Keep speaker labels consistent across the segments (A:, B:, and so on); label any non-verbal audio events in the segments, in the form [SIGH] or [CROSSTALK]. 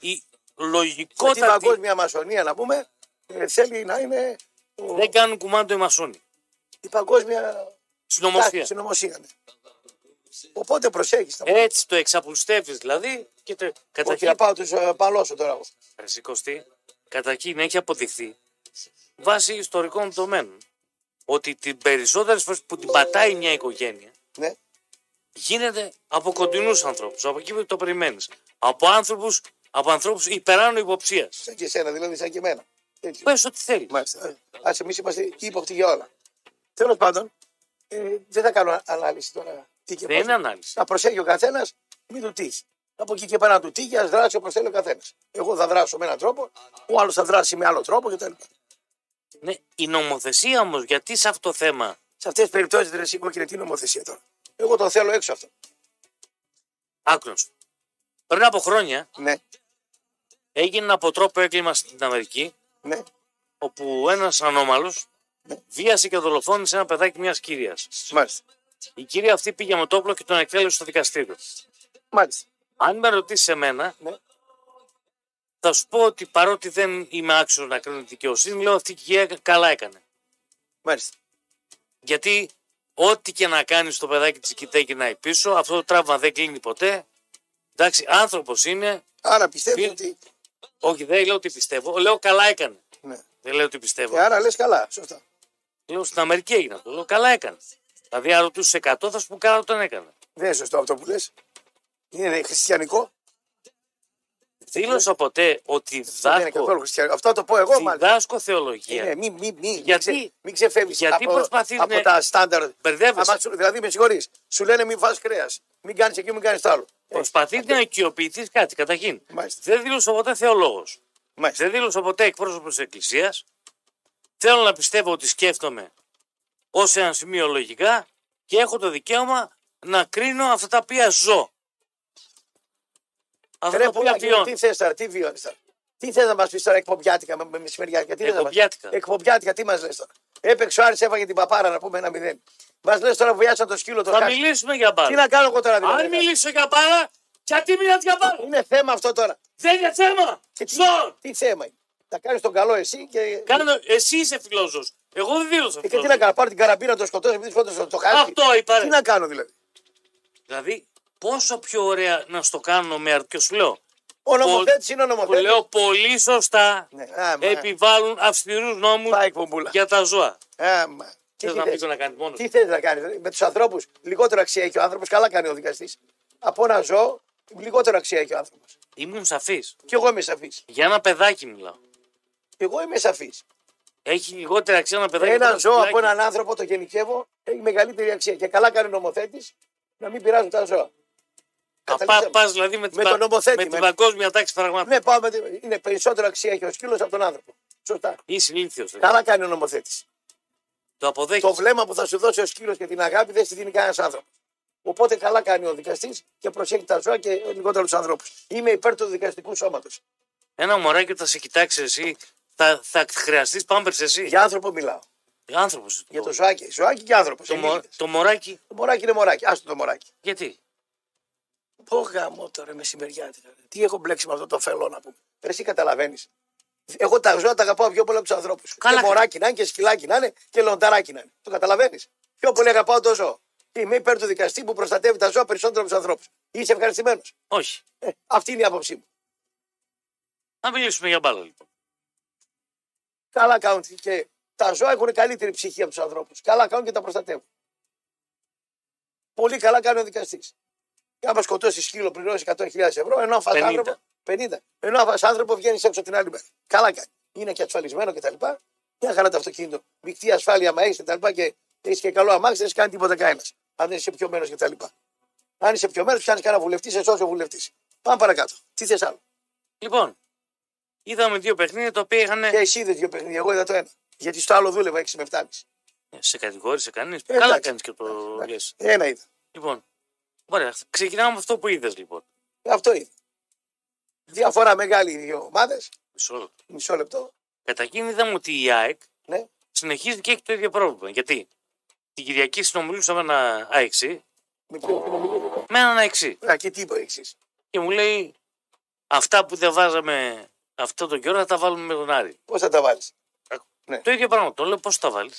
A: η
B: Στην
A: λογικότατη.
B: παγκόσμια μασονία να πούμε ε, θέλει να είναι ο-
A: Δεν κάνουν κουμάντο οι μασόνοι.
B: η παγκόσμια τάξη,
A: Συνωμοσία.
B: συνωμοσία. ναι. Οπότε προσέχεις. Ε,
A: Έτσι το εξαπλουστεύεις δηλαδή. Και το... Κατά
B: Όχι
A: εκεί,
B: να πάω τους ε, παλώσω τώρα.
A: Ρε Σηκωστή, κατά εκείνη έχει αποδειχθεί βάσει ιστορικών δεδομένων ότι την περισσότερες φορές που την πατάει μια οικογένεια
B: Ναι.
A: γίνεται από κοντινούς ανθρώπους, από εκεί που το περιμένεις. Από άνθρωπους, από ανθρώπους υπεράνω υποψίας.
B: Σαν και εσένα δηλαδή, σαν και εμένα. Έτσι.
A: Πες ό,τι θέλεις.
B: Μάλιστα. Α εμείς είμαστε ύποπτοι για όλα. Τέλος πάντων, ε, δεν θα κάνω ανάλυση τώρα. Τι και
A: Δεν
B: πώς.
A: είναι ανάλυση.
B: Να προσέχει ο καθένας, μην του τύχει. Από εκεί και πέρα να του τύχει, ας δράσει όπως θέλει ο καθένας. Εγώ θα δράσω με έναν τρόπο, ο άλλος θα δράσει με άλλο τρόπο κτλ.
A: Ναι, η νομοθεσία όμως, γιατί σε αυτό το θέμα
B: Σε αυτές τις περιπτώσεις δεν είναι κύριε, τι νομοθεσία τώρα. Εγώ το θέλω έξω αυτό.
A: άκρος. Πριν από χρόνια
B: Ναι,
A: έγινε ένα αποτρόπο έγκλημα στην Αμερική
B: ναι,
A: όπου ένας ανώμαλος βίασε και δολοφόνησε ένα παιδάκι μιας κυρίας.
B: μάλιστα.
A: Η κυρία αυτή πήγε με το όπλο και τον εκτέλεσε στο δικαστήριο.
B: Μάλιστα.
A: Αν με ρωτήσεις εμένα,
B: Ναι.
A: θα σου πω ότι παρότι δεν είμαι άξιος να κρίνω τη δικαιοσύνη, λέω αυτή η κυρία καλά έκανε.
B: Μάλιστα.
A: Γιατί ό,τι και να κάνει στο παιδάκι της κοιτάει και να πίσω, αυτό το τραύμα δεν κλείνει ποτέ. Εντάξει, άνθρωπος είναι.
B: Άρα πιστεύω
A: Πήρε-
B: ότι.
A: Όχι, δεν λέω ότι πιστεύω. Λέω καλά έκανε.
B: Ναι.
A: Δεν λέω ότι
B: Ε,
A: πιστεύω.
B: άρα λες καλά, σωστά.
A: Λέω στην Αμερική έγινε αυτό. Λέω καλά έκανε. Δηλαδή, αν ρωτούσες 100, θα σου πω καλά τον έκανε.
B: Δεν είναι σωστό αυτό που λες. Είναι Ναι, χριστιανικό.
A: Δήλωσα ποτέ ότι
B: Δεν είναι καθόλου
A: διδάσκω,
B: χριστιανικό. Αυτό το πω εγώ μάλιστα.
A: διδάσκω θεολογία.
B: Ναι, μην μη, μη,
A: Γιατί-
B: ξε- μην ξεφεύγεις
A: γιατί
B: από,
A: προσπαθείς
B: από
A: να-
B: τα στάνταρ.
A: Μπερδεύεσαι.
B: Άμα σου- Δηλαδή, με συγχωρείς, σου λένε μην βάζει κρέας. Μην κάνεις εκεί, μην κάνεις το άλλο. Ε,
A: Προσπαθεί να οικειοποιηθείς κάτι. Καταρχήν,
B: Μάλιστα.
A: δεν δήλωσα ποτέ θεολόγος.
B: μάλιστα.
A: Δεν δήλωσα ποτέ εκπρόσωπος της Εκκλησίας. Θέλω να πιστεύω ότι σκέφτομαι ως ένα σημείο λογικά και έχω το δικαίωμα να κρίνω αυτά τα οποία ζω. Αυτά
B: Ρε,
A: τα οποία
B: πολλά,
A: βιώνω.
B: τι θες τώρα, τι βιώνει τώρα. Τι θες να μας πεις τώρα εκπομπιάτικα με, με μεσημεριάτικα. Τι θες να μας-
A: Εκπομπιάτικα.
B: Εκπομπιάτικα, τι μας λες τώρα. Έπαιξε ο Άρης, έφαγε την παπάρα να πούμε ένα μηδέν. Μας λες τώρα βιάσαν το σκύλο το
A: Θα
B: χάρι.
A: μιλήσουμε για
B: Τι
A: μπάλα.
B: να κάνω εγώ τώρα
A: Αν
B: δηλαδή.
A: μιλήσω για μπάλα, γιατί μιλάς για μπάλα.
B: Είναι θέμα αυτό τώρα.
A: Δεν είναι θέμα.
B: Και τι,
A: Ζω. Ε,
B: τι θέμα είναι. Θα κάνεις τον καλό εσύ και.
A: Κάνω, εσύ είσαι φιλόζος. Εγώ δεν δήλωσα
B: Ε, και τι να
A: φιλόζωος.
B: κάνω, πάρω την καραμπίνα, το σκοτώσω επειδή σκότωσε το χάρτη.
A: Αυτό είπα.
B: Τι
A: ρε.
B: να κάνω δηλαδή.
A: Δηλαδή, πόσο πιο ωραία να στο κάνω με αρκετό σου λέω.
B: Ο νομοθέτης είναι ο
A: Που
B: νομοθέτη.
A: λέω πολύ σωστά
B: Ναι, άμα.
A: επιβάλλουν αυστηρούς νόμους
B: Πάει εκπομπούλα.
A: για τα ζώα.
B: Άμα. Και
A: Θες
B: τι
A: να πει
B: θες,
A: το να κάνεις μόνος.
B: τι θες να κάνεις, με τους ανθρώπους. Λιγότερο αξία έχει ο άνθρωπος. Καλά κάνει ο δικαστής. Από ένα ζώο, λιγότερο αξία έχει ο άνθρωπος.
A: Ήμουν σαφής.
B: Και εγώ είμαι σαφής.
A: Για ένα παιδάκι μιλάω.
B: Και εγώ είμαι σαφής.
A: Έχει λιγότερη αξία ένα παιδάκι. από
B: Ένα
A: ένα
B: ζώο
A: σκυλάκι.
B: από έναν άνθρωπο το γενικεύω έχει μεγαλύτερη αξία. Και καλά κάνει ο νομοθέτης να μην πειράζουν τα ζώα.
A: Α,
B: Καταλήξαμε.
A: Πας πας, δηλαδή με, την
B: ε, Με
A: πα-
B: τον νομοθέτη,
A: με
B: με-
A: την παγκόσμια τάξη πραγμάτων.
B: Ναι, πάμε. Είναι περισσότερο αξία έχει ο σκύλος από τον άνθρωπο. Σωστά.
A: Είσαι ηλίθιο.
B: Καλά κάνει ο νομοθέτης.
A: Το αποδέχεις.
B: Το βλέμμα που θα σου δώσει ο σκύλος και την αγάπη δεν στη δίνει κανένας άνθρωπος. Οπότε καλά κάνει ο δικαστής και προσέχει τα ζώα και λιγότερο τους ανθρώπους. Είμαι υπέρ του δικαστικού σώματος.
A: Ένα μωράκι όταν σε κοιτάξει εσύ, θα, θα χρειαστείς πάμπερ εσύ.
B: Για άνθρωπο μιλάω.
A: Άνθρωπο.
B: Για το ζωάκι. Ζωάκι και άνθρωπος.
A: το, μω- το μωράκι,
B: το μωράκι είναι μωράκι. Άστο το μωράκι.
A: γιατί.
B: Πω γαμό τώρα μεσημεριάτικα. Τι έχω μπλέξει με αυτό το φελό να πούμε. Ρε, Εσύ καταλαβαίνεις. Εγώ τα ζώα τα αγαπάω πιο πολύ από τους ανθρώπους.
A: Καλά.
B: Και μωράκι να είναι και σκυλάκι να είναι και λονταράκι να είναι. Το καταλαβαίνεις. Πιο πολύ αγαπάω το ζώο. Και Είμαι υπέρ του δικαστή που προστατεύει τα ζώα περισσότερο από τους ανθρώπους. Είσαι ευχαριστημένος.
A: Όχι.
B: Ε, αυτή είναι η άποψή μου.
A: Να μιλήσουμε για μπάλα λοιπόν.
B: Καλά κάνουν και τα ζώα έχουν καλύτερη ψυχή από τους ανθρώπους. Καλά κάνουν και τα προστατεύουν. Πολύ καλά κάνει ο δικαστής. Και άμα σκοτώσει σκύλο, πληρώσει 100.000 ευρώ, ενώ αφάς
A: 50.
B: άνθρωπο. 50. Ενώ αφάς άνθρωπο βγαίνεις έξω την άλλη μέρα. Καλά κάνει. Είναι και ασφαλισμένο κτλ. Μια χαρά το αυτοκίνητο. Μεικτή ασφάλεια, μα έχεις κτλ. Και έχεις και καλό αμάξι, δεν σε κάνει τίποτα κανένας. Αν δεν είσαι πιωμένο κτλ. Αν είσαι πιωμένο, πιάνεις κανένα βουλευτή, σε σώσει ο βουλευτής. Πάμε παρακάτω. Τι θες άλλο.
A: Λοιπόν, είδαμε δύο παιχνίδια τα οποία είχαν.
B: Και εσύ είδες δύο παιχνίδια, εγώ είδα το ένα. Γιατί στο άλλο δούλευα 6 με 7,5.
A: Ε, Σε κατηγόρησε κανείς.
B: Ε,
A: Καλά
B: εντάξει.
A: κάνεις και το λες.
B: Ένα είδα.
A: Λοιπόν, ωραία. Ξεκινάμε με αυτό που είδες λοιπόν.
B: Αυτό είναι. Διαφορά μεγάλη οι δύο ομάδες.
A: Μισό λεπτό.
B: Μισό λεπτό.
A: Κατά εκείνη είδαμε ότι η ΑΕΚ
B: Ναι.
A: συνεχίζει και έχει το ίδιο πρόβλημα. Γιατί την Κυριακή συνομιλούσα με ένα αεξί,
B: Με ποιο
A: με έναν αεξί.
B: Α, και τι είπε εξή.
A: Και μου λέει, Αυτά που δεν βάζαμε αυτό τον καιρό θα τα βάλουμε με τον Άρη.
B: Πώς θα τα Ναι. βάλει.
A: Το ίδιο πράγμα. Τον λέω πώς τα βάλεις.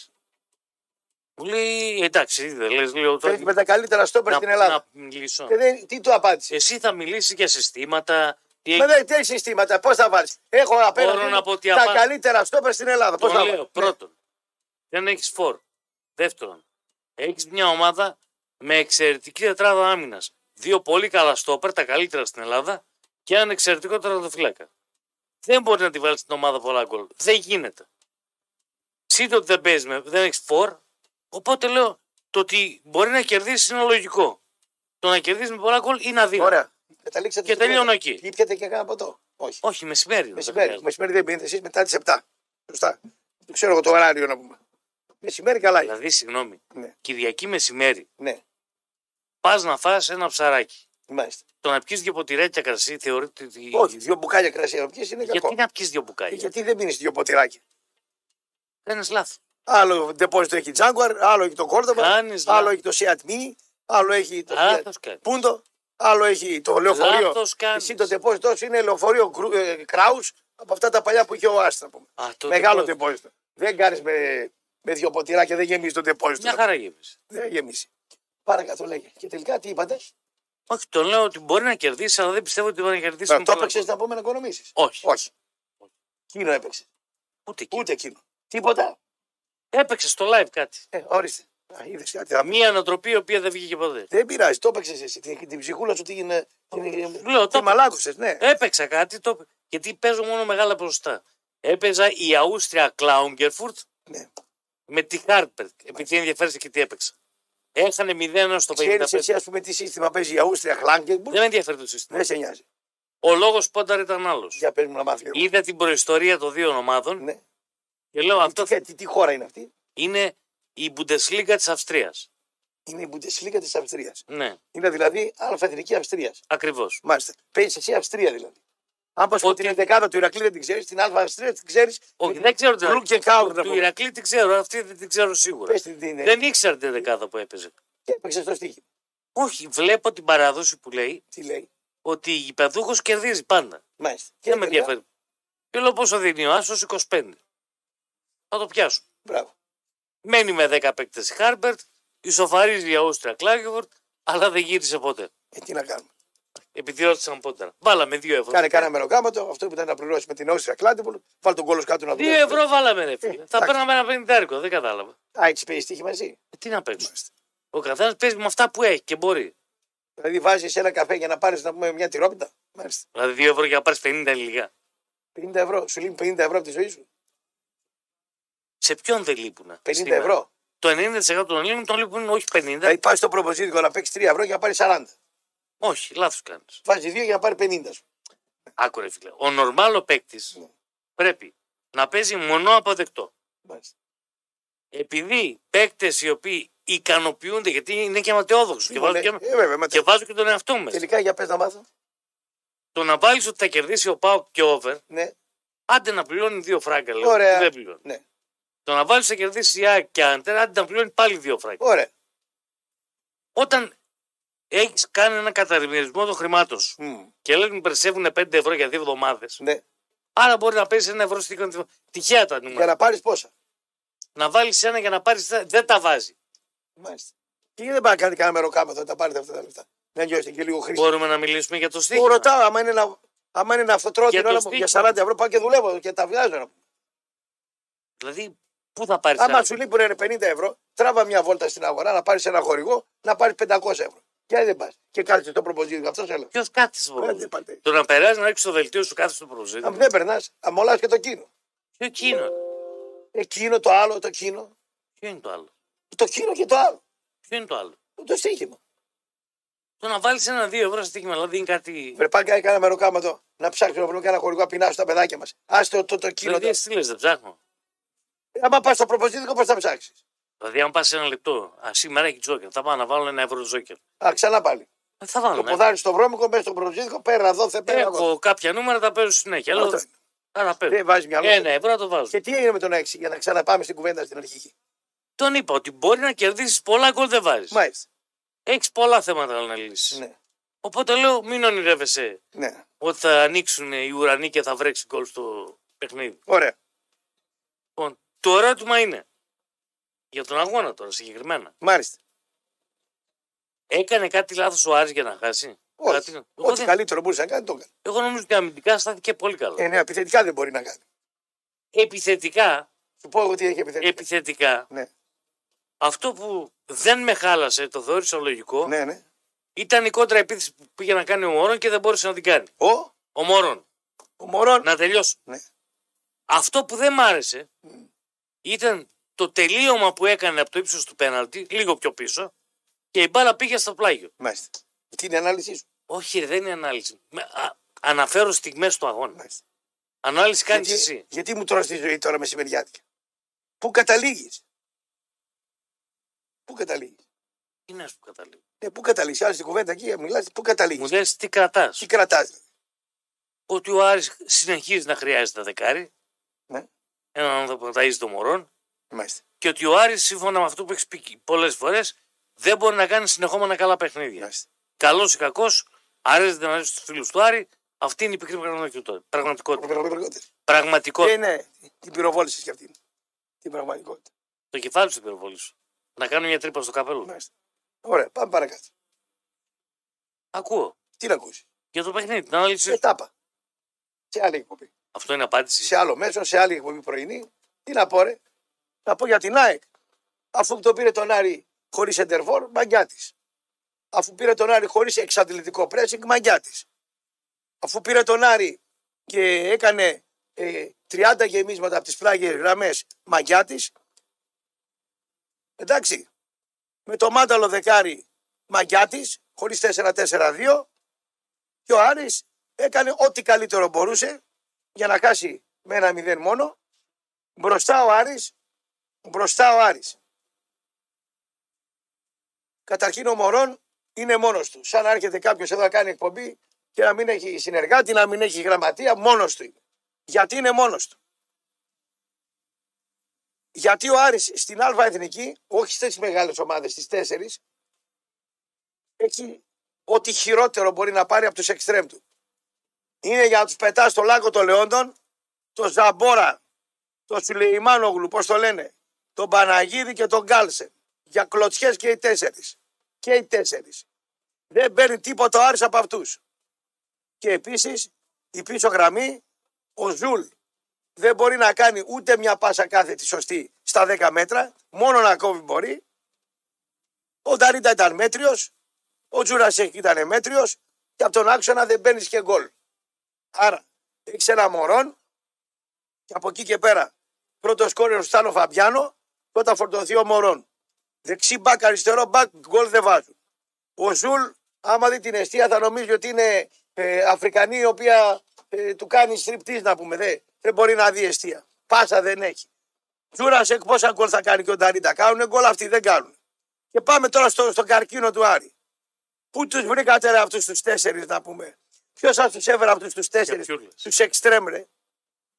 A: Μου λέει εντάξει, δεν λες, λέω τώρα.
B: Θέλει με τα καλύτερα στόπερ στην Ελλάδα.
A: Ε, να μιλήσω.
B: Και Ε, δεν- τι του απάντησε.
A: Εσύ θα μιλήσεις για συστήματα. Τι
B: Με
A: έχει
B: λέει τι συστήματα, πώς θα βάλεις. Έχω απέναντι
A: να
B: μου
A: πω ότι
B: τα
A: απάν-
B: καλύτερα στόπερ στην Ελλάδα. Πώς
A: τον
B: θα
A: λέω.
B: βάλεις.
A: Πρώτον, δεν έχεις φόρ. Δεύτερον, έχεις μια ομάδα με εξαιρετική τετράδα άμυνας. Δύο πολύ καλά στόπερ, τα καλύτερα στην Ελλάδα και έναν εξαιρετικό τερματοφύλακα. Δεν μπορεί να τη βάλεις στην ομάδα πολλά γκολ. Δεν γίνεται. Σύντομα ότι δεν παίζεις, με- δεν έχεις φόρ. Οπότε λέω το ότι μπορεί να κερδίσεις είναι λογικό. Το να κερδίσεις με πολλά γκολ είναι αδύνατο.
B: Ωραία. Καταλήξατε
A: Και
B: στην
A: τελειώνω
B: κουβέντα.
A: εκεί.
B: Ήπιατε και κανένα ποτό. Όχι.
A: Όχι, μεσημέρι. είναι, δεν
B: Μεσημέρι.
A: χρειάζεται.
B: Μεσημέρι δεν πίνετε εσεί μετά τις 7. Σωστά. Δεν ξέρω εγώ το ωράριο να πούμε. Μεσημέρι καλά. είναι.
A: Δηλαδή, συγγνώμη,
B: Ναι.
A: Κυριακή μεσημέρι
B: Ναι.
A: πας να φας ένα ψαράκι.
B: Μάλιστα.
A: Το να πιεις δύο ποτηράκια κρασί θεωρείται ότι.
B: Όχι, δύο μπουκάλια κρασί να πιείς είναι κακό.
A: Γιατί να πιεις δύο
B: Ε,
A: μπουκάλια.
B: Γιατί δεν πίνει δύο ποτηράκια.
A: Κάνεις λάθος.
B: Άλλο ντεπόζιτο έχει Τζάγκουαρ, άλλο έχει το Κόρδοβα,
A: Κάνεις
B: άλλο
A: λάθος.
B: έχει το Σιατμή, άλλο έχει το Fiat
A: Λάθος κάνεις.
B: Πούντο, άλλο έχει το λεωφορείο.
A: Λάθος κάνεις.
B: Εσύ το ντεπόζιτο σου είναι λεωφορείο Κράου από αυτά τα παλιά που είχε ο Άστρα. πούμε.
A: Α, το
B: Μεγάλο
A: ντεπόζιτο.
B: ντεπόζιτο. Δεν κάνεις με, με δύο ποτηράκια, δεν γεμίζεις το ντεπόζιτο.
A: Μια χαρά γέμισε.
B: Δεν γεμίσει. Παρακάτω λέγε. Και τελικά τι είπατε.
A: Όχι, τον λέω ότι μπορεί να κερδίσει, αλλά δεν πιστεύω ότι μπορεί να κερδίσει.
B: Να
A: με
B: το
A: πολλά
B: έπαιξες
A: γκολ.
B: να πούμε να οικονομήσεις.
A: Όχι.
B: Όχι. Κίνο έπαιξε.
A: Ούτε εκεί.
B: Ούτε εκείνο. Τίποτα.
A: Έπαιξε στο live κάτι.
B: Ε, ορίστε. Α, είδες κάτι. θα-
A: Μία ανατροπή η οποία δεν βγήκε ποτέ.
B: Δεν πειράζει, το έπαιξες εσύ. Την, την ψυχούλα σου την. την
A: Λέω, το
B: την μαλάκουσες, ναι.
A: Έπαιξα κάτι, το... γιατί παίζω μόνο μεγάλα ποσοστά. Έπαιζα η Αούστρια Κλάουγκερφουρτ
B: ναι.
A: με τη Χάρπερ, επειδή ενδιαφέρεσαι και τι έπαιξα. Έχανε 0 στο 55.
B: Ξέρεις εσύ, ας πούμε, τι σύστημα παίζει η Αούστρια Χλάνκεμπουργκ.
A: Δεν με ενδιαφέρει το σύστημα.
B: Δεν σε νοιάζει.
A: Ο λόγος πόνταρ ήταν άλλος.
B: Για παίρνουμε να μάθεις. λίγο.
A: Είδα την προϊστορία των δύο ομάδων
B: Ναι.
A: και λέω αυτό
B: Τι, τι, τι χώρα είναι αυτή.
A: είναι η Bundesliga της Αυστρίας.
B: Είναι η Bundesliga της Αυστρίας.
A: Ναι,
B: Είναι δηλαδή αλφαθηνική Αυστρίας.
A: ακριβώς.
B: Μάλιστα. Παίζεις εσύ Αυστρία δηλαδή. Αν πας
A: Ότι-
B: την δεκάδα του Ηρακλή δεν την ξέρεις, την Αλφα Αυστρία την ξέρεις.
A: Όχι, δεν ξέρω την
B: Ρουκ και Χάουρ να
A: Του
B: πούμε.
A: Ηρακλή την ξέρω, αυτή δεν την ξέρω σίγουρα.
B: Πες την την.
A: Δεν ήξερα την δεκάδα που έπαιζε.
B: Και έπαιξε στο στοίχημα.
A: Όχι, βλέπω την παράδοση που λέει
B: Τι λέει.
A: ότι η γηπεδούχο κερδίζει πάντα.
B: Μάλιστα. Και
A: Δεν με
B: τελικά-
A: ενδιαφέρει. Και λέω πόσο δίνει ο Άσος 25. Θα το πιάσω.
B: Μπράβο.
A: Μένει με 10 παίκτες η Χάρμπερτ, ισοφαρίζει η Αούστρια Κλάγεβορτ, αλλά δεν γύρισε ποτέ.
B: Ε, τι να κάνουμε.
A: Επειδή ρώτησαν πόνταρα. Βάλαμε 2 ευρώ.
B: Κάνε κανένα μεροκάματο, αυτό που ήταν να πληρώσει με την Αούστρια Κλάντιμπουλ, βάλ τον κόλος κάτω να δει.
A: 2 ευρώ βάλαμε, ρε φίλε. Θα
B: εντάξει.
A: παίρναμε ένα πενιντάρικο, δεν κατάλαβα.
B: Α, έτσι παίζει στοίχημα εσύ.
A: Ε, Τι να παίξω. Ο καθένας παίζει με αυτά που έχει και μπορεί.
B: Δηλαδή βάζεις ένα καφέ για να πάρεις να πούμε μια τυρόπιτα. Μάλιστα.
A: Δηλαδή 2 ευρώ για να πάρεις 50 λιγά.
B: 50 ευρώ. Σου λείπει 50 ευρώ από τη ζωή σου.
A: Σε ποιον δεν λείπουν.
B: 50
A: σήμερα.
B: ευρώ.
A: Το 90% των Ελλήνων τον λείπουν όχι 50.
B: Δηλαδή πα στο προποσίτικο να παίξει 3 ευρώ για να πάρει 40.
A: Όχι, λάθος κάνεις.
B: Βάζει 2 για να πάρει 50. σου.
A: Άκουρε φίλε. Ο νορμάλο παίκτης
B: Ναι.
A: πρέπει να παίζει μονό αποδεκτό.
B: Μάλιστα.
A: Επειδή παίκτες οι οποίοι ικανοποιούνται, γιατί είναι και αματεόδοξο και, βάζω
B: Ε,
A: και,
B: ε, βέβαια, μετά.
A: και βάζω και τον εαυτό μου. μέσα.
B: Τελικά για πες να μάθω.
A: Το να βάλεις ότι θα κερδίσει ο Πάοκ και over,
B: Ναι,
A: άντε να πληρώνει δύο φράγκα. Λέω,
B: Ωραία.
A: Δεν πληρώνει.
B: ναι.
A: Το να βάλεις να κερδίσεις η ΑΕΚ και άντερ, άντε να πληρώνει πάλι δύο φράγκε.
B: Ωραία.
A: Όταν έχεις κάνει ένα καταρριμμυρισμό των χρημάτων σου
B: Μμ,
A: και λένε ότι περισσεύουν 5 ευρώ για δύο εβδομάδες,
B: ναι.
A: άρα μπορεί να παίζεις ένα ευρώ στην εικόνα. Τυχαία τα νούμερα.
B: Για να πάρεις πόσα.
A: Να βάλεις ένα για να πάρεις. Δεν τα βάζει.
B: Μάλιστα. Και γιατί δεν πάει να κάνει κανένα μεροκάματο να τα πάρετε αυτά τα λεφτά. Να νιώσετε Ναι, και λίγο χρήση.
A: Μπορούμε να μιλήσουμε για το
B: Που
A: στίχημα.
B: ρωτάω, άμα είναι ένα, άμα είναι ένα αυτοτρώτο
A: Για
B: για,
A: το
B: για
A: στοίχημα.
B: 40 ευρώ πάω και δουλεύω και τα βγάζω. να πούμε.
A: Δηλαδή, πού θα πάρεις.
B: Άμα σου λείπουν ρε, 50 ευρώ, τράβα μια βόλτα στην αγορά να πάρεις ένα χορηγό να πάρεις 500 ευρώ. Και δεν πας. Και κάτσε το προποζίδιο. Αυτό σε λέω.
A: Ποιος κάθισε
B: Ε,
A: βόλτα.
B: δεν πάτε.
A: Το να περάσει να ρίξεις το δελτίο σου κάθε στο προζήτημα.
B: Αν δεν περνάς, αμολά και το κίνο.
A: Ποιο εκείνο.
B: Εκείνο το άλλο, το κίνο.
A: Ποιο είναι το άλλο.
B: Το κίνο και το άλλο.
A: Ποιο είναι το άλλο.
B: Το στοίχημα.
A: Το να βάλεις ένα δύο ευρώ στοίχημα, δηλαδή είναι κάτι.
B: Πρέπει να κάνει κανένα μεροκάματο να ψάξει να βρούμε κανένα χορηγό να πεινάσουν τα παιδάκια μας. Άστε το, το κίνο.
A: Δηλαδή, εσύ λες, δεν ψάχνω.
B: το- Άμα πας στο προποζίδιο, πώς θα ψάξεις.
A: Δηλαδή, αν πας ένα λεπτό, α σήμερα έχει τζόκερ, θα πάω να βάλω ένα ευρώ τζόκερ.
B: Α, ξανά πάλι.
A: Ε, Θα
B: Το
A: βάλω. ναι.
B: ποδάρι στο βρώμικο, μέσα στο προποζίδιο, πέρα εδώ, θε πέρα εδώ.
A: Έχω κάποια νούμερα, τα παίζω συνέχεια. Λέω,
B: Αυτό
A: θα
B: είναι.
A: τα παίζω.
B: Δεν βάζεις μυαλό.
A: Ένα ευρώ θα το βάζω.
B: Και τι έγινε με τον 6 για να ξαναπάμε στην κουβέντα στην αρχική.
A: Τον είπα ότι μπορεί να κερδίσεις πολλά γκολ δεν βάζεις.
B: Μάλιστα.
A: Έχεις πολλά θέματα να λύσει.
B: Ναι.
A: Οπότε λέω, μην ονειρεύεσαι
B: Ναι.
A: ότι θα ανοίξουν οι ουρανοί και θα βρέξεις γκολ στο παιχνίδι.
B: Ωραία.
A: Λοιπόν, το ερώτημα είναι για τον αγώνα τώρα συγκεκριμένα.
B: Μάλιστα.
A: Έκανε κάτι λάθος ο Άρης για να χάσει. Κάτι-
B: Όχι.
A: Εγώ,
B: Ό,τι
A: δεν-
B: καλύτερο μπορούσε να κάνει, το έκανε.
A: εγώ νομίζω ότι αμυντικά στάθηκε πολύ καλά.
B: Ε, ναι, επιθετικά δεν μπορεί να κάνει.
A: Επιθετικά,
B: Σου πω εγώ τι έχει επιθετικά.
A: επιθετικά,
B: Ναι.
A: αυτό που δεν με χάλασε, το θεώρησα λογικό,
B: Ναι, ναι.
A: ήταν η κόντρα επίθεση που πήγε να κάνει ο Μωρόν και δεν μπόρεσε να την κάνει.
B: Ο,
A: Ο Μωρόν.
B: ο Μωρόν.
A: Να τελειώσω.
B: Ναι.
A: Αυτό που δεν μ' άρεσε ήταν το τελείωμα που έκανε από το ύψος του πέναλτι, λίγο πιο πίσω, και η μπάλα πήγε στο πλάγιο.
B: Μάλιστα. Τι είναι η ανάλυση σου.
A: Όχι, ρε, δεν είναι ανάλυση. Με- α- αναφέρω στιγμές του αγώνα.
B: Μάλιστα.
A: Ανάλυση κάνεις
B: γιατί,
A: εσύ.
B: γιατί μου τρως τη ζωή τώρα μεσημεριάτικα. Πού καταλήγεις. Πού καταλήγεις.
A: Τι να σου καταλήγω.
B: Ναι, πού καταλήγεις. Άλλη στην κουβέντα εκεί μιλάς. Πού
A: Μου
B: καταλήγεις.
A: λες τι κρατάς.
B: Τι κρατάς.
A: Ότι ο Άρης συνεχίζει να χρειάζεται δεκάρι.
B: Ναι.
A: Έναν άνθρωπο να ταΐζει το μωρόν.
B: Μάλιστα.
A: Και ότι ο Άρης, σύμφωνα με αυτό που έχεις πει πολλές φορές, δεν μπορεί να κάνει συνεχόμενα καλά παιχνίδια.
B: Μάλιστα.
A: καλός ή κακός, αρέσει δεν αρέσει στου φίλους του Άρη, αυτή είναι η πικρή πραγματικότητα. Πραγματικότητα. Πραγματικότητα.
B: Ε, ναι. Την πυροβόληση κι αυτή. Την πραγματικότητα.
A: Το κεφάλι σου υπερβολή σου. Να κάνω μια τρύπα στο καπέλο.
B: Μάλιστα. Ωραία, πάμε παρακάτω.
A: Ακούω.
B: Τι να ακούσεις.
A: Για το παιχνίδι, την ανάλυση.
B: Σε τάπα. Σε άλλη εκπομπή.
A: Αυτό είναι απάντηση.
B: Σε άλλο μέσο, σε άλλη εκπομπή πρωινή. Τι να πω, ρε. Να πω για την ΑΕΚ. Αφού το πήρε τον Άρη χωρίς εντερφόρ, μαγκιά της. Αφού πήρε τον Άρη χωρίς εξαντλητικό pressing, μαγκιά της. Αφού πήρε τον Άρη και έκανε ε, 30 γεμίσματα από τις πλάγιες γραμμές, μαγκιά της. Εντάξει. Με το μάνταλο δεκάρι μαγκιά της, χωρίς 4-4-2. Και ο Άρης έκανε ό,τι καλύτερο μπορούσε για να χάσει με ένα μηδέν μόνο. Μπροστά ο Άρης, μπροστά ο Άρης. Καταρχήν ο Μωρόν είναι μόνος του. Σαν να έρχεται κάποιος εδώ να κάνει εκπομπή και να μην έχει συνεργάτη, να μην έχει γραμματεία, μόνος του είναι. Γιατί είναι μόνος του. Γιατί ο Άρης στην Α Εθνική, όχι στις μεγάλες ομάδες, στις τέσσερις, έχει ό,τι χειρότερο μπορεί να πάρει από τους εξτρέμ του. Είναι για να τους πετάς στο λάκκο των Λεόντων, το Ζαμπόρα, το Σουλεϊμάνογλου, πώς το λένε, τον Παναγίδη και τον Γκάλσεν. Για κλωτσιές και οι τέσσερις. Και οι τέσσερις. Δεν παίρνει τίποτα ο Άρης από αυτούς. Και επίσης, η πίσω γραμμή, ο Ζουλ δεν μπορεί να κάνει ούτε μια πάσα κάθετη σωστή στα 10 μέτρα, μόνο να κόβει μπορεί. Ο Νταρίντα ήταν μέτριος, ο Τζούρασεκ ήταν μέτριος και από τον άξονα δεν παίρνεις και γκολ. Άρα έχει ένα μωρόν και από εκεί και πέρα πρώτος κόρεος ήταν ο Φαμπιάνο και όταν φορτωθεί ο μωρόν. Δεξί μπακ, αριστερό μπακ, γκολ δεν βάζουν. Ο Ζουλ, άμα δει την αιστεία, θα νομίζει ότι είναι ε, Αφρικανή η οποία ε, του κάνει στριπτής να πούμε. Δε, δεν μπορεί να δει αιστεία. Πάσα δεν έχει. Τζούρασεκ πόσα γκολ θα κάνει και ο Νταρίντα. Κάνουν γκολ αυτοί, δεν κάνουν. Και πάμε τώρα στο, στο καρκίνο του Άρη. Πού τους βρήκατε ρε, αυτούς τους τέσσερις, να πούμε. Ποιος σα του έφερε αυτούς τους τέσσερι,
A: ποιους λες?
B: του εξτρέμ, ρε.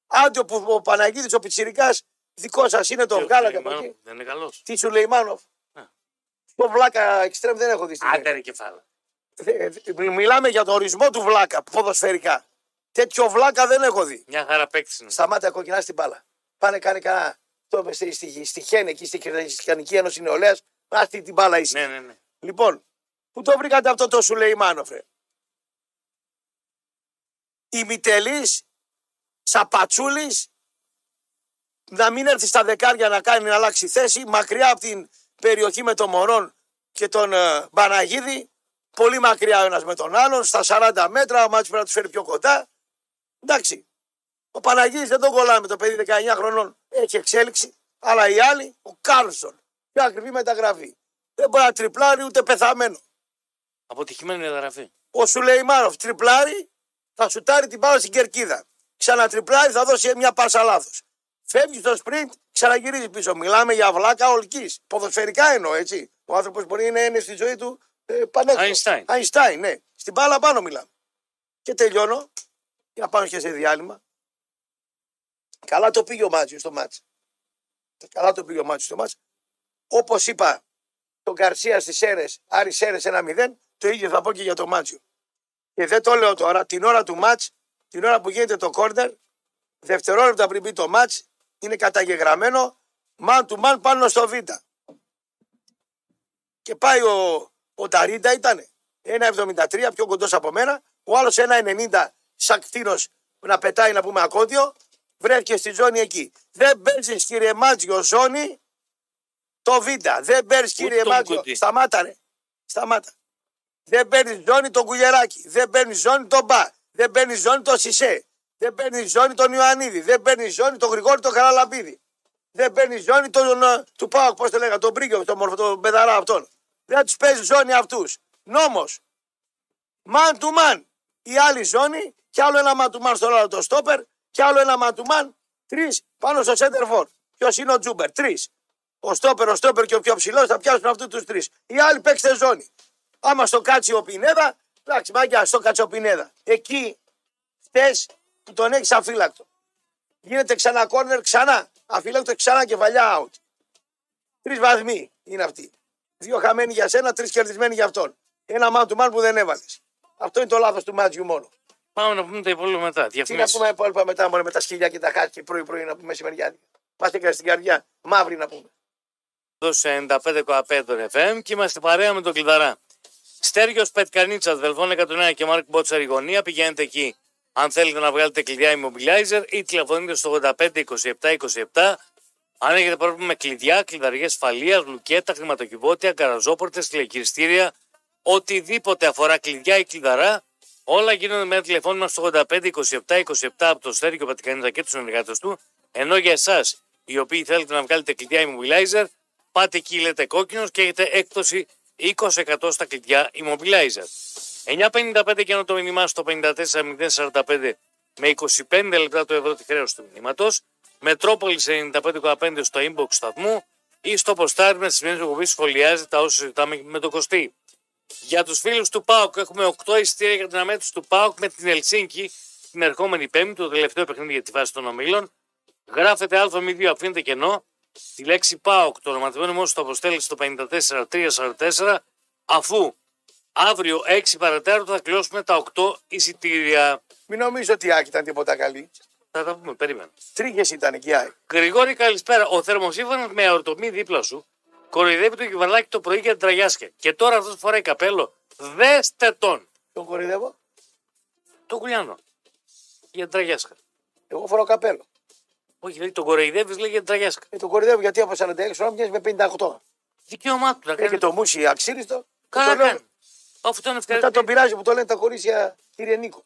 B: Άντε που ο Παναγίδη ο Πιτσυρικά δικό σας είναι,
A: Και
B: το
A: ο
B: βγάλατε από
A: Σουλεϊμάνο
B: εκεί.
A: Δεν είναι καλός.
B: Τι σου λέει, Μάνοφ.
A: Ναι.
B: Το βλάκα εξτρέμ δεν έχω δει. στην
A: Άντε ρε κεφάλα.
B: Δε- δε- μι- Μιλάμε για τον ορισμό του βλάκα ποδοσφαιρικά. Τέτοιο βλάκα δεν έχω δει.
A: Μια χαρά παίκτης είναι.
B: Σταμάτα κοκκινά στην μπάλα. Πάνε κάνει κανένα. Το είπες στη, στη, στη Χέν εκεί, στη Χριστιανική Ένωση Νεολαίας. Αυτή την μπάλα είσαι.
A: Ναι, ναι, ναι.
B: Λοιπόν, πού το βρήκατε αυτό το Σουλεϊμάνο, φρε. Ημιτελής, Σαπατσούλης, να μην έρθει στα δεκάρια να κάνει να αλλάξει θέση, μακριά από την περιοχή με τον Μωρόν και τον ε, Παναγίδη, πολύ μακριά ο ένας με τον άλλον, στα 40 μέτρα, ο Μάτσος πρέπει να τους φέρει πιο κοντά. Εντάξει. Ο Παναγίδης δεν τον κολλάμε, το παιδί 19 χρονών έχει εξέλιξη, αλλά οι άλλοι, ο Κάρλσον, πιο ακριβή μεταγραφή. Δεν μπορεί να τριπλάρει ούτε πεθαμένο.
A: Αποτυχημένη διαγραφή.
B: Ο Σουλεϊμάνοφ τριπλάρει, θα σουτάρει την μπάλα στην κερκίδα. Ξανατριπλάρει, θα δώσει μια πάσα λάθος. Φεύγει στο σπριντ, ξαναγυρίζει πίσω. Μιλάμε για βλάκα ολική. Ποδοσφαιρικά εννοώ, έτσι. Ο άνθρωπος μπορεί να είναι στη ζωή του ε, πανέξω.
A: Einstein.
B: Einstein, ναι. Στην μπάλα πάνω μιλάμε. Και τελειώνω. Για να πάμε και σε διάλειμμα. Καλά το πήγε ο Μάτσιος στο μάτς. Καλά το πήγε ο Μάτσιος στο μάτς. Όπως είπα, τον Καρσία στις Σέρες, Άρη Σέρες 1-0, το ίδιο θα πω και για τον Μάτσιο. Και δεν το λέω τώρα, την ώρα του ματ, την ώρα που γίνεται το κόρνερ, δευτερόλεπτα πριν μπει το ματ, είναι καταγεγραμμένο man to man πάνω στο Β. Και πάει ο, ο Ταρίντα, ήταν 1,73 πιο κοντός από μένα, ο άλλος 1,90 σαν κτίνος να πετάει να πούμε ακόντιο, βρέθηκε στη ζώνη εκεί. Δεν παίζεις κύριε Μάτζιο ζώνη το Β. Δεν παίρνεις κύριε
A: τον
B: Μάτζιο.
A: κουτί.
B: Σταμάτα ρε. Σταμάτα. Δεν παίρνει ζώνη τον Κουλιεράκη. Δεν παίρνει ζώνη τον Μπα. Δεν παίρνει ζώνη τον Σισε. Δεν παίρνει ζώνη τον Ιωαννίδη. Δεν παίρνει ζώνη τον Γρηγόρη τον Καραλαμπίδη. Δεν παίρνει ζώνη τον, ε, του Πάοκ, πώς το λέγα, τον Μπρίγκο, τον μορφο, τον Μπεδαρά αυτόν. Δεν τους παίζει ζώνη αυτούς. Νόμος. Man to man. Η άλλη ζώνη και άλλο ένα man to man στον άλλο το στόπερ και άλλο ένα man to man. Τρεις πάνω στο center for. Ποιος είναι ο Τζούμπερ. Τρεις. Ο στόπερ, ο στόπερ και ο πιο ψηλός θα πιάσουν αυτούς τους τρεις. Οι άλλοι παίξτε ζώνη. Άμα στο κάτσει ο Πινέδα, εντάξει, μάγκια, στο κάτσει ο Πινέδα. Εκεί χτες που τον έχεις αφύλακτο. Γίνεται ξανά κόρνερ, ξανά. Αφύλακτο ξανά κεφαλιά out. Τρεις βαθμοί είναι αυτοί. Δύο χαμένοι για σένα, τρεις κερδισμένοι για αυτόν. Ένα man to man που δεν έβαλες. Αυτό είναι το λάθος του μάτζιου μόνο.
A: Πάμε να πούμε τα υπόλοιπα μετά.
B: Τι να
A: Διαφημίσεις.
B: πούμε υπόλοιπα μετά, μόνο με τα σκυλιά και τα χάκια πρωί-πρωί να πούμε μεσημεριάτικα. Μα έκανε στην καρδιά, μαύρη να πούμε.
A: Εδώ σε 95,5 των FM και είμαστε παρέα με τον Κλειδαρά. Στέργιο Πετκανίτσα, Δελφών 109 και Μάρκ Μπότσαρη Γωνία. Πηγαίνετε εκεί αν θέλετε να βγάλετε κλειδιά immobilizer ή τηλεφωνείτε στο 85-27-27. Αν έχετε πρόβλημα με κλειδιά, κλειδαριά ασφαλείας, λουκέτα, χρηματοκιβώτια, καραζόπορτε, τηλεκυριστήρια, οτιδήποτε αφορά κλειδιά ή κλειδαρά, όλα γίνονται με ένα τηλεφώνημα στο 85-27-27 από το Στέργιο Πετκανίτσα και τους συνεργάτες του. Ενώ για εσάς, οι οποίοι θέλετε να βγάλετε κλειδιά immobilizer, Πάτε εκεί, λέτε κόκκινος και έχετε έκπτωση 20% στα κλειδιά Immobilizer. 9.55 και ενώ το μήνυμά στο 54.045 με 25 λεπτά το ευρώ τη χρέωση του μηνύματος. Μετρόπολης 95,5 στο inbox του σταθμού ή στο ποστάρι με τη σημερινή εκπομπή σχολιάζει τα όσα συζητάμε με τον Κωστή. Για τους φίλους του ΠΑΟΚ έχουμε 8 εισιτήρια για την αμέτρηση του ΠΑΟΚ με την Ελσίνκη την ερχόμενη Πέμπτη, το τελευταίο παιχνίδι για τη φάση των ομίλων. Γράφετε α02, αφήνετε κενό. Τη λέξη ΠΑΟΚ, το ονοματισμένο μόνο το αποστέλει στο 54344, αφού αύριο 6 παρατέρατο θα κλειώσουμε τα 8 εισιτήρια.
B: Μην νομίζω ότι η Άκη ήταν τίποτα καλή.
A: Θα τα πούμε, περίμενα.
B: Τρίχες ήταν εκεί, Άκη.
A: Γρηγόρη, καλησπέρα. Ο θερμοσύμφωνο με αορτομή δίπλα σου κοροϊδεύει το κυβαλάκι το πρωί για την τραγιάσκα. Και τώρα αυτός φοράει καπέλο. Δέστε τον.
B: Τον κορυδεύω.
A: Το κουλιάνο. Για την τραγιάσκα.
B: Εγώ φοράω καπέλο.
A: Όχι, λέει, τον κοροϊδεύεις, λέει για την τραγιάσκα.
B: Ε, τον κορυδεύω γιατί από 46 χρόνια μοιάζει με 58.
A: Δικαίωμά του να
B: Έχει
A: κάνει.
B: το μουσι αξίριστο.
A: Καλά
B: Τον λέω-
A: κάνει. Αφού τον
B: Μετά
A: ευχαριστεί.
B: τον πειράζει που το λένε τα κορίτσια, κύριε Νίκο.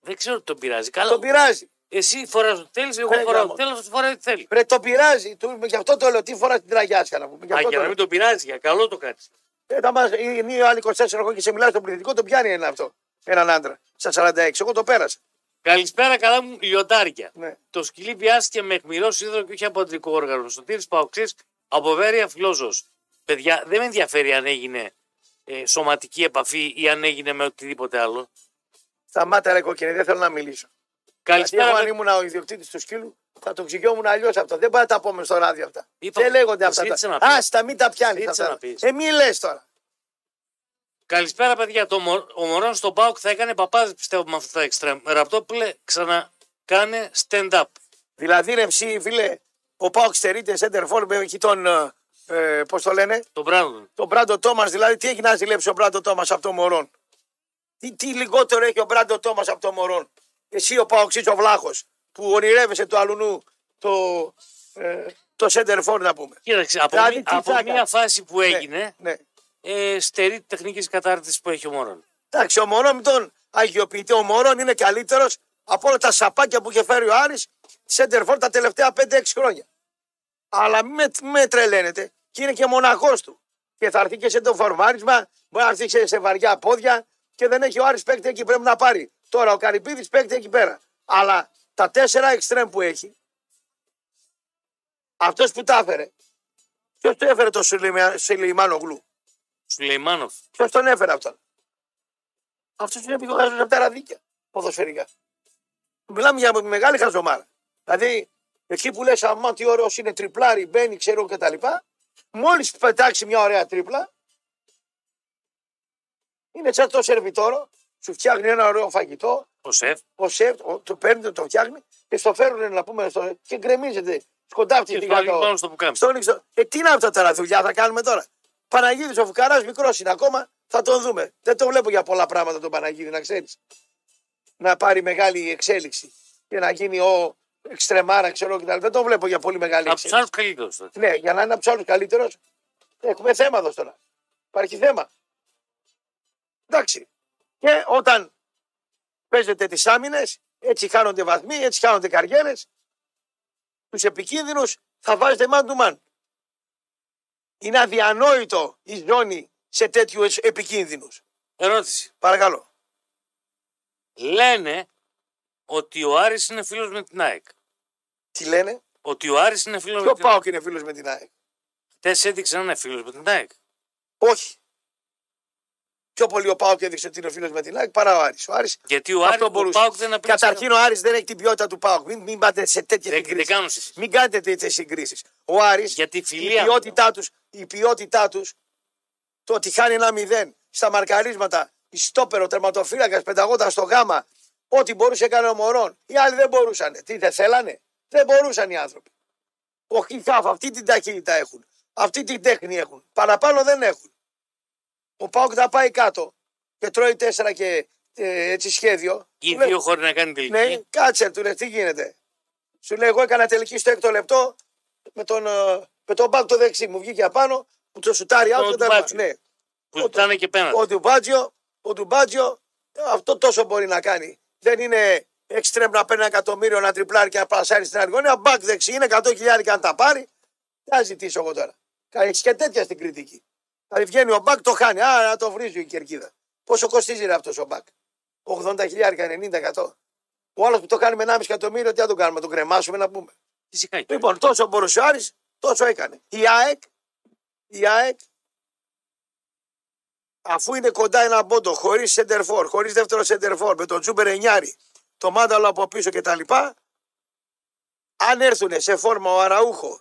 A: Δεν ξέρω τι τον πειράζει. Καλά.
B: Τον πειράζει.
A: Εσύ φοράς ό,τι θέλεις, εγώ
B: Ρε,
A: φοράω
B: γάμο.
A: ό,τι θέλω, αυτό φοράει ό,τι θέλει.
B: Ρε, το πειράζει. Του, γι' αυτό το λέω. Τι φοράς την τραγιάσκα να πούμε. Γι'
A: Α, για
B: αυτό το
A: να
B: λέω.
A: μην τον πειράζει, για καλό το κάτι.
B: Ε, τα μας, είναι οι άλλοι 24 χρόνια και σε μιλάει στον πληθυντικό, τον πιάνει ένα αυτό. Έναν άντρα. Στα 46. Εγώ το πέρασα.
A: Καλησπέρα, καλά μου λιοντάρια.
B: Ναι.
A: Το σκυλί βιάστηκε με αιχμηρό σύνδρομο και όχι από αντρικό όργανο. Στο τύρις παοξής από βέρεια φιλόζο. Παιδιά, δεν με ενδιαφέρει αν έγινε ε, σωματική επαφή ή αν έγινε με οτιδήποτε άλλο.
B: Σταμάτα ρε κόκκινη, δεν θέλω να μιλήσω. Γιατί εγώ
A: Καλησπέρα.
B: αν
A: ρε-
B: ήμουν ο ιδιοκτήτης του σκύλου, θα το ξυγιόμουν αλλιώς αυτό. Δεν πάει να τα πούμε στο ράδιο αυτά.
A: Είπα-
B: δεν λέγονται
A: το
B: αυτά.
A: ζήτησα
B: τα-
A: να πεις.
B: Άστα, μην τα πιάνεις.
A: Ζήτησα
B: αυτά.
A: να πεις.
B: Ε, μη λες τώρα.
A: Καλησπέρα, παιδιά. Το μο... Ο Μωρόν στον Πάουκ θα έκανε παπάδες πιστεύω με αυτά τα εξτρέμ. Ραπτόπουλε, ξανακάνε stand-up.
B: Δηλαδή, ρε ψή, φίλε, ο Πάο στερείται center for με εκεί τον. Ε, Πώς το λένε,
A: Τον Μπράντον.
B: τον Μπράντο Τόμας. Δηλαδή, τι έχει να ζηλέψει ο Μπράντο Τόμας από το Μωρόν. Τι, τι λιγότερο έχει ο Μπράντο Τόμας από το Μωρόν. Εσύ ο Πάο ο Βλάχος που ονειρεύεσαι του αλουνού το, ε, το center for να πούμε.
A: Κοίταξε, από,
B: Δηλαδή,
A: μη-
B: τι
A: από
B: θα έκανε.
A: μια φάση που
B: Ναι,
A: έγινε,
B: ναι.
A: ε, στερεί τη τεχνική κατάρτιση που έχει ο Μωρόν.
B: Εντάξει, ο Μωρόν μην τον αγιοποιητή. Ο Μωρόν είναι καλύτερος από όλα τα σαπάκια που είχε φέρει ο Άρης Σέντερφορ τα τελευταία 5-6 χρόνια. Αλλά μην με, μη με τρελαίνετε. Και είναι και μοναχός του. Και θα έρθει και σε το φορμάρισμα, μπορεί να έρθει σε, σε βαριά πόδια και δεν έχει ο Άρης παίκτη εκεί πρέπει να πάρει. Τώρα ο Καρυπίδης παίκτη εκεί πέρα. Αλλά τα τέσσερα εξτρέμ που έχει, αυτός που τα έφερε, ποιος το έφερε το Σουλεϊμα- Σουλεϊμάνογλου.
A: Σουλεϊμάνοφ.
B: Ποιος τον έφερε αυτόν. Αυτός είναι που χάζουν από τα ραδίκια ποδοσφαιρικά. Μιλάμε για μεγάλη χαζομάρα. Δηλαδή, εκεί που λες, αμά τι ωραίος είναι, τριπλάρι, μπαίνει, ξέρω κτλ. Μόλις πετάξει μια ωραία τρίπλα, είναι σαν το σερβιτόρο σου φτιάχνει ένα ωραίο φαγητό,
A: Ο σεφ.
B: ο σεφ ο- το παίρνει, το φτιάχνει και στο φέρνουν να πούμε στο, και γκρεμίζεται. Σκοντάφτει
A: Και
B: την
A: το άλλο
B: κάτω.
A: πάνω στο πουκάμι.
B: Στον ήξο. Ε, τι να αυτά τώρα δουλειά θα κάνουμε τώρα. Παναγίδης ο Φουκαρά μικρός είναι ακόμα, θα τον δούμε. Δεν τον βλέπω για πολλά πράγματα τον Παναγίδη, να ξέρεις. Να πάρει μεγάλη εξέλιξη και να γίνει ο εξτρεμάρα, ξέρω κτλ. Δεν τον βλέπω για πολύ μεγάλη
A: Από του
B: εξέλιξη.
A: άλλου καλύτερου.
B: Ναι, για να είναι από τους άλλους καλύτερος, έχουμε θέμα εδώ τώρα. Υπάρχει θέμα. Εντάξει. Και όταν παίζετε τις άμυνες, έτσι χάνονται βαθμοί, έτσι χάνονται καριέρες. Τους επικίνδυνους θα βάζετε man to man. Είναι αδιανόητο η ζώνη σε τέτοιους επικίνδυνους.
A: Ερώτηση.
B: Παρακαλώ.
A: Λένε ότι ο Άρης είναι φίλος με την ΑΕΚ.
B: Τι λένε,
A: Ότι ο Άρης είναι φίλος με
B: Ποιο
A: την ΑΕΚ.
B: πάω και είναι φίλος με την ΑΕΚ.
A: Χτε έδειξε να είναι φίλος με την ΑΕΚ.
B: Όχι. Πιο πολύ ο Πάοκ έδειξε ότι είναι φίλος με την ΑΕΚ παρά ο Άρης. Ο Άρης
A: Γιατί ο
B: Αυτό
A: Άρης, ο
B: μπορούσε.
A: Πάουκ δεν απέκτησε.
B: Καταρχήν ο Άρης δεν έχει την ποιότητα του ΠΑΟΚ. Μην, μην πάτε σε τέτοιε
A: Δεν, δεν
B: συγκρίσεις.
A: κάνουν εσείς.
B: Μην κάνετε τέτοιες συγκρίσεις. Ο Άρης,
A: Γιατί η
B: η
A: φιλία.
B: ποιότητά, τους, η ποιότητά τους, το ότι χάνει ένα μηδέν στα μαρκαρίσματα, η στόπερο, τερματοφύλακα, πενταγόταν στο γάμα, ό,τι μπορούσε έκανε ο Μωρόν. Οι άλλοι δεν μπορούσαν. Τι δεν θέλανε. Δεν μπορούσαν οι άνθρωποι. Ο Χιχάφ, αυτή την ταχύτητα έχουν. Αυτή την τέχνη έχουν. Παραπάνω δεν έχουν. Ο Πάοκ θα πάει κάτω και τρώει τέσσερα και ε, έτσι σχέδιο.
A: Οι
B: Του λέει,
A: δύο χώροι να κάνει τελική.
B: ναι, κάτσε, του λέει τι γίνεται. Σου λέει, εγώ έκανα τελική στο έκτο λεπτό με τον, ε, με τον μπακ το δεξί. Μου βγήκε απάνω, μου το σουτάρι
A: Το
B: out.
A: Ντουμπάτζιο.
B: Ναι,
A: που
B: ο-
A: ζητάνε και πέναντι.
B: ο Ντουμπάτζιο, ο Ντουμπάτζιο, ε, αυτό τόσο μπορεί να κάνει. Δεν είναι εξτρέμ να παίρνει ένα εκατομμύριο να τριπλάρει και να πλασάρει στην άλλη γωνία. Μπακ δεξί είναι 100 χιλιάρικα αν τα πάρει. Τι να ζητήσω εγώ τώρα. Έχει και τέτοια στην κριτική. Θα βγαίνει ο μπακ, το χάνει. Άρα το βρίζει η κερκίδα. Πόσο κοστίζει ρε αυτός ο μπακ. 80 χιλιάρικα, 90%. Ο άλλος που το κάνει με 1,5 εκατομμύριο, τι θα τον κάνουμε, να τον κρεμάσουμε να πούμε.
A: Φυσικά. και.
B: Λοιπόν, τόσο μπορούσε ο Άρης, τόσο έκανε. Η ΑΕΚ, η ΑΕΚ, αφού είναι κοντά ένα πόντο, χωρίς σεντερφόρ, χωρίς δεύτερο σεντερφόρ, με τον Τζούμπερ Ενιάρη, το Μάνταλο από πίσω κτλ. Αν έρθουν σε φόρμα ο Αραούχο,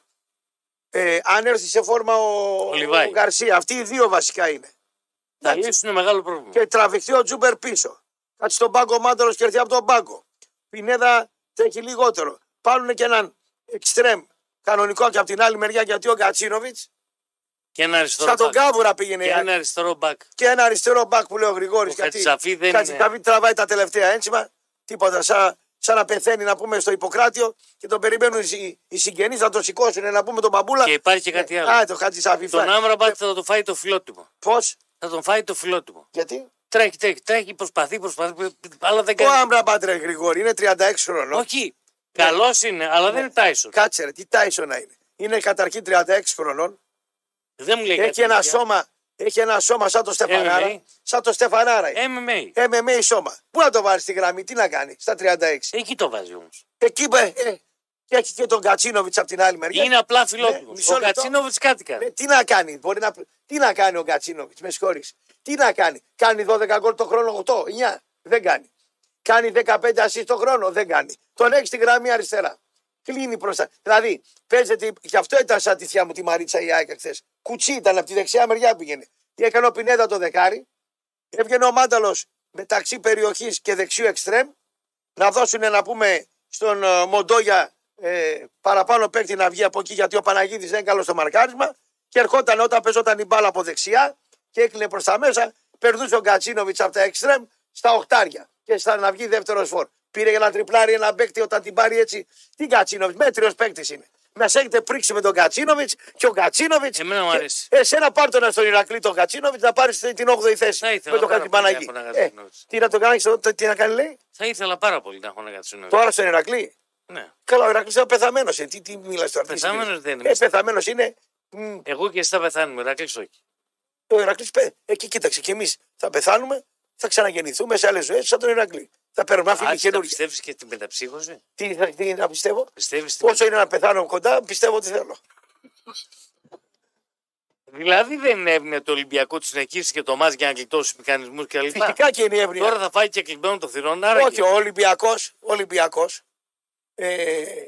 B: ε, αν έρθει σε φόρμα ο,
A: Ο Λιβάη.
B: Γκαρσία, αυτοί οι δύο βασικά είναι.
A: Θα
B: εντάξει.
A: λύσουν μεγάλο πρόβλημα.
B: Και τραβηχθεί ο Τζούμπερ πίσω. Κάτσε στον πάγκο ο Μάνταλο και έρθει από τον πάγκο. Πινέδα τρέχει λιγότερο. Πάρουν και έναν εξτρέμ κανονικό και από την άλλη μεριά γιατί ο Γκατσίνοβιτ
A: Και ένα αριστερό
B: στα τον
A: μπακ.
B: κάβουρα πήγαινε.
A: Και ένα αριστερό μπακ.
B: Και ένα αριστερό μπακ που λέει ο Γρηγόρης.
A: Ο Χατζησαφή δεν
B: Κάτσε
A: είναι.
B: να μην τραβάει τα τελευταία ένσημα. Τίποτα. Σαν, σαν να πεθαίνει να πούμε στο Ιπποκράτιο και τον περιμένουν οι, οι συγγενείς να τον σηκώσουν να πούμε τον μπαμπούλα.
A: Και υπάρχει και κάτι άλλο.
B: Α, το Χατζησαφή.
A: Ε, Τον Άμραμπατ θα το φάει το φιλότιμο.
B: Πώς,
A: Θα τον φάει το φιλότιμο.
B: γιατί.
A: Τρέχει, τρέχει, τρέχει, προσπαθεί, προσπαθεί. Αλλά δεν
B: Ο
A: κάνει.
B: Άμπρα Μπάντρε Ε, Γρηγόρη είναι 36 χρονών.
A: Όχι. Καλός είναι, αλλά δεν είναι Τάισον.
B: Ναι. Κάτσε ρε, τι Τάισον να είναι. Είναι καταρχήν 36 χρονών.
A: Δεν μου λέει κάτι.
B: Έχει ένα,
A: τέτοια.
B: σώμα, έχει ένα σώμα σαν το
A: MMA.
B: Στεφανάρα. Σαν το Στεφανάρα. είναι.
A: MMA.
B: MMA σώμα. Πού να το βάλεις στη γραμμή, τι να κάνει στα 36.
A: Εκεί το βάζει όμως.
B: Εκεί μπε, ε, και έχει και τον Κατσίνοβιτ από την άλλη μεριά.
A: Είναι απλά
B: Ναι,
A: φιλότιμο.
B: μισό
A: Ο
B: λεπτό.
A: Κατσίνοβιτ κάτι κάνει.
B: Ε, τι να κάνει, μπορεί να... τι να κάνει ο Κατσίνοβιτ, με συγχωρείς. Τι να κάνει, κάνει 12 γκολ το χρόνο, 8, 9, δεν κάνει. Κάνει 15 ασίστ το χρόνο, δεν κάνει. Τον έχει στη γραμμή αριστερά. Κλείνει προς τα. Δηλαδή, παίζεται. Γι' αυτό ήταν σαν τη θεία μου τη Μαρίτσα η Άικα χθες. Κουτσί ήταν από τη δεξιά μεριά πήγαινε. Τι έκανε ο Πινέδα το δεκάρι. Έβγαινε ο Μάνταλος μεταξύ περιοχής και δεξιού εξτρέμ. Να δώσουν να πούμε στον ε, Μοντόγια ε, παραπάνω παίκτη να βγει από εκεί γιατί ο Παναγίδης δεν είναι καλός στο μαρκάρισμα. Και ερχόταν όταν παίζονταν η μπάλα από δεξιά και έκλεινε προς τα μέσα. Περνούσε ο Γκατσίνοβιτ από τα εξτρέμ στα οχτάρια και στα να βγει δεύτερος φορ. Πήρε για να τριπλάρει ένα παίκτη όταν την πάρει έτσι. Τι Γκατσίνοβιτ, μέτριος παίκτης είναι. Μα έχετε πρίξει με τον Γκατσίνοβιτ και ο Γκατσίνοβιτ.
A: Εμένα μου αρέσει.
B: Εσένα πάρ' τον στον Ηρακλή τον Γκατσίνοβιτ να πάρεις την 8η θέση.
A: Θα ήθελα
B: με τον
A: πάρα πολύ
B: Χατζημπαναγή.
A: να έχω έναν
B: Ε,
A: Γκατσίνοβιτ.
B: τι να τον κάνεις, τι να κάνει, λέει.
A: Θα ήθελα πάρα πολύ να έχω ένα Κατσίνοβιτ.
B: Τώρα στον Ηρακλή.
A: Ναι.
B: Καλά, ο Ηρακλής είναι πεθαμένος. Τι, τι μιλάς τώρα. τι
A: Πεθαμένος
B: συγκρίνεις.
A: δεν είμαι.
B: Ε, πεθαμένος είναι. μ,
A: Εγώ και εσύ θα πεθάνουμε, Ρακλή όχι.
B: Ο Ηρακλής. Εκεί κοίταξε, κι εμείς θα πεθάνουμε, θα ξαναγεννηθούμε σε άλλες ζωές σαν τον Ηρακλή. Θα παίρνουμε άφηνη
A: Άρχισε να
B: χειρούργια.
A: πιστεύεις και την μεταψύχωση.
B: Τι, θα- τι να πιστεύω.
A: Πιστεύεις την.
B: Όσο είναι να πεθάνω κοντά, πιστεύω ότι θέλω.
A: Δηλαδή δεν έβγαινε το Ολυμπιακό της συνεχίσει και το Μάζ για να γλιτώσει μηχανισμούς κλπ.
B: Φυσικά και είναι η εύνοια.
A: Τώρα θα φάει και κλειμπέον το θηρόν. Άρα
B: Όχι,
A: και-
B: ο Ολυμπιακός. Ολυμπιακός, ε,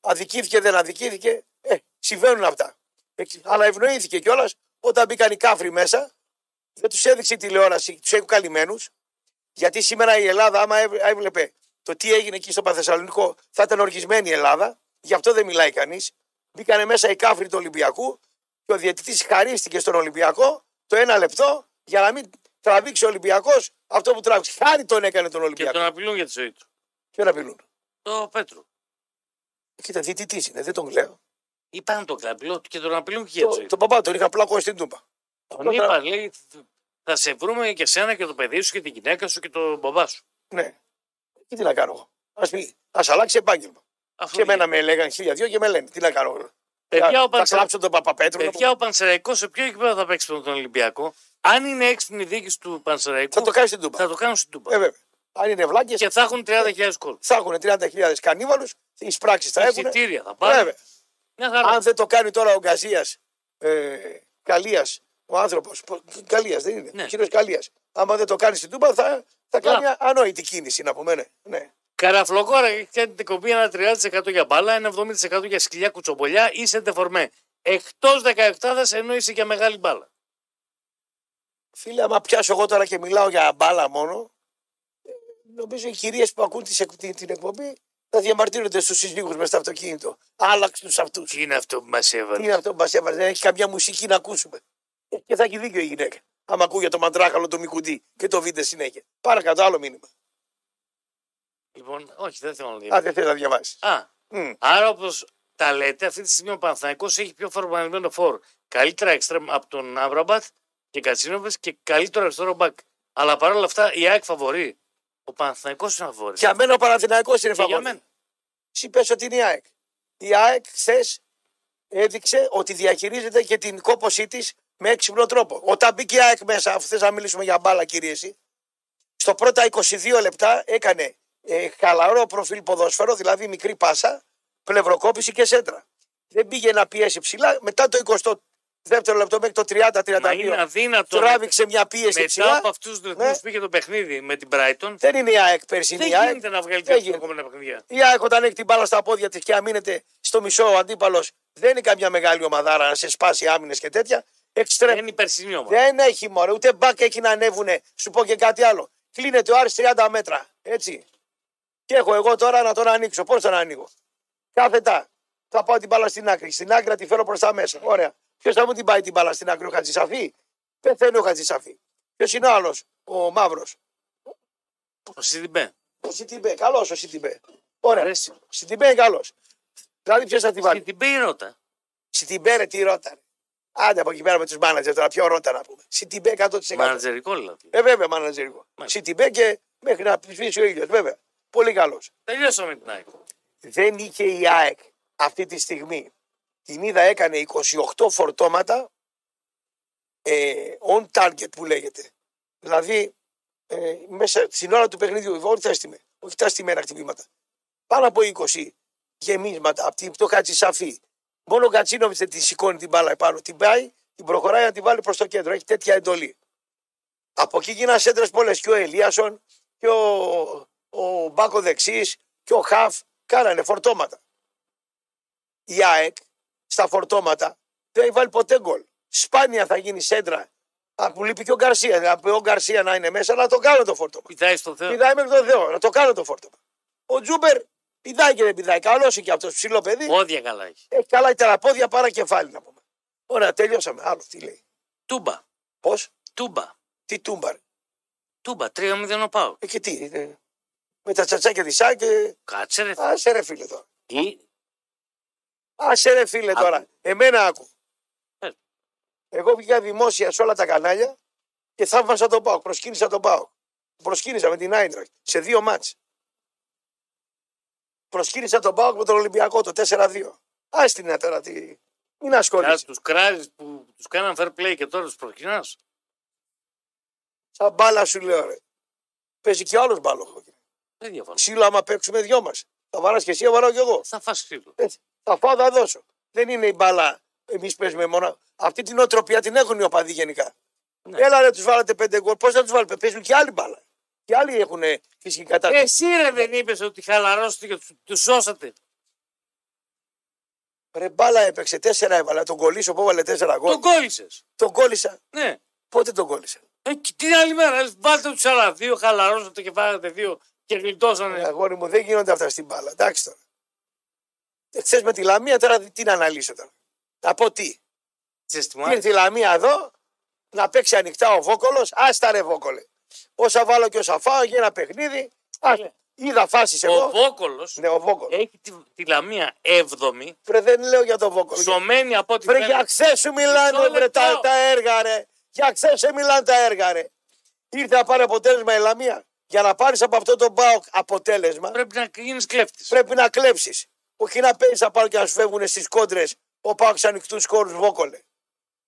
B: αδικήθηκε, δεν αδικήθηκε. Ε, συμβαίνουν αυτά. Ε, αλλά ευνοήθηκε κιόλας όταν μπήκαν οι κάφροι μέσα. Δεν τους έδειξε η τηλεόραση, τους έχουν καλυμμένους. Γιατί σήμερα η Ελλάδα, άμα έβλε- έβλεπε το τι έγινε εκεί στο Παθεσσαλονικό, θα ήταν οργισμένη η Ελλάδα. Γι' αυτό δεν μιλάει κανείς. Μπήκανε μέσα οι κάφροι του Ολυμπιακού και ο διαιτητής χαρίστηκε στον Ολυμπιακό το ένα λεπτό για να μην τραβήξει ο Ολυμπιακός αυτό που τράβηξε. Χάρη τον έκανε τον
A: Και
B: Ολυμπιακό.
A: τον απειλούν για τη ζωή του.
B: Ποιον απειλούν.
A: Το Πέτρο.
B: Κοίτα, διαιτητής είναι, δεν τον κλαίω.
A: Είπαν τον καπλό του και τον απειλούν και για τη ζωή
B: Το,
A: του.
B: τον παπά τον είχα πλακώσει στην τούμπα.
A: Τον
B: το-
A: είπα, λέει, θα σε βρούμε και σένα και το παιδί σου και τη γυναίκα σου και τον μπαμπά σου.
B: Ναι. Και τι να κάνω εγώ. Ας, πει, ας αλλάξει επάγγελμα.
A: Αυτό
B: Και
A: είναι.
B: εμένα με λέγανε χίλια δυο και με λένε. Τι να κάνω. εγώ.
A: Παιδιά,
B: θα,
A: ο
B: θα
A: Παντσερ-
B: κλάψω τον Παπαπέτρου. να
A: Παιδιά, ο Πανσεραϊκό σε ποιο εκπέδο θα παίξει με τον Ολυμπιακό. Αν είναι έξυπνη δίκη του Πανσεραϊκού,
B: πω, Θα το κάνει στην Τούμπα.
A: θα το κάνουν στην Τούμπα.
B: Ε, βέβαια. Αν είναι βλάκες
A: Και θα έχουν 30.000 κόσμο.
B: θα έχουν 30.000 κανίβαλους, τις πράξεις θα έχουν.
A: Εισιτήρια θα πάρουν.
B: Βέβαια.
A: Μια χαρά.
B: Αν δεν το κάνει τώρα ο Γκαζίας, ε, Καλίας, ο άνθρωπος, πο- Καλίας δεν είναι,
A: Ναι.
B: ο κύριος Καλίας. Άμα δεν το κάνεις στην Τούμπα θα, θα κάνει μια ανόητη κίνηση να πούμε. Ναι. ναι.
A: Καραφλοκόρα έχει κάνει την κοπή ένα 30% για μπάλα, ένα 70% για σκυλιά κουτσομπολιά. Είσαι ντεφορμέ. Εκτό 17 ενώ είσαι για μεγάλη μπάλα.
B: Φίλε, άμα πιάσω εγώ τώρα και μιλάω για μπάλα μόνο, ε, νομίζω οι κυρίες που ακούν τις εκ- την, την εκπομπή θα διαμαρτύρονται στους συζύγους μες στο αυτοκίνητο. Άλλαξε τους αυτούς.
A: Τι είναι αυτό που μας
B: Τι
A: έβαλε.
B: είναι αυτό που μας έβαλες, δεν έχει καμιά μουσική να ακούσουμε. Ε, Και θα έχει δίκιο η γυναίκα. Άμα ακούγε το μαντράχαλο, το μικουντή και το βίντε συνέχεια. Παρακάτω, άλλο μήνυμα.
A: Λοιπόν, όχι, δεν θέλω να
B: Αν
A: διαβάσω.
B: δεν θέλεις να διαβάσεις.
A: Α,
B: Μμ.
A: άρα όπως τα λέτε, αυτή τη στιγμή ο Παναθηναϊκός έχει πιο φορμανισμένο φόρ. Καλύτερα εξτρέμ από τον Αβραμπάτ και Κατσίνοβες και καλύτερο αριστερό μπακ. Αλλά παρόλα αυτά η ΑΕΚ φαβορεί. Ο Παναθηναϊκός είναι φαβορεί.
B: Για μένα ο Παναθηναϊκός είναι
A: για
B: φαβορή.
A: μένα.
B: Εσύ πες ότι είναι η ΑΕΚ. Η ΑΕΚ χθες έδειξε ότι διαχειρίζεται και την κόπωσή της με έξυπνο τρόπο. Όταν μπήκε η ΑΕΚ μέσα, αφού θες να μιλήσουμε για μπάλα, κύριε εσύ, στο πρώτα 22 λεπτά έκανε ε, χαλαρό προφίλ ποδόσφαιρο, δηλαδή μικρή πάσα, πλευροκόπηση και σέντρα. Δεν πήγε να πιέσει ψηλά. Μετά το 22ο λεπτό μέχρι το
A: Μα είναι
B: 30-32
A: αδύνατο.
B: τράβηξε μια πίεση
A: Μετά
B: ψηλά.
A: από αυτούς τους ρυθμούς
B: Ναι.
A: που είχε το παιχνίδι με την Brighton,
B: Δεν είναι η ΑΕΚ πέρσι. είναι η
A: δεν
B: ΑΕΚ.
A: γίνεται να βγάλει
B: Δεν
A: τέτοια
B: γίνεται.
A: επόμενα παιχνίδια.
B: Η ΑΕΚ όταν έχει την μπάλα στα πόδια της και αμήνεται στο μισό ο αντίπαλος, δεν είναι καμιά μεγάλη ομαδάρα να σε σπάσει άμυνες και τέτοια. Εξτρέμ.
A: Δεν είναι η περσινή ομάδα.
B: Δεν έχει μωρέ, ούτε μπακ έχει να ανέβουνε. Σου πω και κάτι άλλο. Κλείνεται ο Άρης 30 μέτρα. Έτσι. Και έχω εγώ τώρα να τον ανοίξω. Πώς τον ανοίγω. Κάθετα. Θα πάω την μπάλα στην άκρη. Στην άκρη να τη φέρω προς τα μέσα. Ωραία. Ποιος θα μου την πάει την μπάλα στην άκρη, ο Χατζησαφή. Πεθαίνει ο Χατζησαφή. Ποιος είναι ο άλλος, ο Μαύρος.
A: Ο Σιντιμπέ.
B: Ο Σιτιμπέ. Καλός ο Σιτιμπέ. Ωραία.
A: Αρέσει.
B: Σιτιμπέ είναι καλός. Δηλαδή ποιος θα την βάλει.
A: Σιντιμπέ η ρότα.
B: Σιτιμπέρε τι ρώτανε. Άντε από εκεί πέρα με τους μάνατζερ τώρα, ποιο ρώτα να πούμε. Σιτιμπέ 100%.
A: Μανατζερικό δηλαδή.
B: Ε, βέβαια, μάνατζερικό.
A: Μάλιστα.
B: Σιτιμπέ και μέχρι να ψηφίσει ο ήλιος, βέβαια. Πολύ καλός.
A: Τελειώσαμε την ΑΕΚ.
B: Δεν είχε η ΑΕΚ αυτή τη στιγμή. Την είδα έκανε 28 φορτώματα ε, on target που λέγεται. Δηλαδή, ε, μέσα στην ώρα του παιχνιδιού, όχι τα στιμέ, όχι τα στιμένα χτυπήματα. Πάνω από 20 γεμίσματα από την το Χατζησαφή. Μόνο ο Κατσίνοβιτ δεν τη σηκώνει την μπάλα επάνω. Την πάει, την προχωράει να την βάλει προς το κέντρο. Έχει τέτοια εντολή. Από εκεί γίνανε έντρες πολλές. Και ο Ελίασον και ο, ο Μπάκο δεξής και ο Χαφ κάνανε φορτώματα. Η ΑΕΚ στα φορτώματα δεν έχει βάλει ποτέ γκολ. Σπάνια θα γίνει σέντρα. Αν που λείπει και ο Γκαρσία. Να πει ο Γκαρσία να είναι μέσα, να το κάνω το φορτώμα.
A: Κοιτάει στο Θεό.
B: Πηδάει μέχρι τον Θεό, να το κάνω το φόρτωμα. Ο Τζούμπερ πηδάει και δεν πηδάει. Καλό είναι και αυτός ψηλό παιδί.
A: Πόδια καλά έχει.
B: Έχει καλά ύτερα πόδια παρά κεφάλι να πούμε. Ωραία, τελειώσαμε. Άλλο τι λέει.
A: Τούμπα.
B: Πώς,
A: Τούμπα.
B: τι τούμπαρ.
A: Τούμπα. 3-0 ο Πάο.
B: Ε, και τι. ε, με τα τσατσάκια της ΣΑΚ. Ε,
A: Κάτσε ρε.
B: άσε ρε φίλε τώρα.
A: Τι.
B: Άσε ρε φίλε
A: Άκου.
B: τώρα. Εμένα άκου.
A: Πες.
B: Εγώ βγήκα δημόσια σε όλα τα κανάλια και θαύμασα τον Πάοκ. Προσκύνησα τον Πάοκ. Προσκύνησα με την Άιντρακ σε δύο μάτς. Προσκύνησα τον Πάοκ με τον Ολυμπιακό το 4-2. Ας την είναι τώρα. Τι... Μην ασχολείσαι.
A: Τους κράζεις που τους κάναν fair play και τώρα τους προκοινάς.
B: Σαν μπάλα σου λέω ρε. Παίζει και ο άλλος μπάλο. χόκι.
A: Δεν διαφωνώ.
B: Ξύλο άμα παίξουμε δυο μας. Θα βαράς και εσύ, θα βαράω και εγώ.
A: Θα φας ξύλο.
B: Έτσι. Θα πάω, θα δώσω. Δεν είναι η μπάλα. Εμείς παίζουμε μόνο. Αυτή την οτροπία την έχουν οι οπαδοί γενικά.
A: Ναι.
B: Έλα ρε, τους βάλατε πέντε γκολ. Πώς θα τους βάλετε, παίζουν και άλλη μπάλα. Και άλλοι έχουν φυσική κατάσταση.
A: Εσύ ρε δεν είπες ότι χαλαρώσετε και του- τους σώσατε.
B: Ρε μπάλα έπαιξε, τέσσερα έβαλα. Τον κολλήσω που έβαλε τέσσερα γκολ.
A: Τον κόλλησες.
B: Τον κόλλησα.
A: Ναι.
B: Πότε τον κόλλησα.
A: Ε, και την άλλη μέρα, βάλτε τους 42, χαλαρώσατε και βάλατε δύο και γλιτώσανε.
B: Ε, Αγόρι μου, δεν γίνονται αυτά στην μπάλα. Εντάξει τώρα. Χθε με τη λαμία, τώρα τι να αναλύσω τώρα. Να πω τι.
A: Ξέρεις τι μου άρεσε.
B: Ήρθε η λαμία εδώ να παίξει ανοιχτά ο Βόκολος. Άστα ρε Βόκολε. Όσα βάλω και όσα φάω, για ένα παιχνίδι. Άστα. Είδα φάσεις
A: Ε, Ο
B: εγώ.
A: Βόκολος
B: Ναι, ο Βόκολος.
A: έχει τη, τη λαμία 7η,
B: Βρε, δεν λέω για τον Βόκολο.
A: σωμένη από ό,τι
B: Βρε, για χθες σου μιλάνε
A: Μισό
B: βρε, τα,
A: λεπτό.
B: τα έργα, ρε. Για χθες σου μιλάνε τα έργα, ρε. Ήρθε να πάρει αποτέλεσμα η Λαμία. Για να πάρεις από αυτό τον Μπάουκ αποτέλεσμα,
A: Πρέπει να γίνεις κλέφτης.
B: πρέπει να κλέψεις. Όχι να παίζεις να πάρει και να σου φεύγουν στις κόντρες ο Πάουκ σε ανοιχτούς χώρου Βόκολε.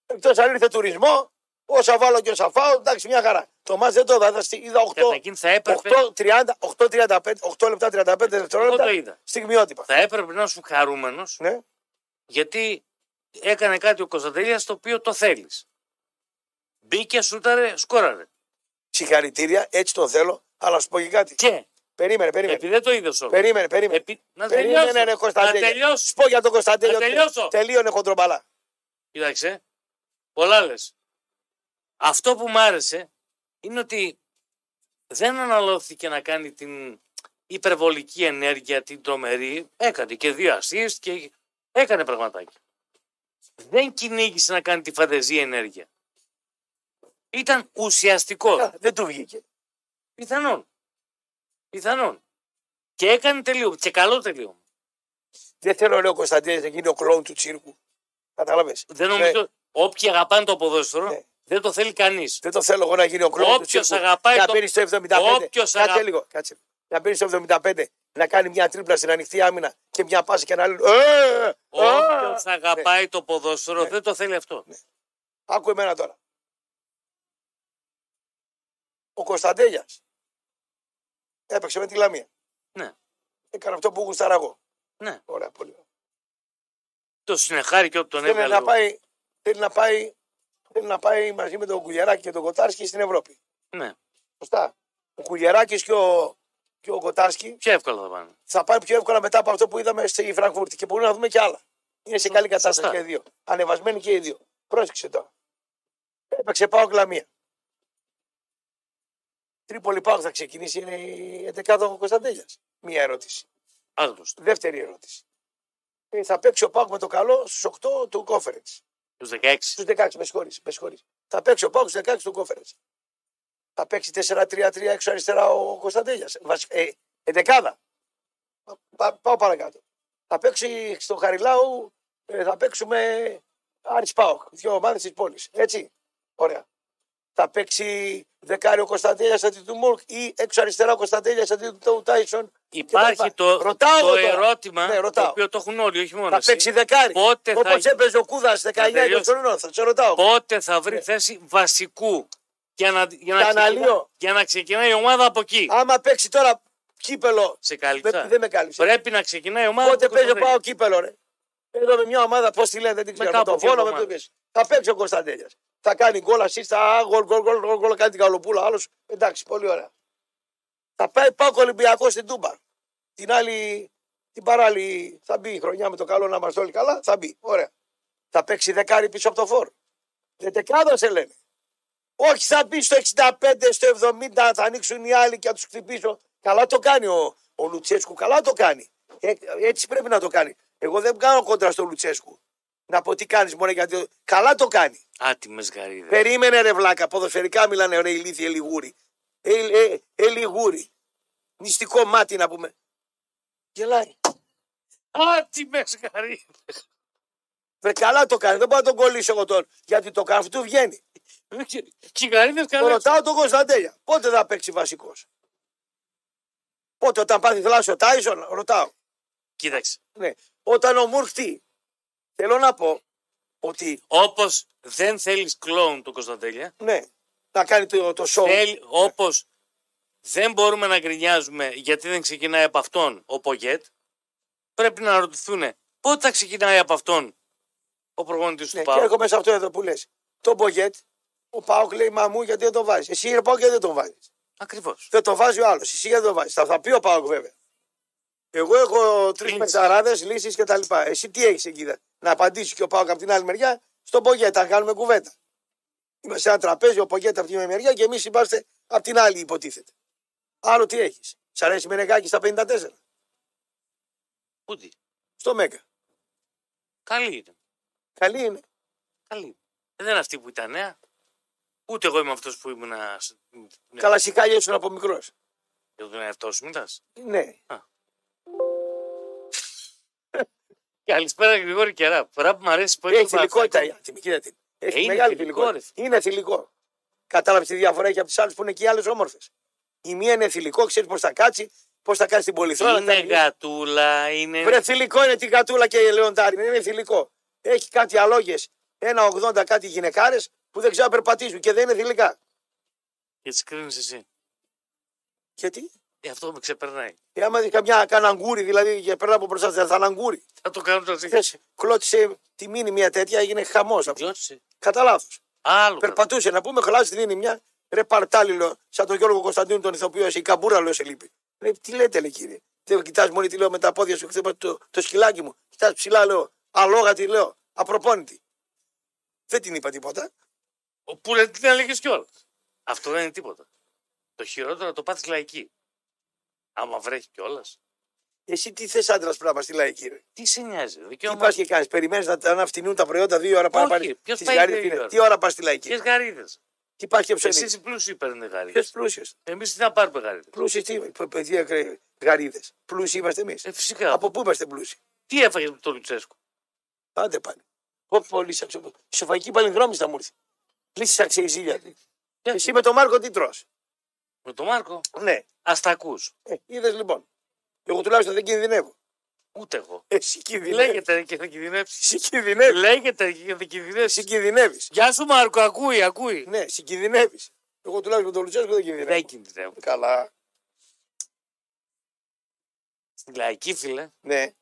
B: Εκτός αν ήρθε τουρισμό, όσα βάλω και όσα φάω, εντάξει, μια χαρά. Το μα δεν το είδα, είδα στη- είδα 8,
A: Κατά εκείνη θα έπρεπε,
B: 8, 8, 8 λεπτά 35
A: εγώ το
B: δευτερόλεπτα
A: είδα.
B: στιγμιότυπα.
A: Θα έπρεπε να σου χαρούμενος
B: Ναι.
A: γιατί έκανε κάτι ο Κωνσταντέλια το οποίο το θέλεις. Μπήκε, σούταρε, Ε, σκόραρε.
B: Συγχαρητήρια, έτσι το θέλω, αλλά σου πω και κάτι.
A: Και
B: Περίμενε, περίμενε.
A: επειδή δεν το είδες όλο.
B: Περίμενε, περίμενε.
A: Επί... Να
B: Περίμενε, ναι,
A: τελειώσω.
B: ρε
A: να
B: Κωνσταντέλια.
A: τελειώσω.
B: Σου πω για τον Κωνσταντέλια.
A: Να τελειώσω.
B: Τελείωνε χοντρομπαλά.
A: Κοίταξε. Πολλά λες. Αυτό που μ' άρεσε είναι ότι δεν αναλώθηκε να κάνει την υπερβολική ενέργεια, την τρομερή. Έκανε και δύο assist και έκανε πραγματάκια. Δεν κυνήγησε να κάνει τη φαντεζή ενέργεια. Ήταν ουσιαστικό.
B: Δεν του βγήκε.
A: Πιθανόν. Πιθανόν. Και έκανε τελείωμα. Και καλό τελείωμα.
B: Δεν θέλω, λέω, ο Κωνσταντέλια να γίνει ο κλόουν του τσίρκου. Κατάλαβες.
A: Δεν νομίζω. Όποιοι αγαπάνε το ποδόσφαιρο,
B: Ναι.
A: δεν το θέλει κανείς.
B: Δεν το θέλω εγώ να γίνει ο κλόουν του
A: Όποιος
B: τσίρκου.
A: αγαπάει
B: να
A: το-
B: παίρνει στο 75.
A: Όποιος
B: Κάτσε
A: αγα-
B: λίγο. Κάτσε. Να παίρνει στο 75. Να κάνει μια τρίπλα στην ανοιχτή άμυνα και μια πάση και να λέει. «Ε, ε, ε». Ναι.
A: Όποιος αγαπάει το ποδόσφαιρο δεν το θέλει αυτό.
B: Άκου εμένα τώρα. Ο Κωνσταντέλιας έπαιξε με τη Λαμία.
A: Ναι.
B: Έκανε αυτό που γουστάρα εγώ.
A: Ναι.
B: Ωραία, πολύ. ωραία.
A: Το συνεχάρι και ό,τι τον
B: Θέλει
A: έβγαλε.
B: να, πάει, θέλει, να πάει, θέλει να πάει μαζί με τον Κουγεράκη και τον Κοτάρσκι στην Ευρώπη.
A: Ναι,
B: Σωστά. Ο Κουγεράκη και ο, και ο Κοτάρσκι
A: πιο εύκολα θα πάνε.
B: θα πάνε πιο εύκολα μετά από αυτό που είδαμε στη Φραγκφούρτη και μπορούμε να δούμε και άλλα. Είναι σε καλή κατάσταση
A: Σωστά.
B: και οι δύο. Ανεβασμένοι και οι δύο. Πρόσεξε τώρα. Έπαιξε πάω κλαμία. Τρίπολη πάω θα ξεκινήσει είναι η 11 ο Κωνσταντέλιας. Μία ερώτηση.
A: Άγνωστο.
B: Δεύτερη ερώτηση. Ε, Θα παίξει ο Πάουκ με το καλό στους 8 του conference.
A: Τους 16.
B: Στου 16, με συγχωρείς, με συγχωρείς. Θα παίξει ο Πάουκ στου 16 του conference. Θα παίξει 4-3-3 έξω αριστερά ο Κωνσταντέλιας. Ε, εντεκάδα. Πα- πα- πάω παρακάτω. Θα παίξει στο Χαριλάου, ε, θα παίξουμε Άρης Πάοκ. Δύο ομάδες της πόλης. Έτσι. Ωραία. Θα παίξει δεκάρι ο Κωνσταντέλια αντί του Μουρκ ή έξω αριστερά ο Κωνσταντέλια αντί του Τάισον.
A: Υπάρχει το,
B: Ρωτάω
A: το
B: τώρα.
A: ερώτημα
B: Ναι,
A: το
B: ρωτάω.
A: οποίο το έχουν όλοι, όχι μόνο
B: Θα
A: εσύ.
B: παίξει δεκάρι.
A: Πότε θα-
B: Όπω έπαιζε ο Κούδας 19-20
A: τελειώσει.
B: χρονών. Θα σε ρωτάω.
A: Πότε θα βρει
B: Ναι.
A: θέση βασικού για να, για,
B: Τα
A: να ξεκινά,
B: αναλύω.
A: για να ξεκινάει η ομάδα από εκεί.
B: Άμα παίξει τώρα κύπελο.
A: σε
B: με-
A: κάλυψα.
B: δεν με κάλυψε.
A: Πρέπει να ξεκινάει η ομάδα
B: Πότε
A: από
B: παίζει ο
A: τον
B: Πάο κύπελο, ρε. Εδώ με μια ομάδα, πώς τη λένε, δεν την
A: Με
B: ξέρω. Με τον
A: κάποιο
B: Βόλο, με
A: ομάδα.
B: τον Πίεση. Θα παίξει ο Κωνσταντέλια. Θα κάνει γκολ, ασίστα, γκολ, γκολ, γκολ, γκολ, γκολ, κάνει την καλοπούλα. Άλλος, εντάξει, πολύ ωραία. Θα πάει πάω Ολυμπιακός στην Τούμπα. Την άλλη, την παράλληλη, θα μπει η χρονιά με το καλό να είμαστε όλοι καλά. Θα μπει, ωραία. Θα παίξει δεκάρι πίσω από το φόρ. Δεν τεκάδα σε λένε. Όχι, θα μπει στο 65, στο 70, θα ανοίξουν οι άλλοι και θα τους χτυπήσω. Καλά το κάνει ο, ο Λουτσέσκου, καλά το κάνει. Ε, έτσι πρέπει να το κάνει. Εγώ δεν κάνω κόντρα στο Λουτσέσκου. Να πω τι κάνεις, μόνο γιατί. Καλά το κάνει.
A: Άτιμε γαρίδε.
B: Περίμενε ρε βλάκα, ποδοσφαιρικά μιλάνε ρε ηλίθιοι ελιγούροι. Ε, ε, ελιγούροι. Νηστικό μάτι να πούμε. Γελάει.
A: Άτιμε γαρίδες.
B: Βρε καλά το κάνει, δεν μπορώ να τον κολλήσω εγώ τον. Γιατί το κάνει, του βγαίνει.
A: Και οι γαρίδε
B: Το
A: καλά.
B: ρωτάω τον Κωνσταντέλια. Πότε θα παίξει βασικός. Πότε, όταν πάθει θλάσσιο ο Τάισον, ρωτάω.
A: Κοίταξε.
B: Ναι. Όταν ο Μουρκ τι. Θέλω να πω ότι
A: Όπως δεν θέλεις κλόουν τον Κωνσταντέλια,
B: ναι, να κάνει το, το show.
A: Θέλει, όπως δεν μπορούμε να γκρινιάζουμε γιατί δεν ξεκινάει από αυτόν ο Πογέτ, πρέπει να ρωτηθούν πότε θα ξεκινάει από αυτόν ο προγόνητης
B: Ναι,
A: του
B: και
A: Πάου.
B: έρχομαι σε αυτό εδώ που λες. Το Μπογκέτ, ο Πάοκ λέει Μα μου γιατί δεν το βάζεις. Εσύ ρε Πάοκ γιατί δεν το βάζεις.
A: Ακριβώς.
B: Δεν το βάζει ο άλλος. Εσύ γιατί δεν το βάζεις. Θα, θα πει ο Πάοκ βέβαια. Εγώ έχω τρεις
A: Λύσεις.
B: πενταράδες, λύσεις κτλ. Εσύ τι έχεις εκεί. δε? Να απαντήσει και ο Πάοκ από την άλλη μεριά στον Μπογκέτ, αν κάνουμε κουβέντα. Είμαι σε ένα τραπέζι, ο Πογκέτα από τη μία μεριά και εμείς είμαστε από την άλλη, υποτίθεται. Άλλο τι έχεις. Σ' αρέσει η Μενεγάκη στα 54,
A: Πού τι.
B: στο Μέγκα.
A: Καλή είναι.
B: Καλή είναι.
A: Καλή. Ε, δεν είναι αυτή που ήταν νέα. Ούτε εγώ είμαι αυτός που ήμουν. Ναι.
B: Καλά, σιχάλια ήσουν από μικρός.
A: Για τον εαυτό σου μιλά.
B: Ναι.
A: Καλησπέρα, Γρηγόρη και ραπ. Ραπ μου αρέσει που
B: Έχει
A: το
B: θηλυκότητα η
A: παραθυράκι.
B: άτιμη, κοίτα την. Έχει
A: είναι
B: μεγάλη
A: θηλυκό,
B: θηλυκότητα. Είναι θηλυκό. Κατάλαβες τη διαφορά έχει από τις άλλες που είναι και οι άλλες όμορφες. Η μία είναι θηλυκό, ξέρεις πώς θα κάτσει, πώς θα κάτσει την πολυθρόνα.
A: Είναι
B: θα-
A: γατούλα, είναι.
B: Βρε θηλυκό είναι την κατούλα και η Λεοντάρη. Είναι θηλυκό. Έχει κάτι αλόγες, ένα 80 κάτι γυναικάρες που δεν ξέρω να περπατήσουν και δεν είναι θηλυκά.
A: Και τις κρίνεις εσύ.
B: Γιατί?
A: Ε, αυτό με ξεπερνάει.
B: Ε, άμα δει καμιά καναγκούρη, δηλαδή και πέρα από μπροστά δεν θα αναγκούρη.
A: Θα το κάνω τώρα.
B: Χθε κλώτησε τη μήνυ μια τέτοια, έγινε χαμός.
A: Κλώτησε.
B: Κατά λάθος.
A: Άλλο. κατά.
B: Περπατούσε να πούμε, χαλάσει την είναι μια ρε παρτάλιλο, σαν τον Γιώργο Κωνσταντίνου τον ηθοποιός, η καμπούρα λέω σε λύπη. Λέει, τι λέτε, λέει κύριε. Δεν κοιτά μόνο τι λέω με τα πόδια σου, χτύπα το, το σκυλάκι μου. Κοιτάς ψηλά, λέω. Αλόγατη, λέω. Απροπόνητη. Δεν την είπα τίποτα.
A: Ο Πού ρε, τι να λέγε κιόλας. Αυτό δεν είναι τίποτα. Το χειρότερο το πάθεις λαϊκή. Άμα βρέχει κιόλας.
B: Εσύ τι θες άντρας πράγμα στη λαϊκή. Ρε.
A: Τι σε νοιάζει.
B: Τι
A: Δικαίωμα.
B: πας και κάνεις, περιμένεις να, τα- να φτηνούν τα προϊόντα δύο ώρα παραπάνω.
A: ποιος
B: Στις
A: πάει
B: γαρίδες
A: δύο
B: είναι.
A: ώρα.
B: Τι ώρα πας στη λαϊκή.
A: Ποιες γαρίδες.
B: Τι πας και ψωνίζεις.
A: Εσείς οι πλούσιοι παίρνετε
B: Ποιο
A: γαρίδε.
B: πλούσιο.
A: Εμείς τι να πάρουμε γαρίδες.
B: Πλούσιοι τι είμαστε, παιδιά, κρέ- γαρίδες. Πλούσιοι είμαστε εμείς.
A: Ε, φυσικά.
B: Από πού είμαστε πλούσιοι.
A: Τι έφαγε με τον Λουτσέσκο.
B: Άντε πάλι. Ω, πολύ σαξο... Σοφακή παλινδρόμηση θα μου έρθει. Πλήσει αξιζίλια. Εσύ με τον Μάρκο τι τρως.
A: Ε, Με τον Μάρκο.
B: Ναι.
A: Ας τα ακούς.
B: Ε, Είδες λοιπόν. Εγώ τουλάχιστον δεν κινδυνεύω.
A: Ούτε εγώ.
B: Εσύ κινδυνεύεις.
A: Λέγεται και θα κινδυνεύσεις.
B: Εσύ κινδυνεύεις.
A: Λέγεται και θα
B: Εσύ
A: κινδυνεύσει.
B: κινδυνεύεις.
A: Γεια σου Μάρκο, ακούει, ακούει.
B: Ναι, εσύ κινδυνεύεις. Εγώ τουλάχιστον με τον Λουτσέσκο
A: Δεν
B: δεν κινδυνεύω.
A: κινδυνεύω.
B: Καλά.
A: Στη λαϊκή φίλε,
B: Ναι.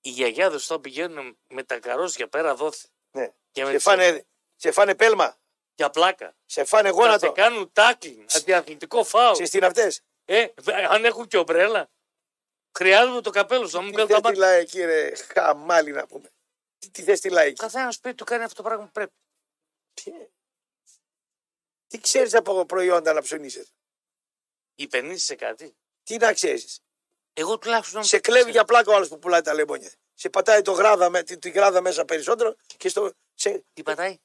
A: οι γιαγιάδε όταν πηγαίνουν με τα καρόσια πέρα δόθη.
B: ναι.
A: Και με
B: Σε
A: τις-
B: φάνε, σε φάνε πέλμα.
A: για πλάκα.
B: Σε φάνε
A: Θα σε
B: γόνατο.
A: κάνουν τάκλινγκ, αντιαθλητικό φάουλ.
B: Σε τι είναι αυτέ.
A: Ε, αν έχουν και ομπρέλα. Χρειάζομαι το καπέλο σου, να μου
B: Τι
A: κάνουν
B: θες
A: τα
B: τη
A: μπάτια.
B: λαϊκή, ρε χαμάλι να πούμε. Τι, τι θες τη λαϊκή.
A: Ο καθένα σπίτι του κάνει αυτό το πράγμα που πρέπει.
B: Τι- ε? Τι ξέρεις από προϊόντα να ψωνίσει.
A: Υπενήσει σε κάτι.
B: Τι να ξέρεις.
A: Εγώ τουλάχιστον.
B: Σε κλέβει για πλάκα ο άλλος που πουλάει τα λεμόνια. Σε πατάει το γράδα, με, τη, τη γράδα μέσα περισσότερο και στο, σε,
A: Τι πατάει.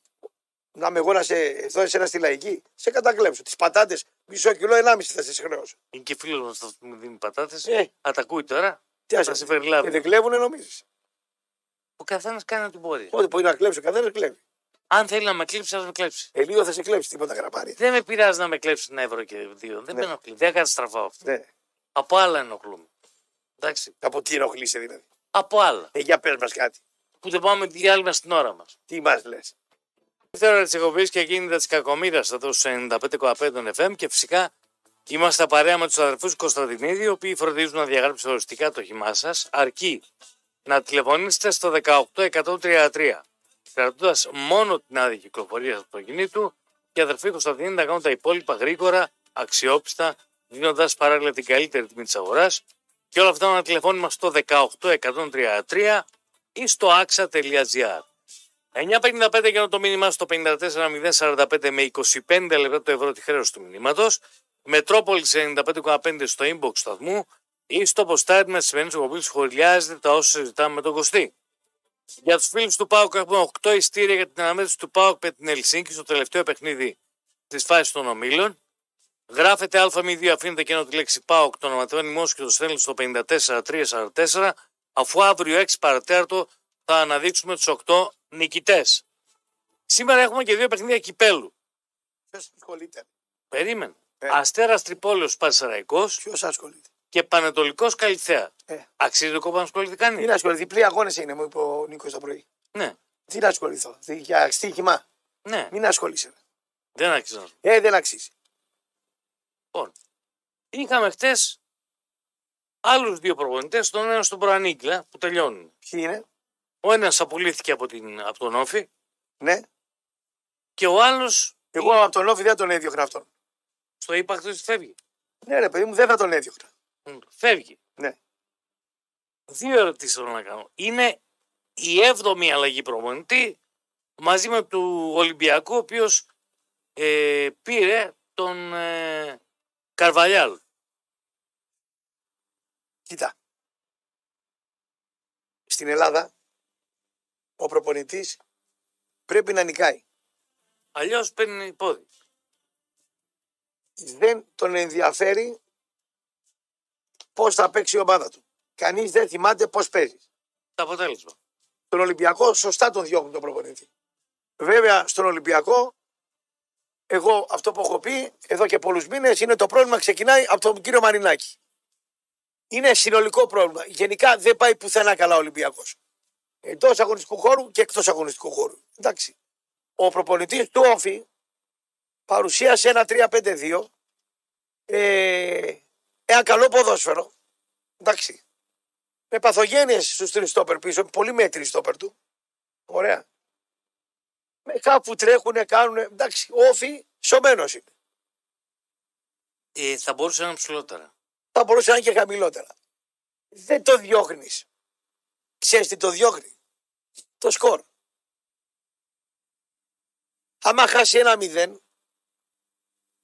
B: να με εγώ να σε δώσει ένας στη λαϊκή, σε κατακλέψω. Τις πατάτες, μισό κιλό, ενάμιση θα σε σχρεώσω.
A: Είναι και φίλος μας αυτός που μου δίνει πατάτες.
B: Ε.
A: Α τα ακούει τώρα.
B: Τι ας
A: Θα
B: είναι.
A: σε περιλάβει.
B: Και δεν κλέβουνε, νομίζεις.
A: Ο καθένας κάνει ό,τι μπορεί.
B: Ό,τι μπορεί να κλέψει ο καθένας, κλέβει.
A: Αν θέλει να με κλέψει, ας με κλέψει.
B: Ε, λίγο θα σε κλέψει τίποτα γραμμάρι.
A: Δεν με πειράζει να με κλέψει ένα ευρώ και δύο. Δεν
B: Ναι.
A: με ενοχλεί. Δεν κάτι στραβάω αυτό.
B: Ναι.
A: Από άλλα ενοχλούμε. Εντάξει.
B: Από τι ενοχλείσαι δηλαδή.
A: Από άλλα.
B: Ε, για πες μας κάτι.
A: Που δεν πάμε διάλειμμα στην ώρα μας.
B: Τι μας λες.
A: Δεύτερη ώρα τη εκπομπή και κίνητα τη Κακομήρα εδώ στου 95,5 των FM και φυσικά είμαστε παρέα με τους αδερφούς Κωνσταντινίδη, οι οποίοι φροντίζουν να διαγράψετε οριστικά το χυμά σας, αρκεί να τηλεφωνήσετε στο 18133, κρατώντας μόνο την άδεια κυκλοφορίας του αυτοκινήτου και οι αδερφοί Κωνσταντινίδη να κάνουν τα υπόλοιπα γρήγορα, αξιόπιστα, δίνοντας παράλληλα την καλύτερη τιμή της αγοράς. Και όλα αυτά με ένα τηλεφώνημα στο 18133 ή στο axa.gr. 9.55 για το μήνυμα στο 54.045 με 25 λεπτά το ευρώ τη χρέωση του μηνύματος. Μετρόπολης 95,5 στο inbox του σταθμού ή στο ποστάρι με τη σημερινή εκπομπή που σχολιάζεται τα όσα συζητάμε με τον Κωστή. Για τους φίλους του ΠΑΟΚ έχουμε 8 ειστήρια για την αναμέτρηση του ΠΑΟΚ με την Ελσίνκη στο τελευταίο παιχνίδι της φάσης των ομίλων. Γράφετε α02, αφήνετε και τη λέξη ΠΑΟΚ, το ονοματεπώνυμό σου και το στέλνει στο 54-344, αφού αύριο 6 παρατέρτο θα αναδείξουμε τους 8 νικητές. Σήμερα έχουμε και δύο παιχνίδια κυπέλου.
B: Ποιος ασχολείται.
A: Περίμενε.
B: Ε.
A: Αστέρας Τρυπόλεω Πασαραϊκό
B: Ποιος ασχολείται.
A: και Πανετολικός Καλυθέα.
B: Ε.
A: Αξίζει το κόπο να ασχοληθεί
B: Τι
A: κανεί.
B: να ασχοληθεί. Διπλή αγώνες είναι, μου είπε ο Νίκος το πρωί.
A: Ναι,
B: Τι να ασχοληθώ. δι- Για στοίχημα.
A: ναι.
B: Μην ασχολείσαι.
A: Δεν αξίζει να σου
B: Ε, δεν αξίζει.
A: Λοιπόν, είχαμε χτες άλλους δύο προπονητές, τον ένα στον Προανίγκλα που τελειώνουν.
B: Ποιοι είναι.
A: Ο ένας απολύθηκε από, την, από τον Όφη
B: Ναι.
A: και ο άλλος
B: Εγώ από τον Όφη δεν τον έδιωχνα αυτόν.
A: στο ύπακτο της φεύγει.
B: Ναι, ρε παιδί μου, δεν θα τον έδιωχνα.
A: Μ, Φεύγει.
B: Ναι.
A: Δύο ερωτήσεις θέλω να κάνω. Είναι η έβδομη αλλαγή προπονητή μαζί με του Ολυμπιακού, ο οποίος ε, πήρε τον ε, Καρβαλιάλ.
B: Κοίτα. Στην Ελλάδα ο προπονητής πρέπει να νικάει.
A: Αλλιώς παίρνει πόδι.
B: Δεν τον ενδιαφέρει πώς θα παίξει η ομάδα του. Κανείς δεν θυμάται πώς παίζει.
A: Το αποτέλεσμα.
B: Τον Ολυμπιακό σωστά τον διώχνουν τον προπονητή. Βέβαια στον Ολυμπιακό, εγώ αυτό που έχω πει εδώ και πολλούς μήνες είναι το πρόβλημα ξεκινάει από τον κύριο Μαρινάκη. Είναι συνολικό πρόβλημα. Γενικά δεν πάει πουθενά καλά ο Ολυμπιακός. Εντός αγωνιστικού χώρου και εκτός αγωνιστικού χώρου. Εντάξει. Ο προπονητής του Όφη παρουσίασε ένα 3-5-2. Ε, ένα καλό ποδόσφαιρο. Εντάξει. Με παθογένειες στους τρεις στόπερ πίσω. Πολύ μέτρη στόπερ του. Ωραία. Με κάπου τρέχουνε, κάνουν. Εντάξει, όφη, σωμένος είναι.
A: Ε, θα μπορούσε να είναι ψηλότερα.
B: Θα μπορούσε να είναι και χαμηλότερα. Δεν το διώχνεις. Ξέρεις τι το διώχνει. Το σκορ. Άμα χάσει ένα μηδέν,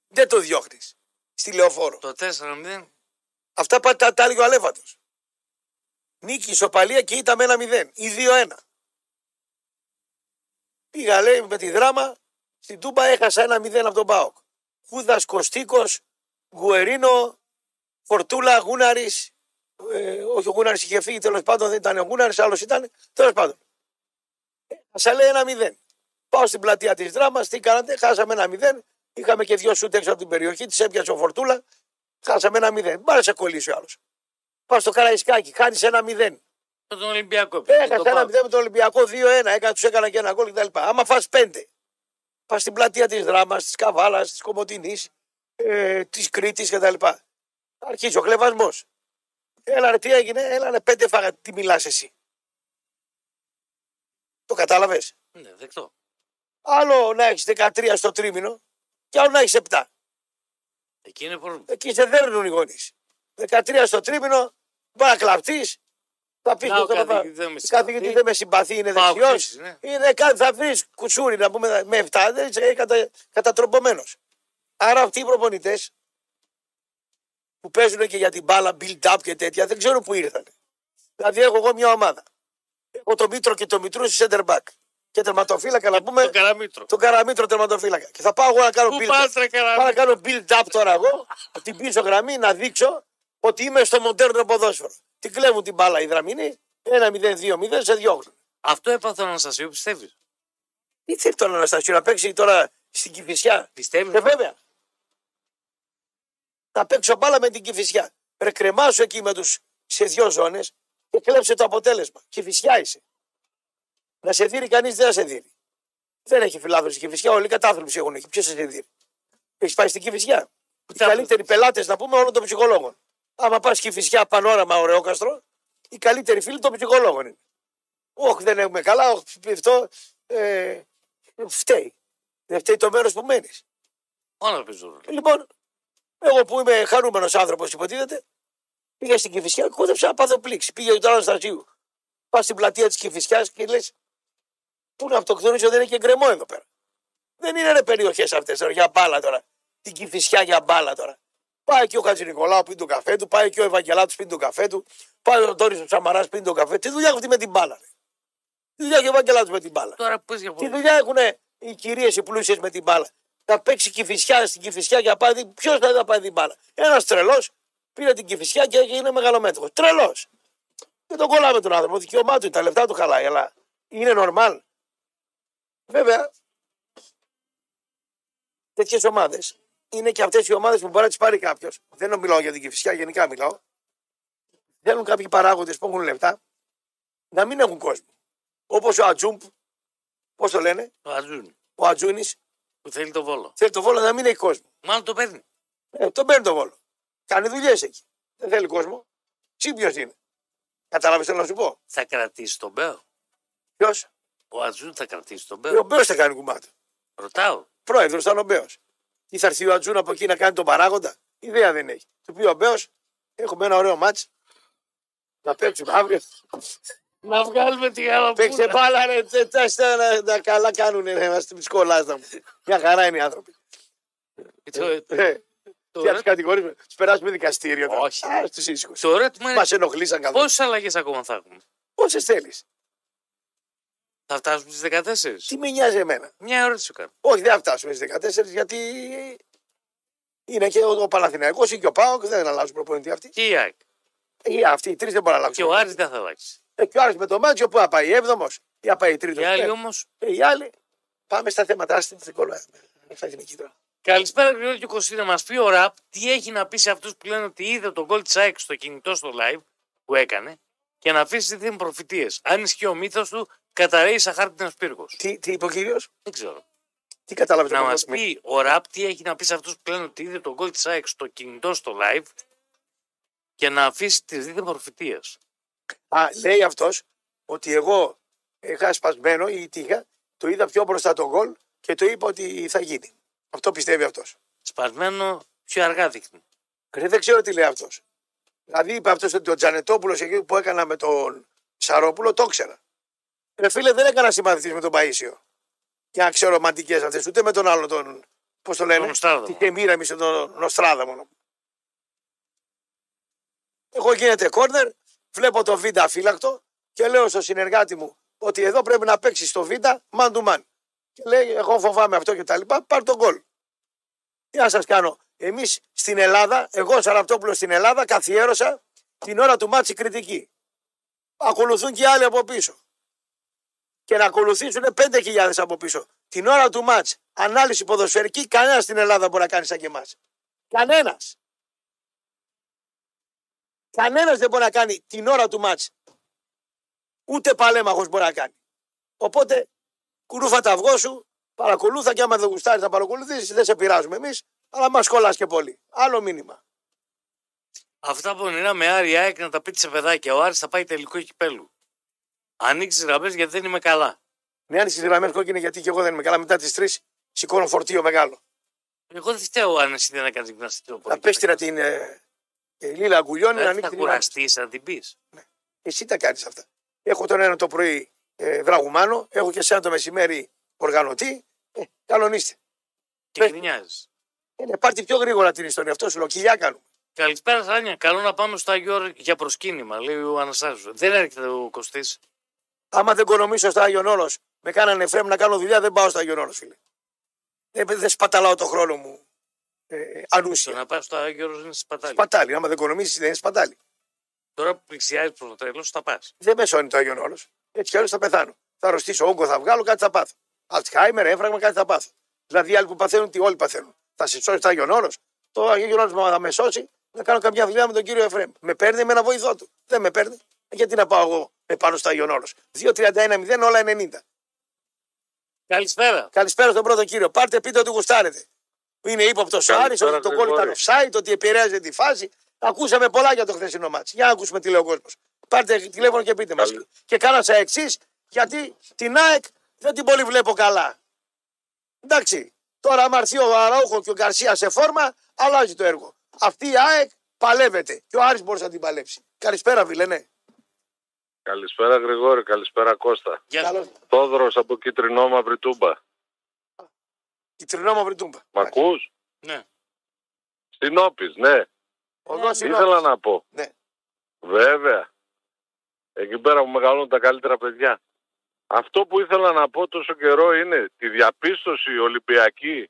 B: δεν το διώχνεις. Στη λεωφόρο.
A: Το 4-0.
B: Αυτά πάντα τα, τα έλεγε ο Αλέφατο. Νίκη, ισοπαλία και ήταν με ένα 0 ή 2-1. Πήγα λέει με τη δράμα, στην Τούμπα έχασα ένα 0 από τον Πάοκ. Κούδας Κωστίκος, Γουερίνο, Φορτούλα, Γούναρης. Ε, όχι, ο Γούναρης είχε φύγει, τέλος πάντων δεν ήταν ο Γούναρης, άλλος ήταν. Τέλος πάντων. Έχασα λέει ένα 0. Πάω στην πλατεία της δράμας, τι κάνατε, χάσαμε ένα 0. Είχαμε και δύο σούτ έξω από την περιοχή, της έπιασε ο Φορτούλα, χάσαμε ένα 0. Μπάρε σε κολλήσει ο άλλος. Πας στο Καραϊσκάκι, χάνεις ένα 0.
A: Με τον Ολυμπιακό. επειδή
B: Έχασε
A: το
B: ένα
A: πάω.
B: 0 με τον Ολυμπιακό 2-1. Έκανα, τους έκανα και ένα γκολ κτλ. Άμα φας 5, πας στην πλατεία της Δράμας, της Καβάλας, της Κομωτινής, ε, της Κρήτης κτλ. Αρχίζει ο κλεβασμό. Έλα ρε, τι έγινε, έλα ρε, πέντε φάγα, τι μιλάς εσύ. Το κατάλαβες.
A: Ναι, δεκτό.
B: Άλλο να έχεις 13 στο τρίμηνο και άλλο να έχεις 7.
A: Εκεί είναι πρόβλημα.
B: Εκεί σε δέρνουν οι γονείς. 13 στο τρίμηνο, μπορεί να κλαπτείς. Θα πεις
A: Να, ο
B: το
A: καθηγητής δεν με
B: καθηγητή
A: συμπαθεί.
B: δεν με συμπαθεί, είναι
A: Πάω
B: δεξιό.
A: κτήσεις, ναι.
B: Είναι κάτι, θα βρεις κουτσούρι να πούμε με 7, δεν είσαι ε, κατα, κατατρομπομένο. Άρα αυτοί οι προπονητές που παίζουν και για την μπάλα, build-up και τέτοια, δεν ξέρουν που ήρθαν. Δηλαδή, έχω εγώ μια ομάδα. Έχω το Μήτρο και το Μητρού στη center back. Και τερματοφύλακα να πούμε
A: Το καραμίτρο.
B: τον Καραμήτρο τερματοφύλακα. Και θα πάω εγώ να κάνω
A: Πού
B: build-up.
A: πας, ρε
B: Πάω να
A: καραμίτρο.
B: κάνω build-up τώρα εγώ, από την πίσω γραμμή, να δείξω ότι είμαι στο μοντέρνο ποδόσφαιρο. Την κλέβουν την μπάλα οι δραμηνοί, 1-0-2-0, σε διώχνουν.
A: Αυτό έπαθε ο Αναστασίου, πιστεύεις.
B: Τι θέλει τον Αναστασίου να παίξει τώρα στην Κυφυσιά.
A: Πιστεύεις.
B: Ε, βέβαια. Να παίξω μπάλα με την Κυφυσιά. Ρε κρεμάσου εκεί με τους σε δυο ζώνες και κλέψε το αποτέλεσμα. Κυφυσιά είσαι. Να σε δίνει κανείς δεν θα σε δίνει. Δεν έχει φιλάθλους στην Κυφυσιά, όλοι οι κατάθλιψη έχουν εκεί. Ποιος θα σε δίνει. Έχεις πάει στην Κυφυσιά. Οι
A: τα-
B: καλύτεροι πελάτες, να πούμε, όλων των ψυχολόγων. Άμα πας και φυσικά πανόραμα, ωραιόκαστρο, οι καλύτεροι φίλοι των ψυχολόγων είναι. Όχι, δεν έχουμε καλά, όχι, αυτό. Ε, φταίει. Δεν φταίει το μέρος που μένεις.
A: Όλα παίζουν ρόλο.
B: Λοιπόν, εγώ που είμαι χαρούμενος άνθρωπος, υποτίθεται, πήγα στην Κυφυσιά και κούδεψα να πάθω πλήξη. Πήγα του Αναστασίου. Πας στην πλατεία της Κυφυσιάς και λες: Πού να αυτοκτονήσω, δεν είναι και γκρεμό εδώ πέρα. Δεν είναι ρε περιοχές αυτές για μπάλα τώρα. Την Κυφυσιά για μπάλα τώρα. Πάει και ο Χατζη Νικολάου πίνει τον καφέ του, πάει και ο Ευαγγελάτος πίνει τον καφέ του, πάει ο Τόρι Σαμαράς πίνει τον καφέ. Τι δουλειά έχουν αυτοί με την μπάλα. ρε. Τι δουλειά έχει ο Ευαγγελάτος με την μπάλα.
A: Τώρα πες για
B: Τι
A: πολύ.
B: δουλειά έχουν οι κυρίες οι πλούσιες με την μπάλα. Θα παίξει κυφισιά στην κυφισιά για πάει. Ποιος θα τα πάει την μπάλα. Ένας τρελός πήρε την κυφισιά και έγινε μεγαλομέτωπο. Τρελό. Δεν τον κολλάμε τον άνθρωπο. Δικαίωμά του, τα λεφτά του χαλάει. Αλλά είναι normal. Βέβαια, τέτοιες ομάδες είναι και αυτές οι ομάδες που μπορεί να τις πάρει κάποιος. Δεν μιλάω για την κυφισιά, γενικά μιλάω. Θέλουν κάποιοι παράγοντες που έχουν λεφτά να μην έχουν κόσμο. Όπως ο Ατζούμπ, πώς το λένε,
A: Το Ατζούνι
B: ο Ατζούνη
A: που θέλει το βόλο.
B: θέλει το βόλο να μην έχει κόσμο.
A: Μάλλον το παίρνει.
B: Ε, τον παίρνει το βόλο. Κάνει δουλειές εκεί. Δεν θέλει κόσμο. Τσίπιο είναι. Κατάλαβες θέλω να σου πω.
A: Θα κρατήσει τον Μπέο.
B: Ποιος.
A: Ο Ατζούν θα κρατήσει τον
B: Ο
A: Μπέος.
B: Μπέο θα κάνει κουμάτι.
A: Ρωτάω.
B: Πρόεδρος ήταν ο Μπέος. Ή θα έρθει ο Ατζούν από εκεί να κάνει τον παράγοντα. Ιδέα δεν έχει. Του πει ο Μπέος, έχουμε ένα ωραίο μάτ. Να παίξουμε αύριο.
A: Να βγάλουμε τη
B: Παίξε
A: γαλοπούλα.
B: μπάλα, ρε. τε- Τα τα- τα- τα καλά κάνουν. Είμαστε τη κολλάζα μου. Μια χαρά είναι οι άνθρωποι.
A: Το- το-
B: Ε,
A: το
B: Τι
A: ωραίο-
B: να του κατηγορήσουμε. Τους περάσουμε δικαστήριο. τώρα.
A: Όχι.
B: Α του ήσυχου.
A: Το ερώτημα είναι
B: Μα ενοχλήσαν καθόλου.
A: πόσες αλλαγές ακόμα θα έχουμε.
B: Πόσες θέλεις.
A: Θα φτάσουμε στις 14.
B: Τι με νοιάζει εμένα.
A: Μια ερώτηση σου κάνω.
B: Όχι, δεν θα φτάσουμε στις 14 γιατί είναι και ο, ο Παναθηναϊκός ή και ο Πάοκ δεν αλλάζουν προπονητή αυτοί.
A: Και η ΑΕΚ.
B: Ή αυτοί οι τρεις δεν μπορούν να
A: Και
B: αλλάξουν.
A: ο Άρης δεν θα αλλάξει.
B: Ε, και ο Άρης με το Μάτσιο που θα πάει έβδομος ή θα πάει τρίτος.
A: Οι άλλοι όμως.
B: ε, οι άλλοι. Πάμε στα θέματα. Άστε την κολλά. Αυτά είναι εκεί τώρα.
A: Καλησπέρα, Γρηγόρη και Κωστή. Να μας πει ο Ραπ τι έχει να πει σε αυτούς που λένε ότι είδε τον κόλ τη ΑΕΚ στο κινητό στο live που έκανε και να αφήσει δίθεν προφητείες. Αν ισχύει ο μύθος του, καταραίει σαν χάρτινο πύργος.
B: Τι, τι είπε ο κύριος,
A: Δεν ξέρω.
B: τι κατάλαβε
A: Να μα πει ο Ραπ τι έχει να πει σε αυτούς που λένε ότι είδε τον κόλ τη ΑΕΚ στο κινητό στο live και να αφήσει τις δίθεν προφητείες.
B: Α, λέει αυτός ότι εγώ είχα σπασμένο ή τύχα, το είδα πιο μπροστά τον γκολ και το είπα ότι θα γίνει. Αυτό πιστεύει αυτός.
A: Σπασμένο πιο αργά δείχνει.
B: Δεν ξέρω τι λέει αυτός. Δηλαδή είπε αυτός ότι ο Τζανετόπουλος εκεί που έκανα με τον Σαρόπουλο το ήξερα. Ρε φίλε, δεν έκανα συμπαθητής με τον Παίσιο. Για να ξέρω ρομαντικέ αυτές, ούτε με τον άλλο τον. Πώς το λένε,
A: Τον Στράδο.
B: Τη Χεμίρα μισό τον Νοστράδα μόνο. Εγώ γίνεται κόρνερ, βλέπω το Β' αφύλακτο και λέω στο συνεργάτη μου ότι εδώ πρέπει να παίξει στο Β' man to man. Και λέει, εγώ φοβάμαι αυτό και τα λοιπά, πάρ τον κόλ. Τι να σας κάνω. Εμείς στην Ελλάδα, εγώ Σαραπτόπουλο στην Ελλάδα, καθιέρωσα την ώρα του μάτση κριτική. Ακολουθούν και οι άλλοι από πίσω. Και να ακολουθήσουν 5.000 από πίσω. Την ώρα του μάτ, ανάλυση ποδοσφαιρική, κανένας στην Ελλάδα δεν μπορεί να κάνει σαν και εμάς. Κανένας. Κανένας δεν μπορεί να κάνει την ώρα του μάτ. Ούτε παλέμαχος μπορεί να κάνει. Οπότε, κουρούφα τα αυγό σου, παρακολούθα και άμα δεν γουστάρεις να παρακολουθήσεις, δεν σε πειράζουμε εμείς, αλλά μας κολλά και πολύ. Άλλο μήνυμα.
A: Αυτά πονηρά με Άρη ΑΕΚ να τα πείτε σε παιδάκια. Ο Άρης θα πάει τελικό κυπέλου. Ανοίξεις τι γραμμές γιατί δεν είμαι καλά.
B: Ναι, αν στι γραμμές κόκκινες, γιατί και εγώ δεν είμαι καλά. Μετά τις 3 σηκώνω φορτίο μεγάλο.
A: Εγώ δεν φταίω αν εσύ δεν έκανες γυμναστική
B: Να
A: οπορία.
B: πες τη να την. ε, ε, Λίλα Αγκουλιώνη
A: Δεν
B: να ανοίξει
A: θα
B: την ημέρα.
A: κουραστεί, θα την πεις.
B: Εσύ τα κάνεις αυτά. Έχω τον ένα το πρωί ε, δραγουμάνο, έχω και σένα το μεσημέρι οργανωτή. Ε, Καλονίστε.
A: Και
B: Πες.
A: γκρινιάζεις.
B: Ε, ναι, πάρτε πιο γρήγορα την ιστορία. Αυτό σου λέω. Κοιλιά κάνουμε.
A: Καλησπέρα, Σάνια. Καλό να πάμε στο Άγιο Όρος για προσκύνημα, λέει ο Αναστάσιος. Δεν έρχεται ο Κωστής.
B: Άμα δεν οικονομήσω στο Άγιον Όρος, με κάνανε φρέμ να κάνω δουλειά, δεν πάω στο Άγιον Όρος, φίλε. Ε, δεν σπαταλάω το χρόνο μου. Ε,
A: Το
B: ανούσια.
A: να πα στο Άγιο Όρος είναι σπατάλι.
B: Σπατάλι. Άμα δεν οικονομήσεις, δεν είναι σπατάλι.
A: Τώρα που πλησιάζεις προς το τέλος, θα πας.
B: Δεν με σώνει το Άγιον Όρος. Έτσι κι αλλιώς θα πεθάνω. Θα αρρωστήσω, όγκο θα βγάλω, κάτι θα πάθω. Αλτσχάιμερ, έφραγμα, κάτι θα πάθω. Δηλαδή οι άλλοι που παθαίνουν, τι όλοι παθαίνουν. Θα σε σώσει το Άγιον Όρος. Το Άγιον Όρος θα με σώσει να κάνω καμιά δουλειά με τον κύριο Εφρέμ. Με παίρνει με ένα βοηθό του. Δεν με παίρνει. Γιατί να πάω εγώ επάνω στο Άγιον Όρος. 2-31-0, όλα 90.
A: Καλησπέρα.
B: Καλησπέρα στον πρώτο κύριο. Πάρτε, πείτε ότι γουστάρετε. Είναι ύποπτος ο Άρης,
C: Καλησπέρα,
B: ότι το κόλλ ήταν
C: Γρηγόρη.
B: offside, ότι επηρέαζε τη φάση. Ακούσαμε πολλά για το χθεσινό μάτι. Για να ακούσουμε τι λέει ο κόσμος. Πάρτε τηλέφωνο και πείτε μας.
C: Καλή.
B: Και κάνασα εξής, γιατί την ΑΕΚ δεν την πολύ βλέπω καλά. Εντάξει. Τώρα, άμα έρθει ο Αραούχο και ο Γκαρσία σε φόρμα, αλλάζει το έργο. Αυτή η ΑΕΚ παλεύεται. Και ο Άρης μπορούσε να την παλέψει. Καλησπέρα, ναι. Βιλενέ.
C: Καλησπέρα Γρηγόρη, καλησπέρα Κώστα.
A: Γεια
B: Καλώ.
A: σου.
C: Θόδωρος από Κιτρινό Μαύρη Τούμπα.
B: Κιτρινό μαύρη τούμπα.
C: Μ' ακούς?
A: Ναι.
C: Στην Όπης, ναι.
B: Οδός είναι
C: Ήθελα να πω.
B: Ναι.
C: Βέβαια. Εκεί πέρα που μεγαλώνουν τα καλύτερα παιδιά. Αυτό που ήθελα να πω τόσο καιρό είναι τη διαπίστωση Ολυμπιακή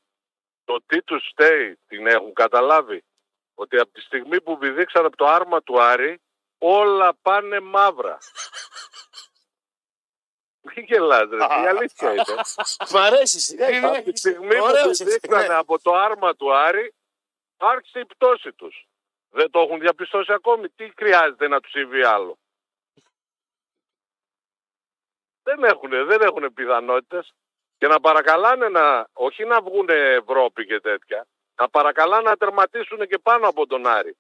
C: το τι τους στέει την έχουν καταλάβει. Ότι από τη στιγμή που βιδίξαν από το άρμα του Άρη όλα πάνε μαύρα. Μην γελάς ρε, η αλήθεια είναι.
B: [LAUGHS] Μ' αρέσει. ε,
A: Είναι-
C: Από τη στιγμή που
B: Ωραίος
C: τους
B: είσαι, ναι.
C: δείχνανε από το άρμα του Άρη, άρχισε η πτώση τους. Δεν το έχουν διαπιστώσει ακόμη. Τι χρειάζεται να τους συμβεί άλλο. Δεν έχουν, δεν έχουν πιθανότητες. Και να παρακαλάνε να, όχι να βγουν Ευρώπη και τέτοια, να παρακαλάνε να τερματίσουν και πάνω από τον Άρη.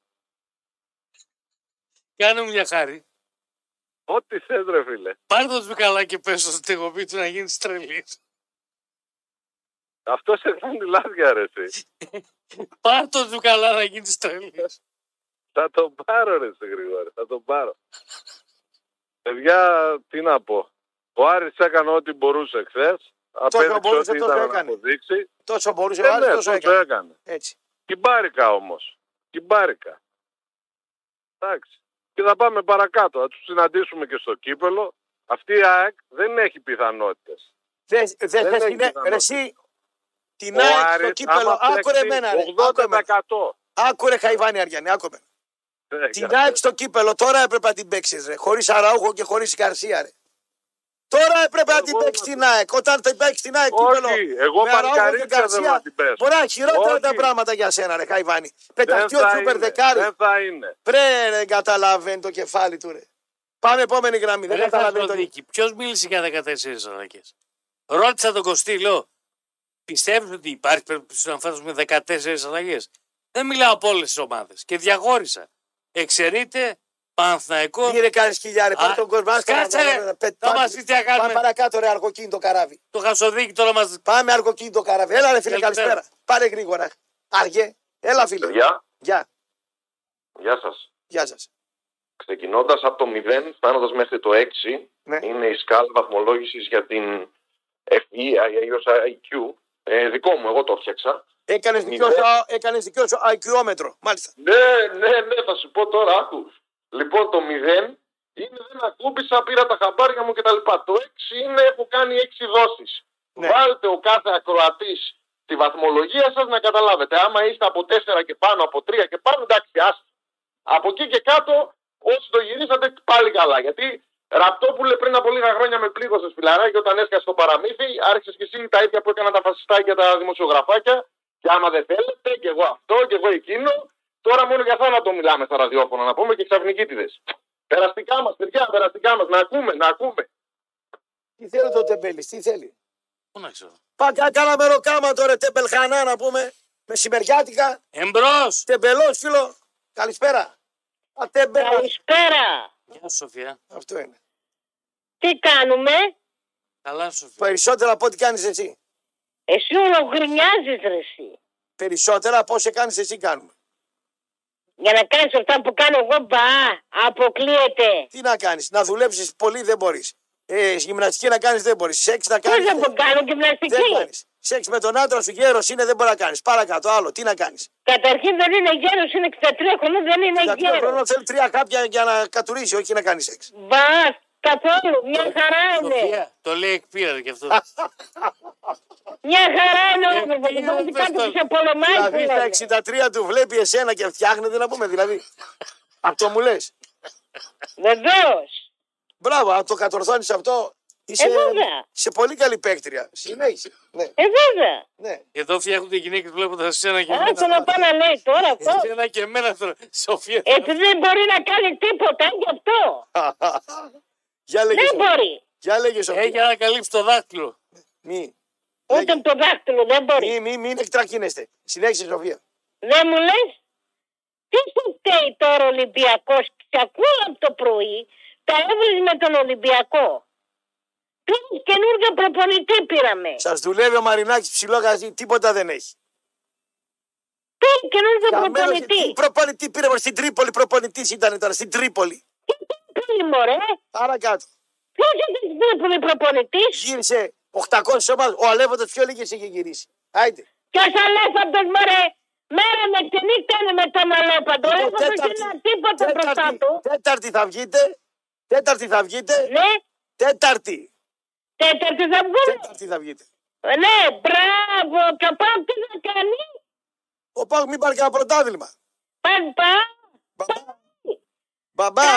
A: Κάνε μου μια χάρη.
C: Ό,τι θες ρε φίλε.
A: Πάρε το τσουκαλά και πες στο στεγοπή του να γίνεις τρελής.
C: Αυτό σε κάνει λάδια ρε εσύ.
A: Πάρ [LAUGHS] το τσουκαλά να γίνεις τρελής.
C: Θα τον πάρω ρε εσύ Γρηγόρη, θα τον πάρω. Παιδιά, τι να πω. Ο Άρης έκανε ό,τι μπορούσε χθες. απέδειξε
B: μπορούσε,
C: ότι
B: τόσο
C: ήταν να
B: έκανε.
C: αποδείξει.
B: Τόσο
D: Ε,
B: μπορούσε ο
C: Ναι,
B: Άρης,
C: ναι,
B: τόσο
C: τόσο
B: έκανε.
C: έκανε.
B: Έτσι.
C: Κυμπάρικα όμως. Κυμπάρικα. Εντάξει. Και θα πάμε παρακάτω. Θα τους συναντήσουμε και στο κύπελο. Αυτή η ΑΕΚ δεν έχει πιθανότητες.
B: Δεν δε,
C: Δεν
B: θες
C: έχει
B: την ΑΕΚ.
C: πιθανότητα.
B: Ρε εσύ, την ΑΕΚ στο κύπελο. Άκουρε εμένα, ρε. Άκουρε εμένα.
C: 80%.
B: Άκουρε Χαϊβάνη Αριανή, άκουρε εμένα.
C: Ναι,
B: Την ΑΕΚ στο κύπελο, τώρα έπρεπε να την παίξεις, ρε. Χωρίς Αραούχο και χωρίς Καρσία, ρε. Τώρα έπρεπε να την
C: Εγώ
B: παίξει
C: να-
B: την ΑΕΚ. Όταν την παίξει την ΑΕΚ, κύπελο.
C: Όχι, εγώ
B: με Αραούχο και
C: παρκαρίστηκα δεν
B: Γκαρσία.
C: θα την πέσω.
B: Μπορεί να είναι χειρότερα
C: Όχι.
B: τα πράγματα για σένα, ρε Χαϊβάνη.
C: Δεν
B: Πεταχτεί ο
C: θα
B: Τζούπερ
C: είναι.
B: δεκάρι.
C: Δεν θα είναι.
B: Πρέ, ρε, καταλαβαίνει το κεφάλι του, ρε. Πάμε επόμενη γραμμή. Δεν
A: Δεν θα
B: καταλαβαίνει
A: το
B: το
A: δίκη. Ποιος μίλησε για 14 αδρακέ. Ρώτησα τον Κωστή, λέω, πιστεύεις ότι υπάρχει περίπτωση να φτάσουμε 14 αλλαγέ. Δεν μιλάω από όλες τις ομάδες. Και διαχώρισα. Εξαιρείται Παναθηναϊκό.
B: Πήρε κάνει σκυλιά, ρε. Πάρε
A: Α,
B: τον κόσμο. άστα να
A: κάτσε,
B: βάλω,
A: ρε.
B: να πετ-
A: Θα
B: πάμε-
A: μας δει τι θα κάνουμε.
B: Πάμε παρακάτω, ρε, αργοκίνητο καράβι.
A: Το χασοδίκι τώρα μας.
B: Πάμε αργοκίνητο καράβι. Έλα, ρε, φίλε,
A: Καλησπέρα.
B: καλησπέρα. Πάρε γρήγορα. Αργέ. Έλα, φίλε.
E: Παιδιά,
B: Γεια.
E: γεια σας.
B: Γεια σας.
E: Ξεκινώντας από το 0, φτάνοντας μέχρι το 6,
B: Ναι.
E: είναι η σκάλα βαθμολόγησης για την E FEI, αλλιώς IQ. Ε, δικό μου, εγώ το φτιάξα.
B: Έκανε δικό,
E: Μηδέν.
B: σου, έκανες δικό σου IQ-μέτρο. Μάλιστα.
E: Ναι, ναι, ναι, θα σου πω τώρα, άκου. Λοιπόν, το 0 είναι δεν ακούμπησα, πήρα τα χαμπάρια μου κτλ. Το 6 είναι έχω κάνει 6 δόσεις.
B: Ναι.
E: Βάλτε ο κάθε ακροατής τη βαθμολογία σας να καταλάβετε. Άμα είστε από 4 και πάνω, από 3 και πάνω, εντάξει, άστο. Από εκεί και κάτω, όσοι το γυρίσατε, πάλι καλά. Γιατί Ραπτόπουλε πριν από λίγα χρόνια με πλήγωσε φιλαράκι όταν έσκασε το παραμύθι, άρχισες και εσύ τα ίδια που έκανα τα φασιστάκια τα δημοσιογραφάκια. Και άμα δεν θέλετε, και εγώ αυτό, και εγώ εκείνο. Τώρα μόνο για θάνατο μιλάμε στα ραδιόφωνα να πούμε και ξαφνικίτιδε. Περαστικά μας, παιδιά, περαστικά μας. Να ακούμε, να ακούμε.
B: Τι θέλει το τεμπέλης, τι θέλει.
A: Πού να ξέρω.
B: Πάκα, κάναμε ροκάμα τώρα, τεμπελχανά να πούμε. Μεσημεριάτικα,
A: Εμπρός!
B: τεμπελός φίλο. Καλησπέρα. Α, τεμπελό.
F: Καλησπέρα.
A: Γεια σου, Σοφία.
B: Αυτό είναι.
F: Τι κάνουμε.
A: Καλά, Σοφία.
B: Περισσότερα από ό,τι κάνεις εσύ.
F: Εσύ ολογρινιάζεις ρε εσύ.
B: Περισσότερα από όσα κάνεις εσύ κάνουμε.
F: Για να κάνεις αυτά που κάνω εγώ μπα. Αποκλείεται.
B: Τι να κάνεις, να δουλέψεις πολύ δεν μπορείς. Ε, γυμναστική να κάνεις δεν μπορείς. Σεξ να
F: Πώς
B: κάνεις.
F: να που κάνω
B: Δεν
F: γυμναστική.
B: κάνεις. Σεξ με τον άντρα σου γέρος είναι δεν μπορεί να κάνεις. Παρακάτω, άλλο, τι να κάνεις.
F: Καταρχήν δεν είναι γέρος. Είναι 63 χρονών. Δεν είναι
B: Για τρία
F: γέρος.
B: χρόνο θέλει τρία κάποια για να κατουρίσει, όχι να κάνει σεξ.
F: Μπας. Καθόλου. Μια χαρά είναι.
A: Σοφία, το λέει εκπείρα και αυτός.
B: [LAUGHS]
F: Μια χαρά είναι
A: Ε,
F: όμως.
A: τι
F: Δηλαδή
A: είπες τώρα.
F: κάποιος σε πολεμάει.
B: Δηλαδή στα
F: δηλαδή.
B: 63 του βλέπει εσένα και φτιάχνεται να πούμε. Δηλαδή. αυτό μου λες.
F: Βεβαίως.
B: Μπράβο, αν το κατορθώνεις αυτό. Είσαι,
F: Ε, βέβαια.
B: είσαι πολύ καλή παίκτρια. Συνέχισε. Ναι,
F: Ε βέβαια.
B: ναι.
A: Εδώ φτιάχνονται οι γυναίκες βλέποντα εσένα και
F: Άκου
A: εμένα.
F: να πάει να λέει τώρα αυτό.
A: Εσένα και εμένα τώρα. Σοφία.
F: Έτσι δεν μπορεί να κάνει τίποτα γι' αυτό.
B: [LAUGHS] για λέγε.
F: Δεν
B: Σοφία.
F: μπορεί.
B: Για λέγε. Σοφία.
A: Έχει ανακαλύψει το δάχτυλο.
B: Μη.
F: Ούτε με το δάχτυλο ναι. δεν μπορεί.
B: Μην Ε, μη, μην εκτρακίνεστε. Συνέχισε, Σοφία.
F: Δεν μου λες. Τι σου φταίει τώρα ο Ολυμπιακός. Σε ακούω από το πρωί. Τα έβριζε με τον Ολυμπιακό. Πήρε καινούργιο προπονητή πήραμε.
B: Σας δουλεύει ο Μαρινάκης ψηλό γαζί, τίποτα δεν έχει.
F: Πήρε καινούργιο
B: Καμένος-
F: προπονητή.
B: Τι προπονητή πήρε, στην Τρίπολη προπονητής ήταν τώρα, στην Τρίπολη.
F: Τι πήρε, μωρέ.
B: Παρακάτω.
F: Ποιο ήταν προπονητής.
B: Γύρισε 800 ομάδες. Ο Αλέφαντο πιο λίγες είχε γυρίσει. Άιντε.
F: Ποιος αλέφαντος, μωρέ. Μέρα με τη νύχτα είναι με τον αλέφαντο. Ο
B: Λοιπόν,
F: αλέφαντος δεν είναι τίποτα μπροστά του.
B: τέταρτη θα βγείτε. Τέταρτη θα βγείτε.
F: Ναι,
B: Τέταρτη.
F: τέταρτη θα βγούμε.
B: Τέταρτη θα βγείτε.
F: Ναι, μπράβο. Και ο Πάου τι θα κάνει.
B: Ο Πάουκ μην πάρει κανένα πρωτάθλημα.
F: Παν, παν.
B: Μπαμπά. Μπαμπά.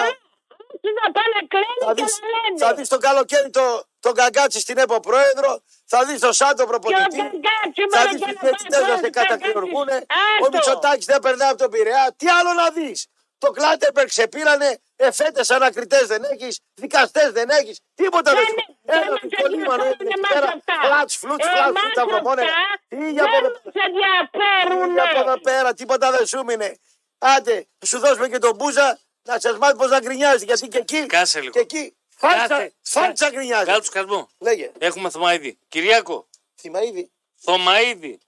F: Όσοι να πάνε κλαίνουν
B: Θα
F: και
B: δεις,
F: να λένε.
B: θα δεις το καλοκαίρι το, τον Καγκάτσι στην ΕΠΟ πρόεδρο, θα δεις τον Σάντο
F: Και ο
B: προπονητή,
F: Καγκάτσι
B: θα
F: μάνα
B: δεις
F: και
B: τους
F: να
B: διαιτητές να
F: πάει
B: σε
F: ο Καγκάτσις.
B: κατακριουργούν, ο
F: Άστο.
B: Μητσοτάκης δεν περνάει από τον Πειραιά, τι άλλο να δεις. Το Κλάτεμπεργκ σε πήρανε, εφέτες ανακριτές δεν έχεις, δικαστές δεν έχεις, τίποτα δεν
F: Κάνε-
B: σου.
F: κάνε
B: Ένα του
F: σε
B: κολλήμανο
F: διαφέρουν
B: έγινε εκεί
F: εμάς
B: πέρα,
F: αυτά.
B: φλατς, φλουτς,
F: Εμάς
B: φλατς, τα
F: αυτά
B: βρωμόνε. Φύγε από εδώ πέρα.
F: Δεν σε διαφέρουνε.
B: Φύγε από εδώ πέρα, τίποτα δεν σου μείνε. Άντε, σου δώσουμε και τον Μπούζα να σας μάθει πώς να γκρινιάζει. Γιατί και εκεί.
A: Κάσε λίγο.
B: Και εκεί.
A: Κάσε.
B: Φάρτσα, φάρτσα γκρινιάζει.
A: Κάτω σκασμό.
B: Λέγε.
A: Έχουμε Θωμαίδη. Κυριάκο.
B: Θυμαίδη.
A: Θωμαίδη.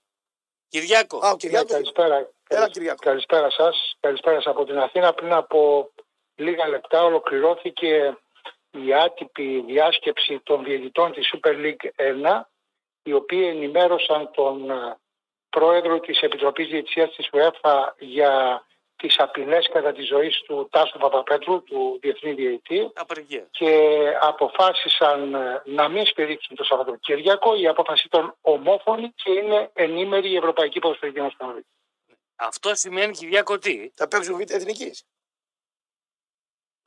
A: Κυριάκο.
B: Α, ο
G: Ναι,
B: Κυριάκο.
G: καλησπέρα.
B: Έλα, Κυριακό.
G: Καλησπέρα σας. Καλησπέρα σας από την Αθήνα. Πριν από λίγα λεπτά ολοκληρώθηκε η άτυπη διάσκεψη των διαιτητών της Super League 1 οι οποίοι ενημέρωσαν τον ε, πρόεδρο της Επιτροπής Διετησίας της UEFA για τις απειλές κατά τη ζωή του Τάσου Παπαπέτρου, του Διεθνή Διαιτή
A: Απεργία.
G: και αποφάσισαν ε, να μην σφυρίξουν το Σαββατοκύριακο. Η απόφαση ήταν ομόφωνη και είναι ενήμερη η Ευρωπαϊκή Ποδοσφαιρική Ομοσπονδία.
A: Αυτό σημαίνει, Κυριάκο, τι.
B: Θα παίξουν β' εθνικής.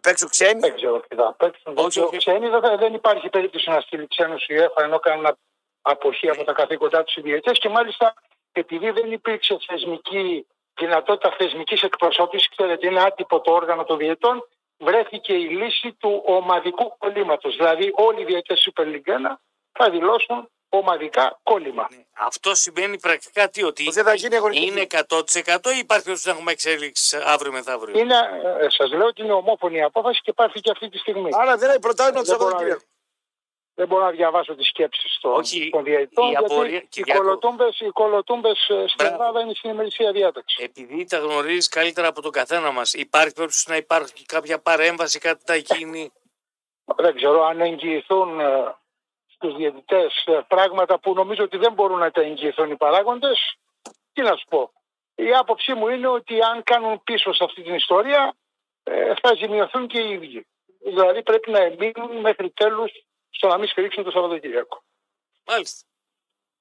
B: Παίξουν ξένοι.
G: Δεν ξέρω τι θα παίξουν. Δεν
A: Όχι,
G: ξέρω.
A: όχι.
G: Ξένοι δεν, θα- δεν υπάρχει περίπτωση να στείλει ξένου η UEFA ενώ κάνουν αποχή από τα καθήκοντά τους οι διαιτέ και μάλιστα επειδή δεν υπήρξε θεσμική δυνατότητα θεσμικής εκπροσώπησης, ξέρετε, είναι άτυπο το όργανο των διαιτών, βρέθηκε η λύση του ομαδικού κολλήματος. Δηλαδή, όλοι οι διαιτές Super League 1 θα δηλώσουν ομαδικά κόλλημα.
A: Αυτό σημαίνει πρακτικά τι, ότι
B: Δεν θα γίνει αγωνιστική.
A: είναι 100% ή υπάρχει περίπτωση να έχουμε εξέλιξη αύριο μεθαύριο.
G: Είναι, σας λέω ότι είναι ομόφωνη η απόφαση και υπάρχει και αυτή τη στιγμή.
B: Άρα δεν είναι προτάσμα
G: Δεν
B: του
G: μπορώ να
B: Σαββατοκύριακου.
G: δεν μπορώ να διαβάσω τις σκέψεις των,
A: Όχι,
G: των διαητών.
A: η
G: γιατί
A: απορία-
G: οι
A: Κυριάκο.
G: κολοτούμπες, οι κολοτούμπες, ε, στην
A: Μπράβο.
G: Ελλάδα είναι στην ημερησία διάταξης.
A: Επειδή τα γνωρίζεις καλύτερα από τον καθένα μας, υπάρχει περίπτωση να υπάρχει κάποια παρέμβαση, κάτι να γίνει.
G: Δεν ξέρω αν εγγυηθούν ε, στους διαιτητές ε, πράγματα που νομίζω ότι δεν μπορούν να τα εγγυηθούν οι παράγοντες. Τι να σου πω. Η άποψή μου είναι ότι αν κάνουν πίσω σε αυτή την ιστορία ε, θα ζημιωθούν και οι ίδιοι. Δηλαδή πρέπει να εμείνουν μέχρι τέλους στο να μην σφυρίξουν το Σαββατοκύριακο.
A: Μάλιστα.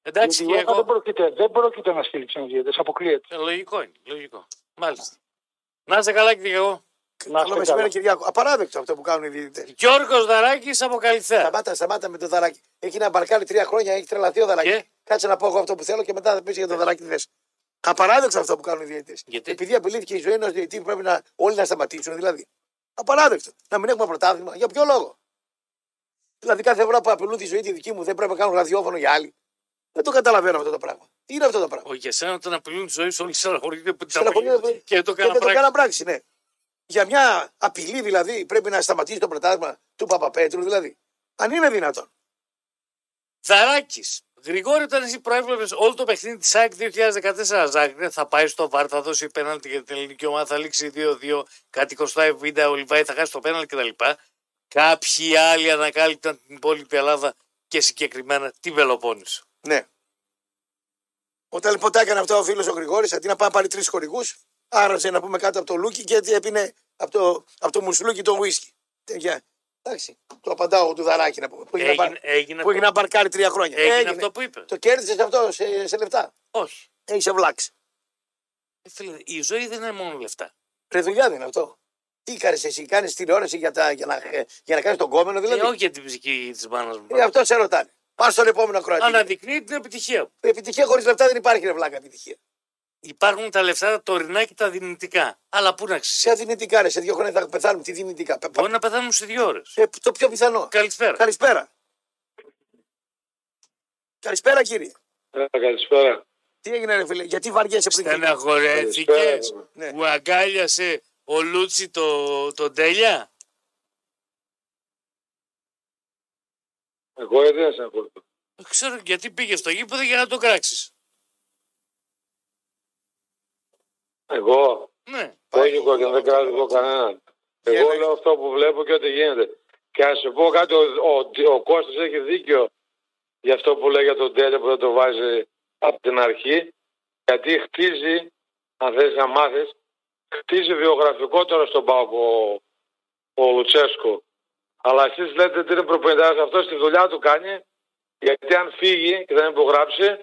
A: Εντάξει,
G: Γιατί η UEFA
A: Κυριάκο.
G: δεν, πρόκειται, δεν πρόκειται να στείλει ξένους διαιτητές. Αποκλείεται.
A: Ε, Λογικό είναι, λογικό. Μάλιστα. Να είσαι καλά, Κυριάκο.
B: Καλό
G: Να είστε καλά.
B: μεσημέρι, Κυριάκο. Απαράδεκτο αυτό που κάνουν οι διαιτητές.
A: Γιώργος Δαράκης από Καλυθέα.
B: Σταμάτα, σταμάτα με το δαράκι. Έχει να μπαρκάρει τρία χρόνια, έχει τρελαθεί ο δαράκι.
A: Και? Ε.
B: Κάτσε να πω εγώ αυτό που θέλω και μετά θα πεις για το δαράκι τι θες. Απαράδεκτο αυτό που κάνουν οι διαιτητές.
A: Γιατί?
B: Επειδή απειλήθηκε η ζωή ενός διαιτητή, πρέπει να, όλοι να σταματήσουν. Δηλαδή. Απαράδεκτο. Να μην έχουμε πρωτάθλημα. Για ποιο λόγο. Δηλαδή κάθε φορά που απειλούν τη ζωή τη δική μου δεν πρέπει να κάνουν ραδιόφωνο για άλλη. Δεν το καταλαβαίνω αυτό το πράγμα. Τι είναι αυτό το πράγμα.
A: Όχι, για σένα όταν απειλούν τη ζωή σου, όλοι στεναχωρείται που τη
B: Στεναχωρείται
A: απειλούν.
B: που-
A: Και δεν το
B: δηλαδή. Και
A: κάνα
B: δεν
A: πράξη.
B: το κάναν πράξη, ναι. Για μια απειλή δηλαδή πρέπει να σταματήσει το πρωτάθλημα του Παπαπέτρου, δηλαδή. Αν είναι δυνατόν.
A: Δαράκης. Γρηγόρη, όταν εσύ προέβλεπες όλο το παιχνίδι της ΑΕΚ 2014 Ζάγκρε, θα πάει στο βάρ, θα δώσει πέναλτι για την ελληνική ομάδα, θα λήξει 2-2, κάτι κοστάει 70, ο Λιβάη θα χάσει το πέναλτι κτλ. Κάποιοι άλλοι ανακάλυπταν την υπόλοιπη Ελλάδα και συγκεκριμένα την Πελοπόννησο.
B: Ναι. Όταν λοιπόν τα έκανε αυτό ο φίλος ο Γρηγόρης, αντί να πάει να πάρει τρεις χορηγούς, άρρωσε να πούμε κάτω από το Λούκι και έτσι έπινε από το, από το μουσλούκι το ουίσκι. Τέτοια. Εντάξει. Το απαντάω του δαράκι να πούμε. Που έχει, να,
A: Έγινε,
B: πάρει-
A: έγινε,
B: που έχει να μπαρκάρει τρία χρόνια.
A: έγινε
B: Έγινε.
A: αυτό που είπε.
B: Το κέρδισες αυτό σε, σε λεφτά.
A: Όχι.
B: Έχεις ευλάξει.
A: Ε, Φίλε, η ζωή δεν είναι μόνο λεφτά.
B: Ρε δουλειά δεν είναι αυτό. Τι κάνει εσύ, κάνεις τηλεόραση για, τα, για να, για να κάνεις τον κόμενο
A: Δηλαδή,
B: δηλαδή.
A: ε, όχι για την ψυχή της μάνας μου.
B: Ε, αυτό σε ρωτάνε. Πας στον επόμενο κροατή. Ε,
A: Αναδεικνύει την επιτυχία μου.
B: Επιτυχία χωρίς λεφτά δεν υπάρχει, ρε βλάκα επιτυχία.
A: Υπάρχουν τα λεφτά τα τωρινά και τα δυνητικά. Αλλά πού να ξέρεις.
B: Σε δυνητικά, ρε, σε δύο χρόνια θα πεθάνουμε. Τι δυνητικά. Πε-
A: Μπορεί να πεθάνουν σε δύο ώρες.
B: Ε, το πιο πιθανό.
A: Καλησπέρα.
B: Καλησπέρα. Καλησπέρα, κύριε.
H: καλησπέρα.
B: Τι έγινε, ρε φίλε, γιατί βαριέσαι πριν.
A: Στεναχωρέθηκες
B: Ναι.
A: που αγκάλιασε ο Λούτσι το, τον Τέλια.
H: Εγώ δεν σε ακολουθώ.
A: Δεν Ε, Ξέρω γιατί πήγε στο γήπεδο για να το κράξεις.
H: Εγώ,
A: Ναι.
H: όχι, και δεν κράζω κανέναν. Εγώ
B: Έλα.
H: λέω αυτό που βλέπω και ό,τι γίνεται. Και να σου πω κάτι, ο, ο, ο Κώστας έχει δίκιο για αυτό που λέει για τον Τέλε που δεν το βάζει από την αρχή. Γιατί χτίζει, αν θες να μάθεις, χτίζει βιογραφικότερο στον Πάο ο, ο Λουτσέσκο. Αλλά εσείς λέτε ότι είναι προπονητάς αυτός τη δουλειά του κάνει, γιατί αν φύγει και δεν υπογράψει,